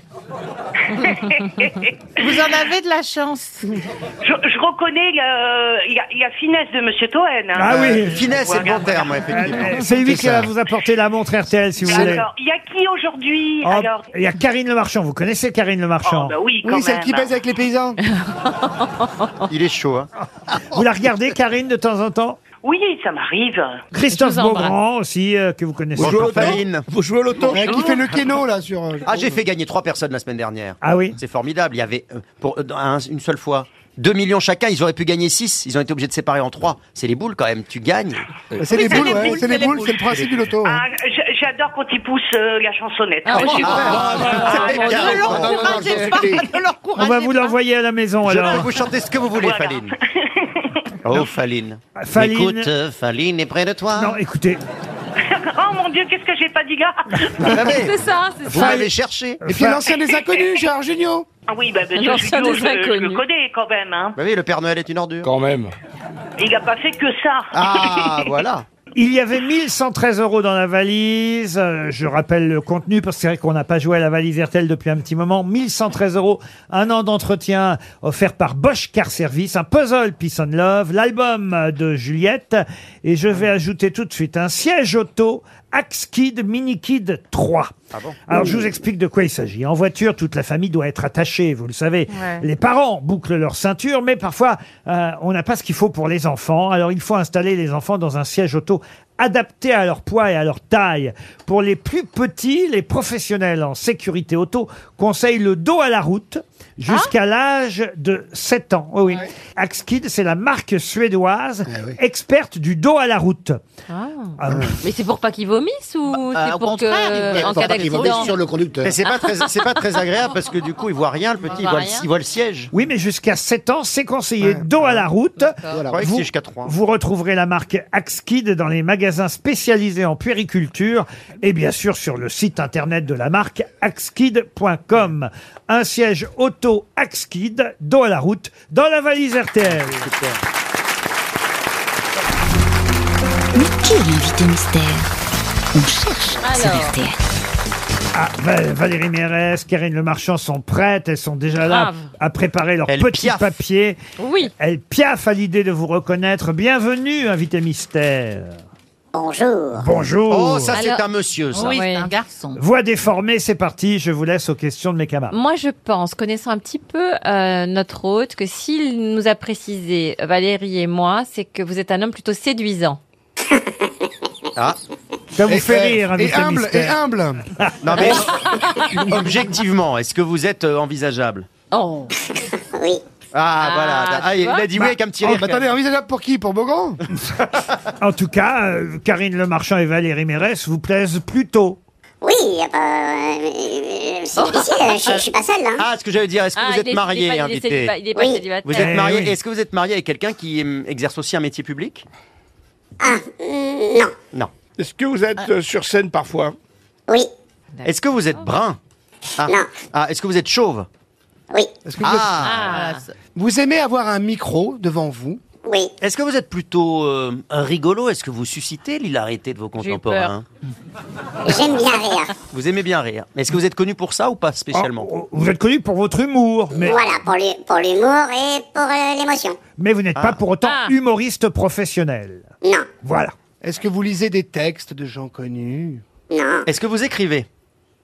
Speaker 7: Vous en avez de la chance.
Speaker 19: Je, je reconnais euh, il y a- il y a finesse de monsieur Toen. hein.
Speaker 2: Ah oui.
Speaker 5: Finesse, c'est le bon terme, ouais,
Speaker 2: Euh,
Speaker 5: effectivement.
Speaker 2: C'est lui qui va vous apporter la montre RTL, si vous voulez.
Speaker 19: Alors, il y a qui aujourd'hui
Speaker 2: Oh,
Speaker 19: Alors,
Speaker 2: Il y a Karine Le Marchand. Vous connaissez Karine Le Marchand
Speaker 19: Oh, bah oui, quand
Speaker 3: Oui, celle
Speaker 19: même.
Speaker 3: qui baise avec les paysans.
Speaker 5: Il est chaud, hein.
Speaker 2: Vous la regardez, Karine, de temps en temps
Speaker 19: Oui, ça m'arrive.
Speaker 2: Christophe Beaugrand aussi, euh, que vous connaissez.
Speaker 5: Bonjour,
Speaker 2: peut-être.
Speaker 5: Faline.
Speaker 6: Vous jouez au loto
Speaker 3: Ouais, qui fait le kéno, là, sur... euh,
Speaker 5: Ah, j'ai fait gagner trois personnes la semaine dernière.
Speaker 2: Ah oui
Speaker 5: C'est formidable. Il y avait, euh, pour, euh, dans un- une seule fois, 2 millions chacun. Ils auraient pu gagner 6. Ils ont été obligés de séparer en 3. C'est les boules quand même. Tu gagnes.
Speaker 3: C'est les boules, ouais, c'est les boules, c'est le principe du loto. ouais.
Speaker 19: Ah, j- J'adore quand il pousse euh, la chansonnette.
Speaker 3: Ah,
Speaker 19: Moi,
Speaker 3: bon,
Speaker 19: j'ai-
Speaker 3: ah,
Speaker 19: Ah,
Speaker 5: bon,
Speaker 19: j'adore.
Speaker 5: ne l'encouragez Non, non, non, pas, j'ai- ne
Speaker 2: On va vous l'envoyer à la maison,
Speaker 5: Je
Speaker 2: alors.
Speaker 5: peux vous chanter ce que vous voulez,
Speaker 2: Voilà.
Speaker 5: Faline. Oh, Faline.
Speaker 2: Faline.
Speaker 5: Écoute, euh, Faline est près de toi.
Speaker 2: Non, écoutez.
Speaker 19: Oh, Oh mon Dieu, qu'est-ce que j'ai pas dit, gars
Speaker 3: C'est
Speaker 4: ça,
Speaker 3: Ah, bah Vous l'avez cherché. Et puis l'ancien des inconnus, Gérard Jugnot.
Speaker 19: Ah oui, bah, bah,
Speaker 3: L'ancien
Speaker 19: Georges Hugo,
Speaker 3: des
Speaker 19: je, je le
Speaker 3: inconnus.
Speaker 19: connais quand même. Hein.
Speaker 5: Bah oui, le Père Noël est une ordure. Quand même.
Speaker 19: Il n'a pas fait que ça.
Speaker 3: Ah.
Speaker 5: Ah,
Speaker 2: Il y avait 1113 euros dans la valise. Euh, Je rappelle le contenu parce que c'est vrai qu'on n'a pas joué à la valise RTL depuis un petit moment. 1113 euros, un an d'entretien offert par Bosch Car Service, un puzzle Peace and Love, l'album de Juliette. Et je vais ajouter tout de suite un siège auto Axe Kid Mini Kid 3.
Speaker 5: Ah
Speaker 2: Alors je vous explique de quoi il s'agit. En voiture, toute la famille doit être attachée, vous le savez.
Speaker 20: Ouais.
Speaker 2: Les parents bouclent leur ceinture, mais parfois euh, on n'a pas ce qu'il faut pour les enfants. Alors il faut installer les enfants dans un siège auto adapté à leur poids et à leur taille. Pour les plus petits, les professionnels en sécurité auto conseillent le dos à la route jusqu'à l'âge de 7 ans. Oh Oui, oui. Axkid, c'est la marque suédoise experte du dos à la route.
Speaker 4: Ah.
Speaker 2: Ah oui.
Speaker 4: Mais c'est pour pas qu'ils vomissent ou
Speaker 2: Bah,
Speaker 4: c'est
Speaker 2: au
Speaker 4: pour que en cas d'accident
Speaker 5: Mais c'est pas très, c'est pas très agréable parce que du coup, il voit rien, le petit, il
Speaker 4: voit
Speaker 5: voit, le-
Speaker 4: rien.
Speaker 5: il voit le siège.
Speaker 2: Oui, mais jusqu'à 7 ans, c'est conseillé dos à la route.
Speaker 5: Je croyais que c'était jusqu'à 3.
Speaker 2: vous retrouverez la marque Axkid dans les magasins spécialisés en puériculture et bien sûr sur le site internet de la marque axkid.com. Un siège auto Axkid, dos à la route, dans la valise RTL.
Speaker 8: Mais qui est l'invité mystère On cherche sur
Speaker 2: Alors.
Speaker 8: RTL.
Speaker 2: Ah, Val- Valérie Mérès, Karine Le Marchand sont prêtes, elles sont déjà là
Speaker 4: Grave.
Speaker 2: à préparer leur petit papier.
Speaker 4: Oui.
Speaker 2: Elles piaffent à l'idée de vous reconnaître. Bienvenue, invité mystère.
Speaker 20: Bonjour.
Speaker 2: Bonjour.
Speaker 5: Oh, ça, c'est un monsieur, ça.
Speaker 7: Oui,
Speaker 4: Oui.
Speaker 7: c'est un garçon.
Speaker 2: Voix déformée, c'est parti. Je vous laisse aux questions de mes camarades.
Speaker 4: Moi, je pense, connaissant un petit peu euh, notre hôte, que s'il nous a précisé, Valérie et moi, c'est que vous êtes un homme plutôt séduisant.
Speaker 2: Ça vous
Speaker 5: Et-
Speaker 3: euh,
Speaker 2: fait
Speaker 5: et-
Speaker 2: rire,
Speaker 5: Ah.
Speaker 2: hein,
Speaker 5: et
Speaker 2: invité
Speaker 5: humble,
Speaker 2: mystère.
Speaker 5: et humble. Non, mais objectivement, est-ce que vous êtes euh, envisageable
Speaker 4: Oh.
Speaker 20: oui.
Speaker 5: Ah,
Speaker 20: Ah,
Speaker 5: voilà.
Speaker 20: tu
Speaker 5: Ah, il
Speaker 20: vois
Speaker 5: a dit oui avec un petit
Speaker 20: Bah,
Speaker 5: rire.
Speaker 20: bah, attendez,
Speaker 2: envisageable pour qui Pour Beaugrand En tout cas, euh, Karine Le Marchand et Valérie Mérès vous plaisent plutôt.
Speaker 20: Oui, ah bah, euh, euh, c'est
Speaker 5: Oh.
Speaker 20: difficile, je, je suis pas seule, là.
Speaker 5: Ah, ce que j'allais dire, est-ce que
Speaker 20: Ah,
Speaker 5: vous
Speaker 20: il est-
Speaker 5: êtes marié,
Speaker 20: il est pas- il est
Speaker 5: invité
Speaker 20: célibat- il est pas Oui. célibataire.
Speaker 5: Vous
Speaker 20: Eh
Speaker 5: êtes marié.
Speaker 20: oui.
Speaker 5: Est-ce que vous êtes marié avec quelqu'un qui hum, exerce aussi un métier public Ah.
Speaker 20: Non.
Speaker 5: Non.
Speaker 6: Est-ce que vous
Speaker 18: Ah.
Speaker 6: êtes euh, sur scène parfois
Speaker 20: Oui.
Speaker 5: Est-ce que vous êtes brun ah. Ah, est-ce que vous êtes chauve
Speaker 20: Oui.
Speaker 5: que vous Ah.
Speaker 3: Vous aimez avoir un micro devant vous
Speaker 20: Oui.
Speaker 5: Est-ce que vous êtes plutôt euh, un rigolo Est-ce que vous suscitez l'hilarité de vos
Speaker 20: J'ai eu
Speaker 5: contemporains
Speaker 20: J'aime bien rire.
Speaker 5: Vous aimez bien rire. Mais est-ce que vous êtes connu pour ça ou pas spécialement
Speaker 2: Vous êtes connu pour votre humour, mais,
Speaker 20: Voilà, pour l'hu- pour l'humour et pour euh, l'émotion.
Speaker 2: mais vous
Speaker 5: Ah.
Speaker 2: n'êtes pas pour autant humoriste professionnel.
Speaker 20: Non.
Speaker 2: Voilà.
Speaker 3: Est-ce que vous lisez des textes de gens connus
Speaker 20: Non.
Speaker 5: Est-ce que vous écrivez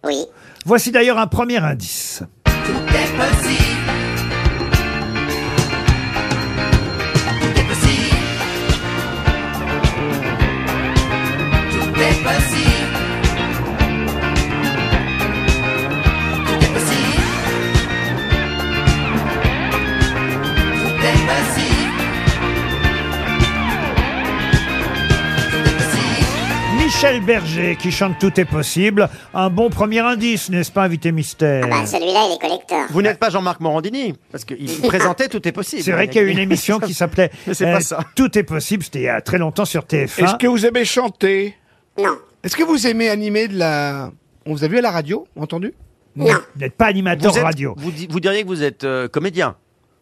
Speaker 20: Oui.
Speaker 2: Voici d'ailleurs un premier indice.
Speaker 11: est possible. Tout est possible. Tout est possible. Tout est possible. Tout est possible.
Speaker 2: Michel Berger qui chante Tout est possible. Un bon premier indice, n'est-ce pas, invité mystère
Speaker 20: Bah, celui-là, il est collecteur.
Speaker 5: Vous n'êtes pas Jean-Marc Morandini Parce qu'il présentait Tout est possible.
Speaker 2: C'est vrai qu'il y a eu une émission qui s'appelait
Speaker 5: Mais c'est
Speaker 2: euh,
Speaker 5: pas ça.
Speaker 2: Tout est possible, c'était il y a très longtemps sur TF1.
Speaker 6: Est-ce que vous aimez chanter
Speaker 20: Non.
Speaker 3: Est-ce que vous aimez animer de la... On vous a vu à la radio, entendu
Speaker 2: Non. Vous n'êtes pas animateur
Speaker 5: Vous êtes-
Speaker 2: radio.
Speaker 5: Vous, di- vous diriez que vous êtes euh, comédien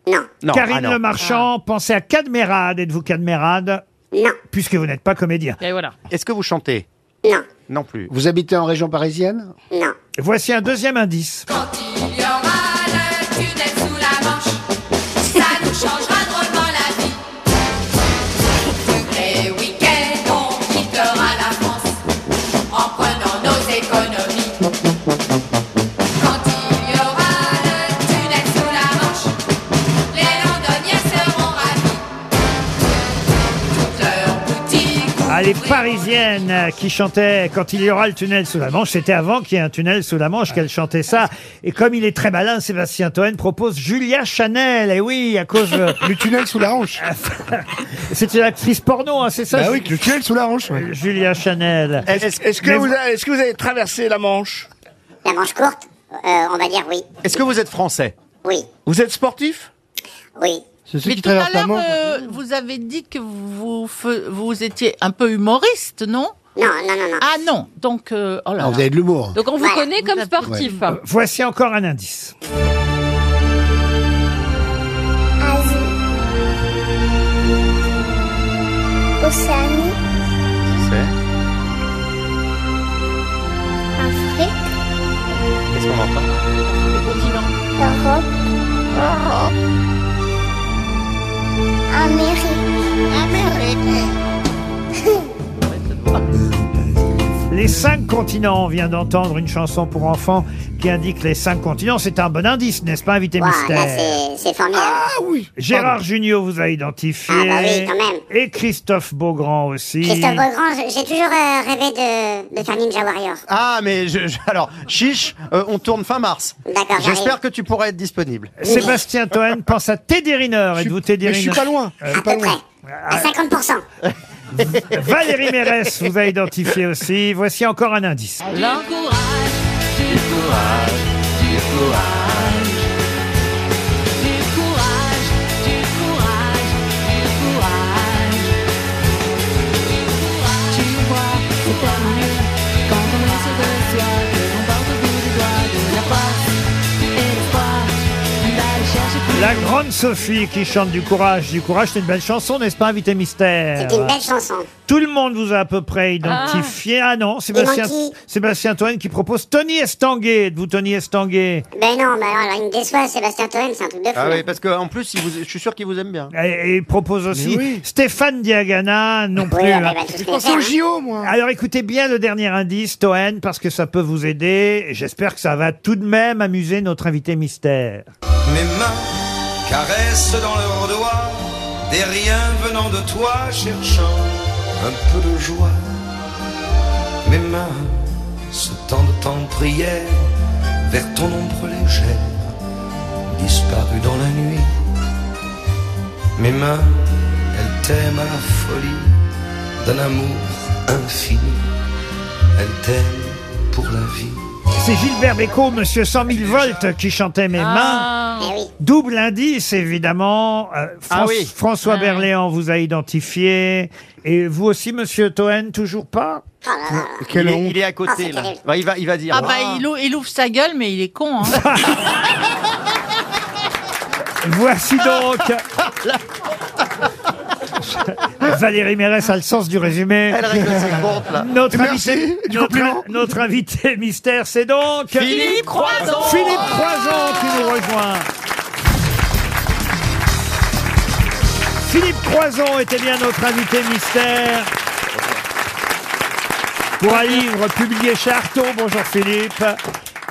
Speaker 20: Non.
Speaker 2: Karine
Speaker 5: ah non.
Speaker 2: Le Marchand, pensez à Cadmerade. Êtes-vous Cadmerade
Speaker 20: Non.
Speaker 2: Puisque vous n'êtes pas comédien.
Speaker 3: Eh
Speaker 5: Est-ce que vous chantez
Speaker 20: Non.
Speaker 5: Non plus.
Speaker 14: Vous habitez en région parisienne
Speaker 20: Non.
Speaker 2: Voici un deuxième indice.
Speaker 11: Il y aura le tunnel sous la manche, ça nous changera drôlement la vie. Degré week-end, on quittera la France en prenant nos économies. Quand il y aura le tunnel sous la manche, les londoniens seront ravis. Toute leur boutique
Speaker 2: Ah, les Parisiennes euh, qui chantaient quand il y aura le tunnel sous la Manche. C'était avant qu'il y ait un tunnel sous la Manche qu'elles chantaient ça. Et comme il est très malin, Sébastien Toen propose Julia Chanel. Et oui, à cause du tunnel sous la hanche. C'est une actrice porno, hein, c'est ça
Speaker 3: Bah oui, le tunnel sous la hanche. ouais.
Speaker 2: Julia Chanel.
Speaker 6: Est-ce est-ce que,
Speaker 2: Mais
Speaker 6: vous
Speaker 2: vous-
Speaker 6: avez- est-ce que vous avez traversé la Manche
Speaker 20: La manche courte, euh, on va dire oui.
Speaker 5: Est-ce que vous êtes français
Speaker 20: Oui.
Speaker 6: Vous êtes sportif
Speaker 20: Oui.
Speaker 3: C'est
Speaker 7: Mais euh, tout à l'heure, euh, vous avez dit que vous, fe- vous étiez un peu humoriste, non
Speaker 20: Non, non, non, non.
Speaker 7: Ah non, donc... euh, oh là
Speaker 2: Ah, vous
Speaker 7: là.
Speaker 2: avez de l'humour.
Speaker 4: Donc on vous
Speaker 7: Voilà.
Speaker 4: connaît comme
Speaker 7: Vous avez-
Speaker 4: sportif.
Speaker 2: Euh, Voici encore un indice.
Speaker 11: Asie. Océanie.
Speaker 5: C'est
Speaker 11: Afrique.
Speaker 5: Qu'est-ce qu'on entend
Speaker 11: Europe. Europe. Amérique. Amérique.
Speaker 2: Les cinq continents, on vient d'entendre une chanson pour enfants qui indique les cinq continents. C'est un bon indice, n'est-ce pas, invité
Speaker 20: Waouh, là,
Speaker 2: mystère
Speaker 20: c'est- c'est formidable.
Speaker 2: Ah oui Gérard Junior vous a identifié.
Speaker 20: Ah bah oui, quand même.
Speaker 2: Et Christophe Beaugrand aussi.
Speaker 20: Christophe Beaugrand, je- j'ai toujours euh, rêvé de, de faire Ninja Warrior.
Speaker 5: Ah, mais je, je- alors, chiche, euh, on tourne fin mars.
Speaker 20: D'accord, j'arrive.
Speaker 5: J'espère que tu pourras être disponible.
Speaker 2: Sébastien Toen pense à Teddy Riner. Êtes-vous Teddy
Speaker 5: mais je suis
Speaker 2: Riner
Speaker 5: pas loin, je
Speaker 2: Euh,
Speaker 5: suis pas loin.
Speaker 20: À 50%.
Speaker 2: Ah. Valérie Mérès vous a identifié aussi. Voici encore un indice.
Speaker 11: Là.
Speaker 18: Du courage, du courage, du courage, du courage, du courage. Tu vois, c'est tellement mieux quand on est sûr de soi, que l'on porte au bout du doigt de la force et l'espoir d'aller chercher plus
Speaker 2: La grande Sophie qui chante du courage, du courage, c'est une belle chanson, n'est-ce pas, invité mystère
Speaker 20: C'est une belle chanson.
Speaker 2: Tout le monde vous a à peu près identifié. Ah, non, Sébastien,
Speaker 20: manqué.
Speaker 2: Sébastien Toen qui propose Tony Estanguet. Êtes-vous Tony Estanguet
Speaker 20: Ben non, mais alors, alors, il me déçoit, Sébastien Toen, c'est un truc de fou.
Speaker 5: Ah oui,
Speaker 20: hein.
Speaker 5: parce qu'en plus, il vous- je suis sûr qu'il vous aime bien.
Speaker 2: Et et il propose aussi Stéphane Diagana, non plus.
Speaker 5: ouais,
Speaker 2: hein.
Speaker 5: bah, tout ce Je qu'on pense fait, au hein. JO, moi.
Speaker 2: Alors écoutez bien le dernier indice, Toen, parce que ça peut vous aider. Et J'espère que ça va tout de même amuser notre invité mystère.
Speaker 21: Mes mains caressent dans leurs doigts des riens venant de toi cherchant un peu de joie. Mes mains se tendent en prière vers ton ombre légère disparue dans la nuit. Mes mains, elles t'aiment à la folie d'un amour infini. Elles t'aiment pour la vie.
Speaker 2: C'est Gilbert Bécaud, Monsieur 100 000 volts, qui chantait Mes
Speaker 11: Ah.
Speaker 2: mains. Double indice, évidemment. Euh,
Speaker 5: Eh Ah
Speaker 2: Franç-
Speaker 5: oui.
Speaker 2: François Berléand vous a identifié. Et vous aussi, Monsieur Toen, toujours pas
Speaker 5: il, est, il est à côté, là. Bah, il, va, il va dire.
Speaker 7: Ah bah il, ou- il ouvre sa gueule mais il est con. Hein.
Speaker 2: Voici donc... Valérie Mérès a le sens du résumé.
Speaker 5: Elle règle ses comptes, là.
Speaker 2: Notre
Speaker 5: Merci
Speaker 2: invité,
Speaker 5: du
Speaker 2: notre-
Speaker 5: compliment.
Speaker 2: notre invité mystère, c'est donc
Speaker 5: Philippe Croizon.
Speaker 2: Philippe Croizon qui nous rejoint. Philippe Croison était bien notre invité mystère. Pour un livre publié chez Artaud. Bonjour Philippe.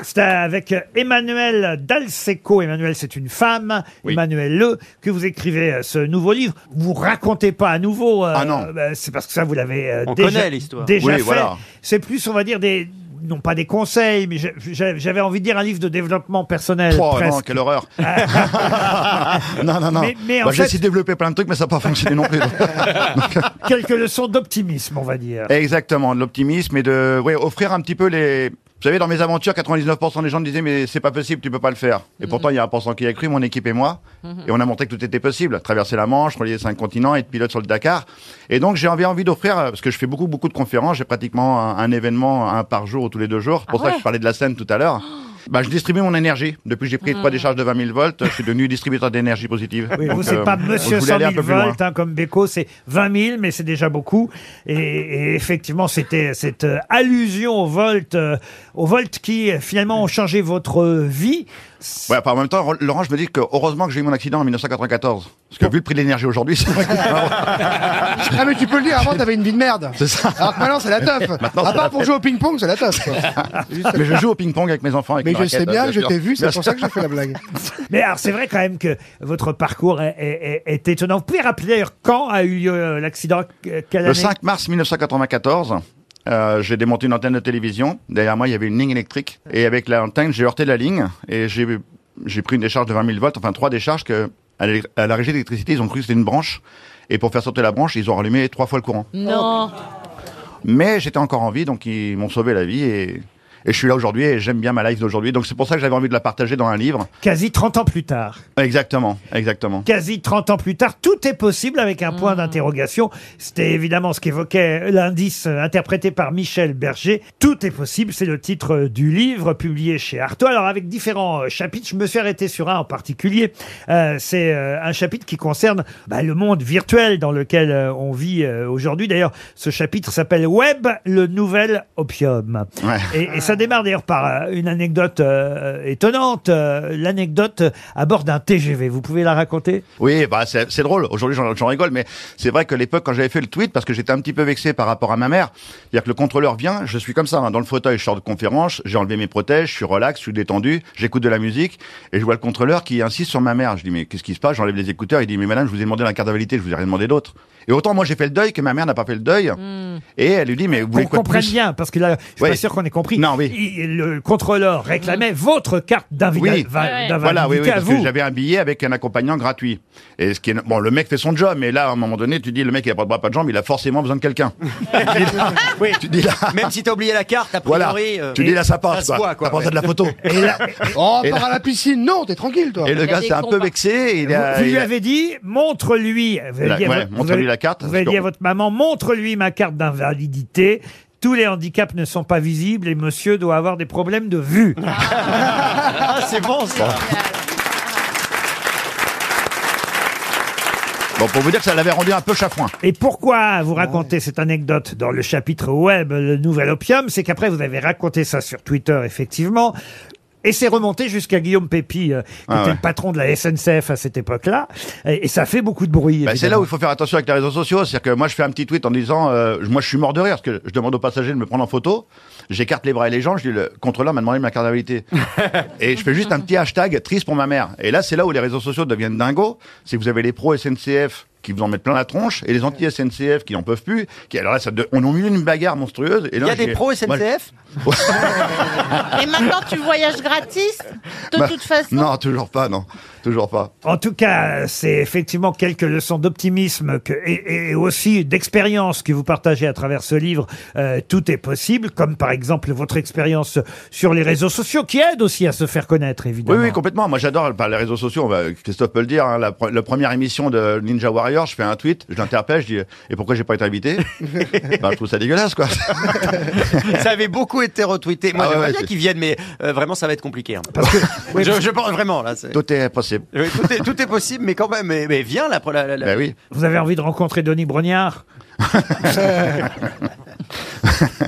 Speaker 2: C'est avec Emmanuel Dalseco. Emmanuel, c'est une femme. Emmanuel Le, que vous écrivez euh, ce nouveau livre. Vous racontez pas à nouveau. ah non. c'est parce que ça, vous l'avez euh,
Speaker 5: On
Speaker 2: déjà,
Speaker 5: connaît l'histoire.
Speaker 2: déjà
Speaker 5: Oui,
Speaker 2: fait.
Speaker 5: voilà.
Speaker 2: C'est plus, on va dire, des, non pas des conseils, mais j'a- j'a- j'avais envie de dire un livre de développement personnel.
Speaker 22: Oh
Speaker 2: presque.
Speaker 22: non, quelle horreur Non, non, non.
Speaker 2: Mais- mais en
Speaker 22: Bah, J'ai
Speaker 2: fait-
Speaker 22: essayé de développer plein de trucs, mais ça n'a pas fonctionné non plus.
Speaker 2: Quelques leçons d'optimisme, on va dire.
Speaker 22: Eh, Exactement, de l'optimisme et de ouais, offrir un petit peu les... Vous savez, dans mes aventures, 99% des gens me disaient mais c'est pas possible, tu peux pas le faire. Et
Speaker 23: Mhm.
Speaker 22: pourtant, il y a 1% qui a cru, mon équipe et moi, et on a montré que tout était possible. Traverser la Manche, relier cinq continents, être pilote sur le Dakar. Et donc, j'ai envie, envie d'offrir, euh, parce que je fais beaucoup, beaucoup de conférences, j'ai pratiquement un, un événement, un par jour ou tous les deux jours. C'est Pour
Speaker 23: Ah
Speaker 22: ça, que
Speaker 23: ouais Oh
Speaker 22: je parlais de la scène tout à l'heure. Bah, je distribue mon énergie. Depuis que j'ai
Speaker 23: Ah.
Speaker 22: pris le poids des charges de 20 000 volts, je suis devenu distributeur d'énergie positive.
Speaker 2: Oui,
Speaker 22: Donc,
Speaker 2: vous, c'est
Speaker 22: euh,
Speaker 2: pas
Speaker 22: je
Speaker 2: Monsieur
Speaker 22: voulais
Speaker 2: 100
Speaker 22: aller un
Speaker 2: 000
Speaker 22: peu plus loin.
Speaker 2: volts, hein, comme Beko, c'est 20 000, mais c'est déjà beaucoup. Et, et effectivement, c'était cette euh, allusion au volt, euh, au volt qui euh, finalement ont changé votre euh, vie.
Speaker 22: Ouais, enfin, en même temps, Laurent, je me dis que heureusement que j'ai eu mon accident en 1994. Parce que vu le prix de l'énergie aujourd'hui, c'est vrai que-
Speaker 3: Ah mais tu peux le dire, avant t'avais une vie de merde.
Speaker 22: C'est ça.
Speaker 3: Alors que maintenant c'est la teuf.
Speaker 22: Maintenant,
Speaker 3: à
Speaker 22: c'est la
Speaker 3: part pour
Speaker 22: teuf.
Speaker 3: jouer au ping-pong, c'est la teuf. quoi.
Speaker 22: Mais je joue au ping-pong avec mes enfants. Avec
Speaker 3: Mais
Speaker 22: mes
Speaker 3: je sais
Speaker 22: raquettes,
Speaker 3: bien, je
Speaker 22: sûr.
Speaker 3: t'ai vu, c'est
Speaker 22: Bien
Speaker 3: pour
Speaker 22: sûr.
Speaker 3: ça que je fais la blague.
Speaker 2: Mais alors, c'est vrai quand même que votre parcours est, est- est- est étonnant. Vous pouvez rappeler d'ailleurs, quand a eu lieu euh, l'accident euh, quelle
Speaker 22: Le
Speaker 2: année
Speaker 22: 5 mars 1994, euh, j'ai démonté une antenne de télévision. Derrière moi, il y avait une ligne électrique. Et avec l'antenne, j'ai heurté la ligne et j'ai j'ai pris une décharge de 20 000 volts, enfin trois décharges que à l'é- à la régie d'électricité, ils ont cru que c'était une branche. Et pour faire sauter la branche, ils ont rallumé
Speaker 19: Oh.
Speaker 22: trois fois le courant.
Speaker 7: non.
Speaker 22: Mais j'étais encore en vie, donc ils m'ont sauvé la vie et Et je suis là aujourd'hui et j'aime bien ma life d'aujourd'hui. Donc c'est pour ça que j'avais envie de la partager dans un livre.
Speaker 2: Quasi 30 ans plus tard.
Speaker 22: Exactement, exactement.
Speaker 2: Quasi 30 ans plus tard, tout est possible avec un point d'interrogation. C'était évidemment ce qu'évoquait l'indice euh, interprété par Michel Berger. Tout est possible, c'est le titre euh, du livre publié chez Artaud. Alors avec différents euh, chapitres, je me suis arrêté sur un en particulier. Euh, c'est euh, un chapitre qui concerne bah, le monde virtuel dans lequel euh, on vit euh, aujourd'hui. D'ailleurs, ce chapitre s'appelle Web, le nouvel opium. Et, et ça démarre d'ailleurs par euh, une anecdote euh, étonnante, euh, l'anecdote à bord d'un TGV. Vous pouvez la raconter
Speaker 22: Oui, bah c'est c'est drôle. Aujourd'hui, j'en j'en rigole, mais c'est vrai que l'époque, quand j'avais fait le tweet, parce que j'étais un petit peu vexé par rapport à ma mère, c'est-à-dire que le contrôleur vient, je suis comme ça, hein, dans le fauteuil, je sors de conférence, j'ai enlevé mes protèges, je suis relax, je suis détendu, j'écoute de la musique, et je vois le contrôleur qui insiste sur ma mère. Je dis, mais qu'est-ce qui se passe J'enlève les écouteurs, il dit, mais madame, je vous ai demandé la carte d'invalidité, je vous ai rien demandé d'autre. Et autant moi, j'ai fait le deuil que ma mère n'a pas fait le deuil, et elle lui dit, mais vous voulez
Speaker 2: Hmm. Qu'on
Speaker 22: quoi de
Speaker 2: comprenne
Speaker 22: plus
Speaker 2: bien, parce que là, je suis
Speaker 22: Ouais.
Speaker 2: pas sûr qu'on ait compris.
Speaker 22: Non, oui.
Speaker 2: Il- le contrôleur réclamait votre carte d'invida-
Speaker 22: Oui,
Speaker 2: va- d'invalidité
Speaker 22: voilà, oui, oui,
Speaker 2: à
Speaker 13: parce
Speaker 2: vous.
Speaker 22: que j'avais un billet avec un accompagnant gratuit. Et ce qui est, bon, le mec fait son job, mais là, à un moment donné, tu dis, le mec, il a pas de bras, pas de jambes, il a forcément besoin de quelqu'un. Tu dis là.
Speaker 5: Même si t'as oublié la carte, a
Speaker 22: Voilà.
Speaker 5: priori. euh,
Speaker 22: tu dis là, ça passe,
Speaker 5: se
Speaker 22: quoi.
Speaker 5: voit,
Speaker 22: T'as pensé à de la photo.
Speaker 2: Et là-
Speaker 3: Oh,
Speaker 22: Et
Speaker 3: part
Speaker 22: là-
Speaker 3: à la piscine, non, t'es tranquille, toi.
Speaker 22: Et le gars, c'est un peu vexé. et il a-
Speaker 2: vous, vous
Speaker 22: Euh, il
Speaker 2: lui
Speaker 22: a-
Speaker 2: avez dit, montre-lui. vous avez
Speaker 22: La-
Speaker 2: dit à
Speaker 22: ouais,
Speaker 2: votre- vous
Speaker 22: montre-lui
Speaker 2: avez-
Speaker 22: la carte,
Speaker 2: Vous
Speaker 22: parce
Speaker 2: avez dit
Speaker 22: que-
Speaker 2: à votre maman, montre-lui ma carte d'invalidité. Tous les handicaps ne sont pas visibles et monsieur doit avoir des problèmes de vue.
Speaker 5: Ah, c'est bon, ça.
Speaker 22: Bon, pour vous dire que ça l'avait rendu un peu chafouin.
Speaker 2: Et pourquoi vous racontez cette anecdote dans le chapitre web, le nouvel opium, c'est qu'après vous avez raconté ça sur Twitter, effectivement. Et c'est remonté jusqu'à Guillaume Pépi, euh, qui
Speaker 22: Ah
Speaker 2: était
Speaker 22: ouais.
Speaker 2: le patron de la SNCF à cette époque-là. Et, et ça fait beaucoup de bruit.
Speaker 22: Bah, c'est
Speaker 2: évidemment.
Speaker 22: là où il faut faire attention avec les réseaux sociaux. C'est-à-dire que moi, je fais un petit tweet en disant, euh, moi, je suis mort de rire parce que je demande aux passagers de me prendre en photo. J'écarte les bras et les jambes. Je dis, le contrôleur m'a demandé ma carte d'habilité. et je fais juste un petit hashtag triste pour ma mère. Et là, c'est là où les réseaux sociaux deviennent dingos. C'est que vous avez les pros SNCF qui vous en mettent plein la tronche et les anti-SNCF qui en peuvent plus. Qui, alors là, ça de- on a eu une bagarre monstrueuse. Et là,
Speaker 5: Il y a des
Speaker 22: j'ai-
Speaker 5: pros
Speaker 22: moi,
Speaker 5: SNCF
Speaker 7: Et maintenant, tu voyages gratis De
Speaker 22: bah,
Speaker 7: toute façon.
Speaker 22: Non, toujours pas, non. Toujours pas.
Speaker 2: En tout cas, c'est effectivement quelques leçons d'optimisme que- et, et aussi d'expérience que vous partagez à travers ce livre. Euh, tout est possible, comme par exemple votre expérience sur les réseaux sociaux qui aide aussi à se faire connaître,
Speaker 22: Oui,
Speaker 2: évidemment.
Speaker 22: oui, complètement. Moi, j'adore bah, les réseaux sociaux. on va- Christophe peut le dire. hein, la, pre- la première émission de Ninja Warrior, je fais un tweet, je l'interpelle, je dis et pourquoi j'ai pas été invité Bah, Je trouve ça dégueulasse, quoi.
Speaker 5: Ça avait beaucoup été retweeté. Moi,
Speaker 22: Ah ouais,
Speaker 5: j'aimerais
Speaker 22: ouais,
Speaker 5: bien
Speaker 22: c'est-
Speaker 5: qu'ils viennent, mais euh, vraiment, ça va être compliqué. hein. je, je pense vraiment, là. c'est-
Speaker 22: Tout est possible.
Speaker 5: Oui, Tout est, tout est possible, mais quand même, mais, mais viens là. pour La, la- la-
Speaker 22: Ben
Speaker 2: Vous avez envie de rencontrer Denis Brognard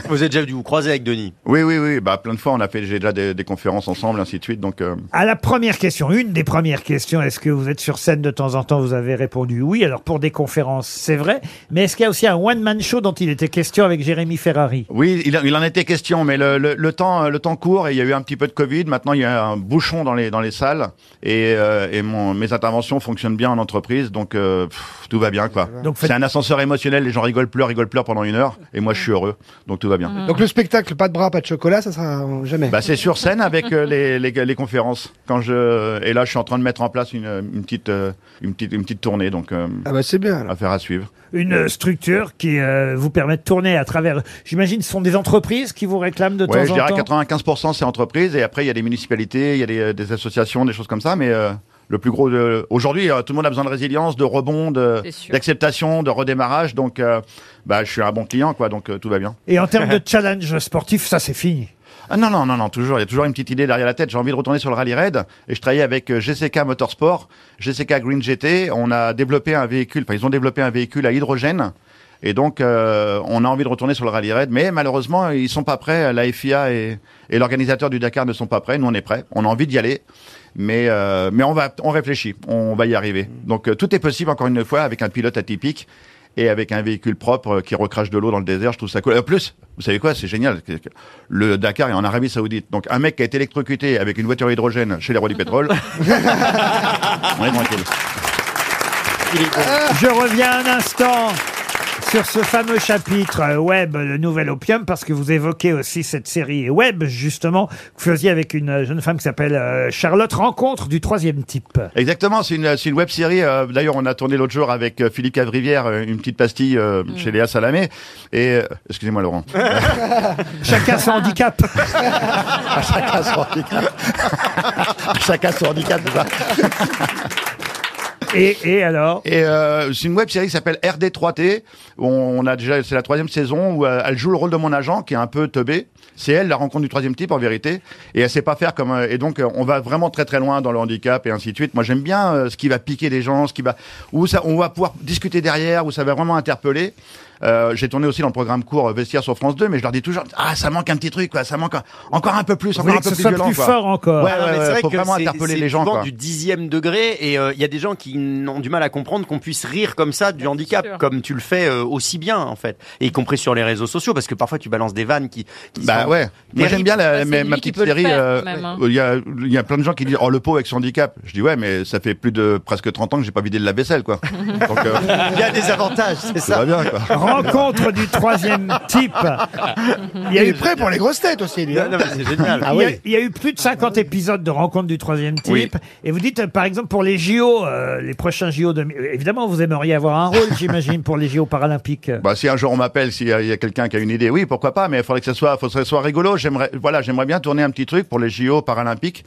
Speaker 5: Vous êtes déjà dû vous croiser avec Denis.
Speaker 22: Oui, oui, oui. Bah, plein de fois, on a fait j'ai déjà des, des conférences ensemble, ainsi de suite. Donc, euh,
Speaker 2: À la première question, une des premières questions, est-ce que vous êtes sur scène de temps en temps Vous avez répondu oui. Alors pour des conférences, c'est vrai. Mais est-ce qu'il y a aussi un one-man show dont il était question avec Jérémy Ferrari
Speaker 22: oui, il, il en était question, mais le, le- le temps, le temps court et il y a eu un petit peu de Covid. Maintenant, il y a un bouchon dans les dans les salles et, euh, et mon, mes interventions fonctionnent bien en entreprise, donc euh, pff, tout va bien, quoi.
Speaker 2: Donc,
Speaker 22: C'est un ascenseur émotionnel. Les gens rigolent, pleurent, rigolent, pleurent pendant une heure, et moi, je suis heureux, donc tout va bien.
Speaker 3: Donc le spectacle, pas de bras, pas de chocolat, ça sera euh, jamais.
Speaker 22: Bah, c'est sur scène avec euh, les, les, les conférences. Quand je et là, je suis en train de mettre en place une, une petite euh, une petite une petite tournée. Donc euh,
Speaker 3: ah bah c'est bien.
Speaker 22: Affaire à suivre.
Speaker 2: Une euh, structure qui euh, vous permet de tourner à travers... J'imagine ce sont des entreprises qui vous réclament de
Speaker 22: Ouais, je
Speaker 2: temps
Speaker 22: dirais
Speaker 2: en temps
Speaker 22: 95% c'est entreprise et après il y a des municipalités, il y a des, euh, des associations, des choses comme ça. Mais euh, le plus gros de- aujourd'hui, euh, tout le monde a besoin de résilience, de rebond, de-
Speaker 2: C'est sûr.
Speaker 22: d'acceptation, de redémarrage. Donc euh, bah, je suis un bon client, quoi. Donc euh, tout va bien.
Speaker 2: Et en termes de challenge sportif, ça c'est fini.
Speaker 22: Ah non, non, non, non, toujours. Il y a toujours une petite idée derrière la tête. J'ai envie de retourner sur le rallye raid. Et je travaillais avec euh, GCK Motorsport, GCK Green GT. On a développé un véhicule, enfin, ils ont développé un véhicule à hydrogène. Et donc, euh, on a envie de retourner sur le rallye raid. Mais malheureusement, ils sont pas prêts. La FIA et, et l'organisateur du Dakar ne sont pas prêts. Nous, on est prêts. On a envie d'y aller. Mais, euh, mais on, va, on réfléchit. On va y arriver. Donc, euh, tout est possible, encore une fois, avec un pilote atypique. Et avec un véhicule propre euh, qui recrache de l'eau dans le désert, je trouve ça cool. Et En plus, vous savez quoi, c'est génial. Le Dakar est en Arabie Saoudite. Donc un mec qui a été électrocuté avec une voiture à hydrogène chez les rois du pétrole. on est tranquille.
Speaker 2: Ah, Je reviens un instant sur ce fameux chapitre euh, web, le nouvel opium, parce que vous évoquez aussi cette série web, justement, que vous faisiez avec une jeune femme qui s'appelle euh, Charlotte Rencontre du troisième type.
Speaker 22: Exactement, c'est une, c'est une web série. euh, D'ailleurs, on a tourné l'autre jour avec euh, Philippe Cavrivière, euh, une petite pastille euh, chez Léa Salamé. Et euh, excusez-moi, Laurent.
Speaker 2: Chacun son handicap.
Speaker 22: Chacun son handicap. Chacun son handicap, c'est ça.
Speaker 2: Et, alors
Speaker 22: Et euh, c'est une web série qui s'appelle RD3T. On, on a déjà, c'est la troisième saison où euh, elle joue le rôle de mon agent qui est un peu teubé. C'est elle la rencontre du troisième type en vérité. Et elle sait pas faire comme. euh, et donc euh, on va vraiment très très loin dans le handicap et ainsi de suite. Moi j'aime bien euh, ce qui va piquer les gens, ce qui va où ça, on va pouvoir discuter derrière, où ça va vraiment interpeller. Euh, j'ai tourné aussi dans le programme court euh, Vestiaire sur France 2, mais je leur dis toujours ah ça manque un petit truc quoi, ça manque un- encore un peu plus,
Speaker 2: Vous
Speaker 22: encore
Speaker 2: voulez
Speaker 22: un
Speaker 2: que
Speaker 22: peu
Speaker 2: ce
Speaker 22: plus
Speaker 2: soit
Speaker 22: violent
Speaker 2: plus
Speaker 22: quoi.
Speaker 2: fort encore.
Speaker 22: Ouais,
Speaker 5: Ah non, mais
Speaker 22: ouais,
Speaker 5: c'est
Speaker 22: ouais,
Speaker 5: vrai
Speaker 22: faut
Speaker 5: que
Speaker 22: vraiment
Speaker 5: c'est-
Speaker 22: interpeller
Speaker 5: c'est
Speaker 22: les gens
Speaker 5: souvent
Speaker 22: quoi.
Speaker 5: du dixième degré et euh, il y a des gens qui n- ont du mal à comprendre qu'on puisse rire comme ça du handicap,
Speaker 22: sûr.
Speaker 5: comme tu le fais euh, aussi bien en fait, et y compris sur les réseaux sociaux parce que parfois tu balances des vannes qui. qui
Speaker 22: Bah
Speaker 5: sont
Speaker 22: ouais. Moi
Speaker 5: terribles.
Speaker 22: j'aime bien la, ma, ma petite série. euh,
Speaker 5: même, hein.
Speaker 22: Il y, a, il y a plein de gens qui disent oh le pauvre avec son handicap. Je dis ouais mais ça fait plus de presque 30 ans que j'ai pas vidé de la vaisselle quoi. Donc, euh,
Speaker 5: Il y a des avantages, c'est
Speaker 22: ça. va bien quoi.
Speaker 2: Rencontre du troisième type.
Speaker 3: Il est prêt pour les grosses têtes aussi, lui. hein. Ah
Speaker 2: il, y a,
Speaker 3: oui.
Speaker 2: il y a eu plus de 50 épisodes de rencontres du troisième type. Et vous dites, euh, par exemple, pour les JO, euh, les prochains JO, de... euh, évidemment, vous aimeriez avoir un rôle, j'imagine, pour les JO paralympiques.
Speaker 22: Bah, si un jour on m'appelle, s'il y a, il y a quelqu'un qui a une idée, oui, pourquoi pas, mais il faudrait que ce soit, faudrait que ce soit rigolo. J'aimerais, voilà, j'aimerais bien tourner un petit truc pour les JO paralympiques,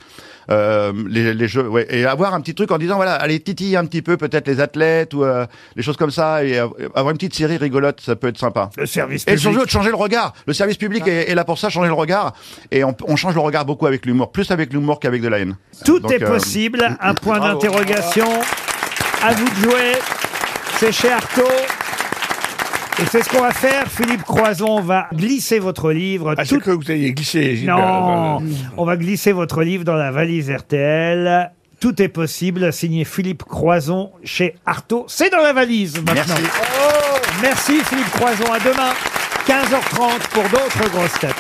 Speaker 22: euh, les, les jeux, ouais, et avoir un petit truc en disant, voilà, allez titiller un petit peu peut-être les athlètes ou euh, les choses comme ça, et euh, avoir une petite série rigolote, ça peut être sympa.
Speaker 2: Le service
Speaker 22: Et
Speaker 2: public. Ah.
Speaker 22: changer, changer le regard. Le service public est, est là pour ça, changer le regard. Et on, on change le regard beaucoup avec l'humour, plus avec l'humour qu'avec de la haine.
Speaker 2: Tout
Speaker 22: Donc,
Speaker 2: est
Speaker 22: euh,
Speaker 2: possible. Un point
Speaker 22: bravo.
Speaker 2: d'interrogation. À vous de jouer. C'est chez Artaud. Et c'est ce qu'on va faire. Philippe Croison va glisser votre livre.
Speaker 6: Ah, c'est que vous ayez glissé. Gilbert.
Speaker 2: Non,
Speaker 6: Euh,
Speaker 2: on va glisser votre livre dans la valise RTL. Tout est possible, signé Philippe Croison chez Artaud. C'est dans la valise maintenant.
Speaker 22: Merci.
Speaker 2: Oh, merci Philippe Croison. À demain, 15h30 pour d'autres grosses têtes.